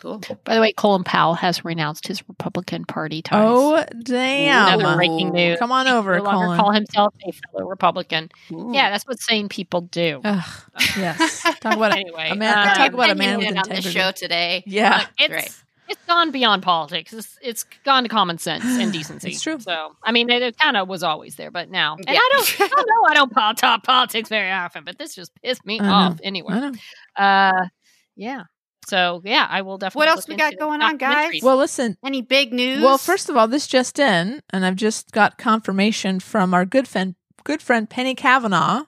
Speaker 2: cool.
Speaker 3: By the way, Colin Powell has renounced his Republican Party ties.
Speaker 4: Oh damn!
Speaker 3: Another breaking news.
Speaker 4: Come on over,
Speaker 3: no longer
Speaker 4: Colin.
Speaker 3: call himself a fellow Republican.
Speaker 2: Ooh.
Speaker 3: Yeah, that's what sane people do.
Speaker 4: Ugh, yes. Talk about it.
Speaker 3: anyway,
Speaker 4: a man-
Speaker 2: um,
Speaker 3: uh,
Speaker 4: talk about a man with
Speaker 2: Opinion on the
Speaker 4: integrity.
Speaker 2: show today.
Speaker 4: Yeah.
Speaker 3: it's
Speaker 2: Right.
Speaker 3: it's gone beyond politics. It's, it's gone to common sense and decency.
Speaker 4: It's true.
Speaker 3: So I mean, it, kind of was always there, but now, and
Speaker 2: Yeah.
Speaker 3: I don't, I don't know, I don't pol- talk politics very often, but this just pissed me
Speaker 4: I know.
Speaker 3: off
Speaker 4: I
Speaker 3: anyway.
Speaker 4: know.
Speaker 3: Uh, yeah. So yeah, I will definitely.
Speaker 2: What else
Speaker 3: look
Speaker 2: we got
Speaker 3: into
Speaker 2: going on, guys?
Speaker 3: documentaries.
Speaker 4: Well, listen.
Speaker 2: Any big news?
Speaker 4: Well, first of all, this just in, and I've just got confirmation from our good friend, good friend Penny Kavanaugh.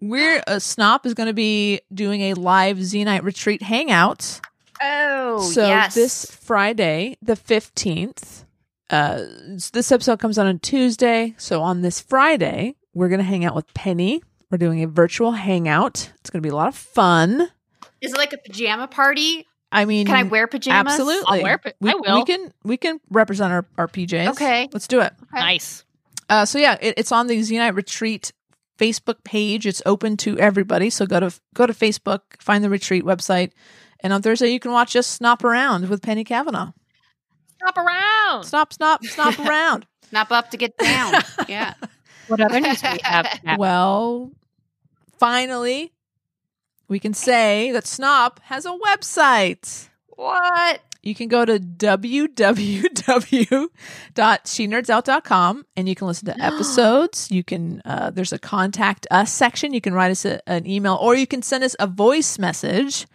Speaker 4: We're a snop is going to be doing a live Zenite retreat hangout.
Speaker 2: oh
Speaker 4: so
Speaker 2: yes,
Speaker 4: this Friday, the fifteenth, uh, s- this episode comes out on Tuesday. So on this Friday, we're gonna hang out with Penny. We're doing a virtual hangout. It's gonna be a lot of fun.
Speaker 2: is it like a pajama party?
Speaker 4: I mean,
Speaker 2: Can I wear pajamas?
Speaker 4: Mm, absolutely?
Speaker 3: I'll wear pa-
Speaker 4: we,
Speaker 3: I will.
Speaker 4: We can we can represent our our PJs.
Speaker 2: Okay.
Speaker 4: let's do it.
Speaker 3: nice.
Speaker 4: Uh, so yeah, it, it's on the Zenite Retreat Facebook page. It's open to everybody. So go to go to Facebook, find the retreat website, and on Thursday you can watch us snop around with Penny Kavanaugh.
Speaker 3: Stop around.
Speaker 4: Snop, snop, snop around.
Speaker 2: Snap up to get down. yeah.
Speaker 3: What other news we have? happened?
Speaker 4: Well, finally, we can say that Snop has a website.
Speaker 2: What?
Speaker 4: You can go to www.shenerdsout.com and you can listen to episodes. You can uh, there's a contact us section. You can write us a, an email or you can send us a voice message.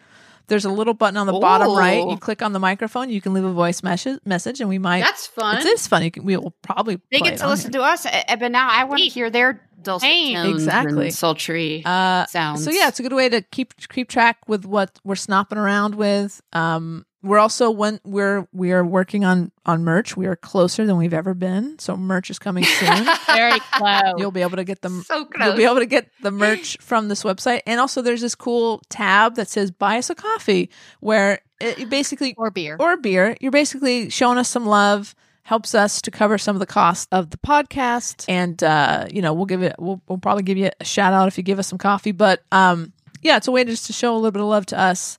Speaker 4: There's a little button on the bottom
Speaker 2: Ooh.
Speaker 4: right. You click on the microphone. You can leave a voice message, message and we might.
Speaker 2: That's fun.
Speaker 4: It is funny. We will probably
Speaker 2: They
Speaker 4: play
Speaker 2: get
Speaker 4: it
Speaker 2: to
Speaker 4: on
Speaker 2: listen
Speaker 4: here.
Speaker 2: to us, eh, eh, but now I want to
Speaker 3: Eat.
Speaker 2: hear their dulcet
Speaker 3: Aim.
Speaker 2: tones
Speaker 4: Exactly.
Speaker 2: and sultry
Speaker 4: Uh,
Speaker 2: sounds.
Speaker 4: So yeah, it's a good way to keep keep track with what we're snopping around with. Um, we're also when we're we are working on on merch. We are closer than we've ever been. So merch is coming soon.
Speaker 3: Very close.
Speaker 4: You'll be able to get the
Speaker 2: so
Speaker 4: you'll
Speaker 2: close.
Speaker 4: be able to get the merch from this website. And also, there's this cool tab that says "Buy us a coffee," where it it basically
Speaker 3: or beer.
Speaker 4: or beer. You're basically showing us some love, helps us to cover some of the cost of the podcast, and uh, you know we'll give it. We'll, we'll probably give you a shout out if you give us some coffee. But um, yeah, it's a way just to show a little bit of love to us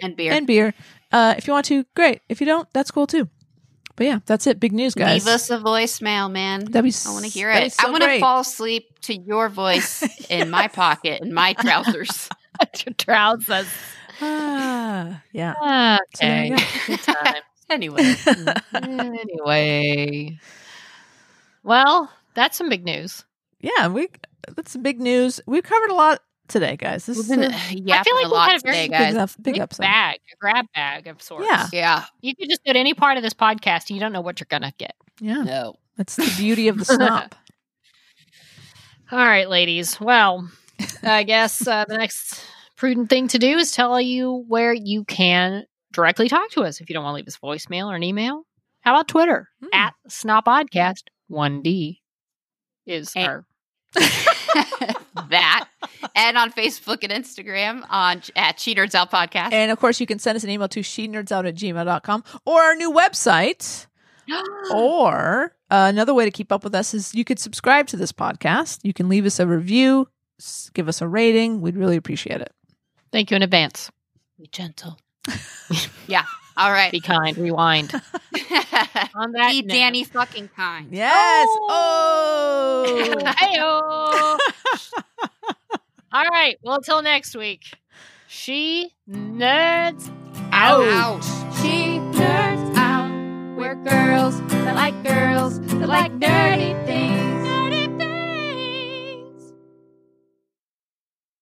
Speaker 2: and beer.
Speaker 4: and beer. Uh, if you want to, great. If you don't, that's cool too. But yeah, that's it. Big news, guys.
Speaker 2: Leave us a voicemail, man.
Speaker 4: That'd be
Speaker 2: I want to hear
Speaker 4: that'd
Speaker 2: it.
Speaker 4: be so
Speaker 2: I want to
Speaker 4: great.
Speaker 2: fall asleep to your voice in my pocket in my trousers.
Speaker 3: trousers.
Speaker 4: Ah, yeah. So there
Speaker 3: Okay.
Speaker 4: you
Speaker 3: Good time.
Speaker 2: anyway,
Speaker 3: anyway. Well, that's some big news.
Speaker 4: Yeah, we. That's some big news. We've covered a lot today, guys. This
Speaker 2: we've
Speaker 4: is
Speaker 2: been
Speaker 4: a
Speaker 2: uh, yapping
Speaker 3: like
Speaker 2: a
Speaker 3: we
Speaker 2: lot
Speaker 3: had a very
Speaker 2: today,
Speaker 3: good
Speaker 2: guys.
Speaker 4: big, up, big
Speaker 3: Big
Speaker 4: episode.
Speaker 3: bag, a grab bag of sorts.
Speaker 4: Yeah.
Speaker 2: Yeah.
Speaker 3: You could just do any part of this podcast and you don't know what you're going to get.
Speaker 4: Yeah,
Speaker 2: No.
Speaker 4: that's the beauty of the snop.
Speaker 3: All right, ladies. Well, I guess uh, the next prudent thing to do is tell you where you can directly talk to us if you don't want to leave us voicemail or an email. How about Twitter?
Speaker 4: Hmm.
Speaker 3: At Snopodcast 1D is
Speaker 4: Eh.
Speaker 2: And-
Speaker 3: our.
Speaker 2: that and on Facebook and Instagram on at Cheaters Out Podcast.
Speaker 4: And of course, you can send us an email to she nerds out at gmail.com or our new website. Or uh, another way to keep up with us is you could subscribe to this podcast. You can leave us a review, s- give us a rating. We'd really appreciate it.
Speaker 3: Thank you in advance.
Speaker 2: Be gentle. yeah. All right.
Speaker 3: Be kind. Rewind.
Speaker 2: Be
Speaker 3: On that, note-
Speaker 2: Danny fucking kind.
Speaker 4: Yes.
Speaker 3: Oh,
Speaker 4: Oh.
Speaker 3: heyo. All right. Well, until next week, she nerds
Speaker 2: Ouch.
Speaker 4: She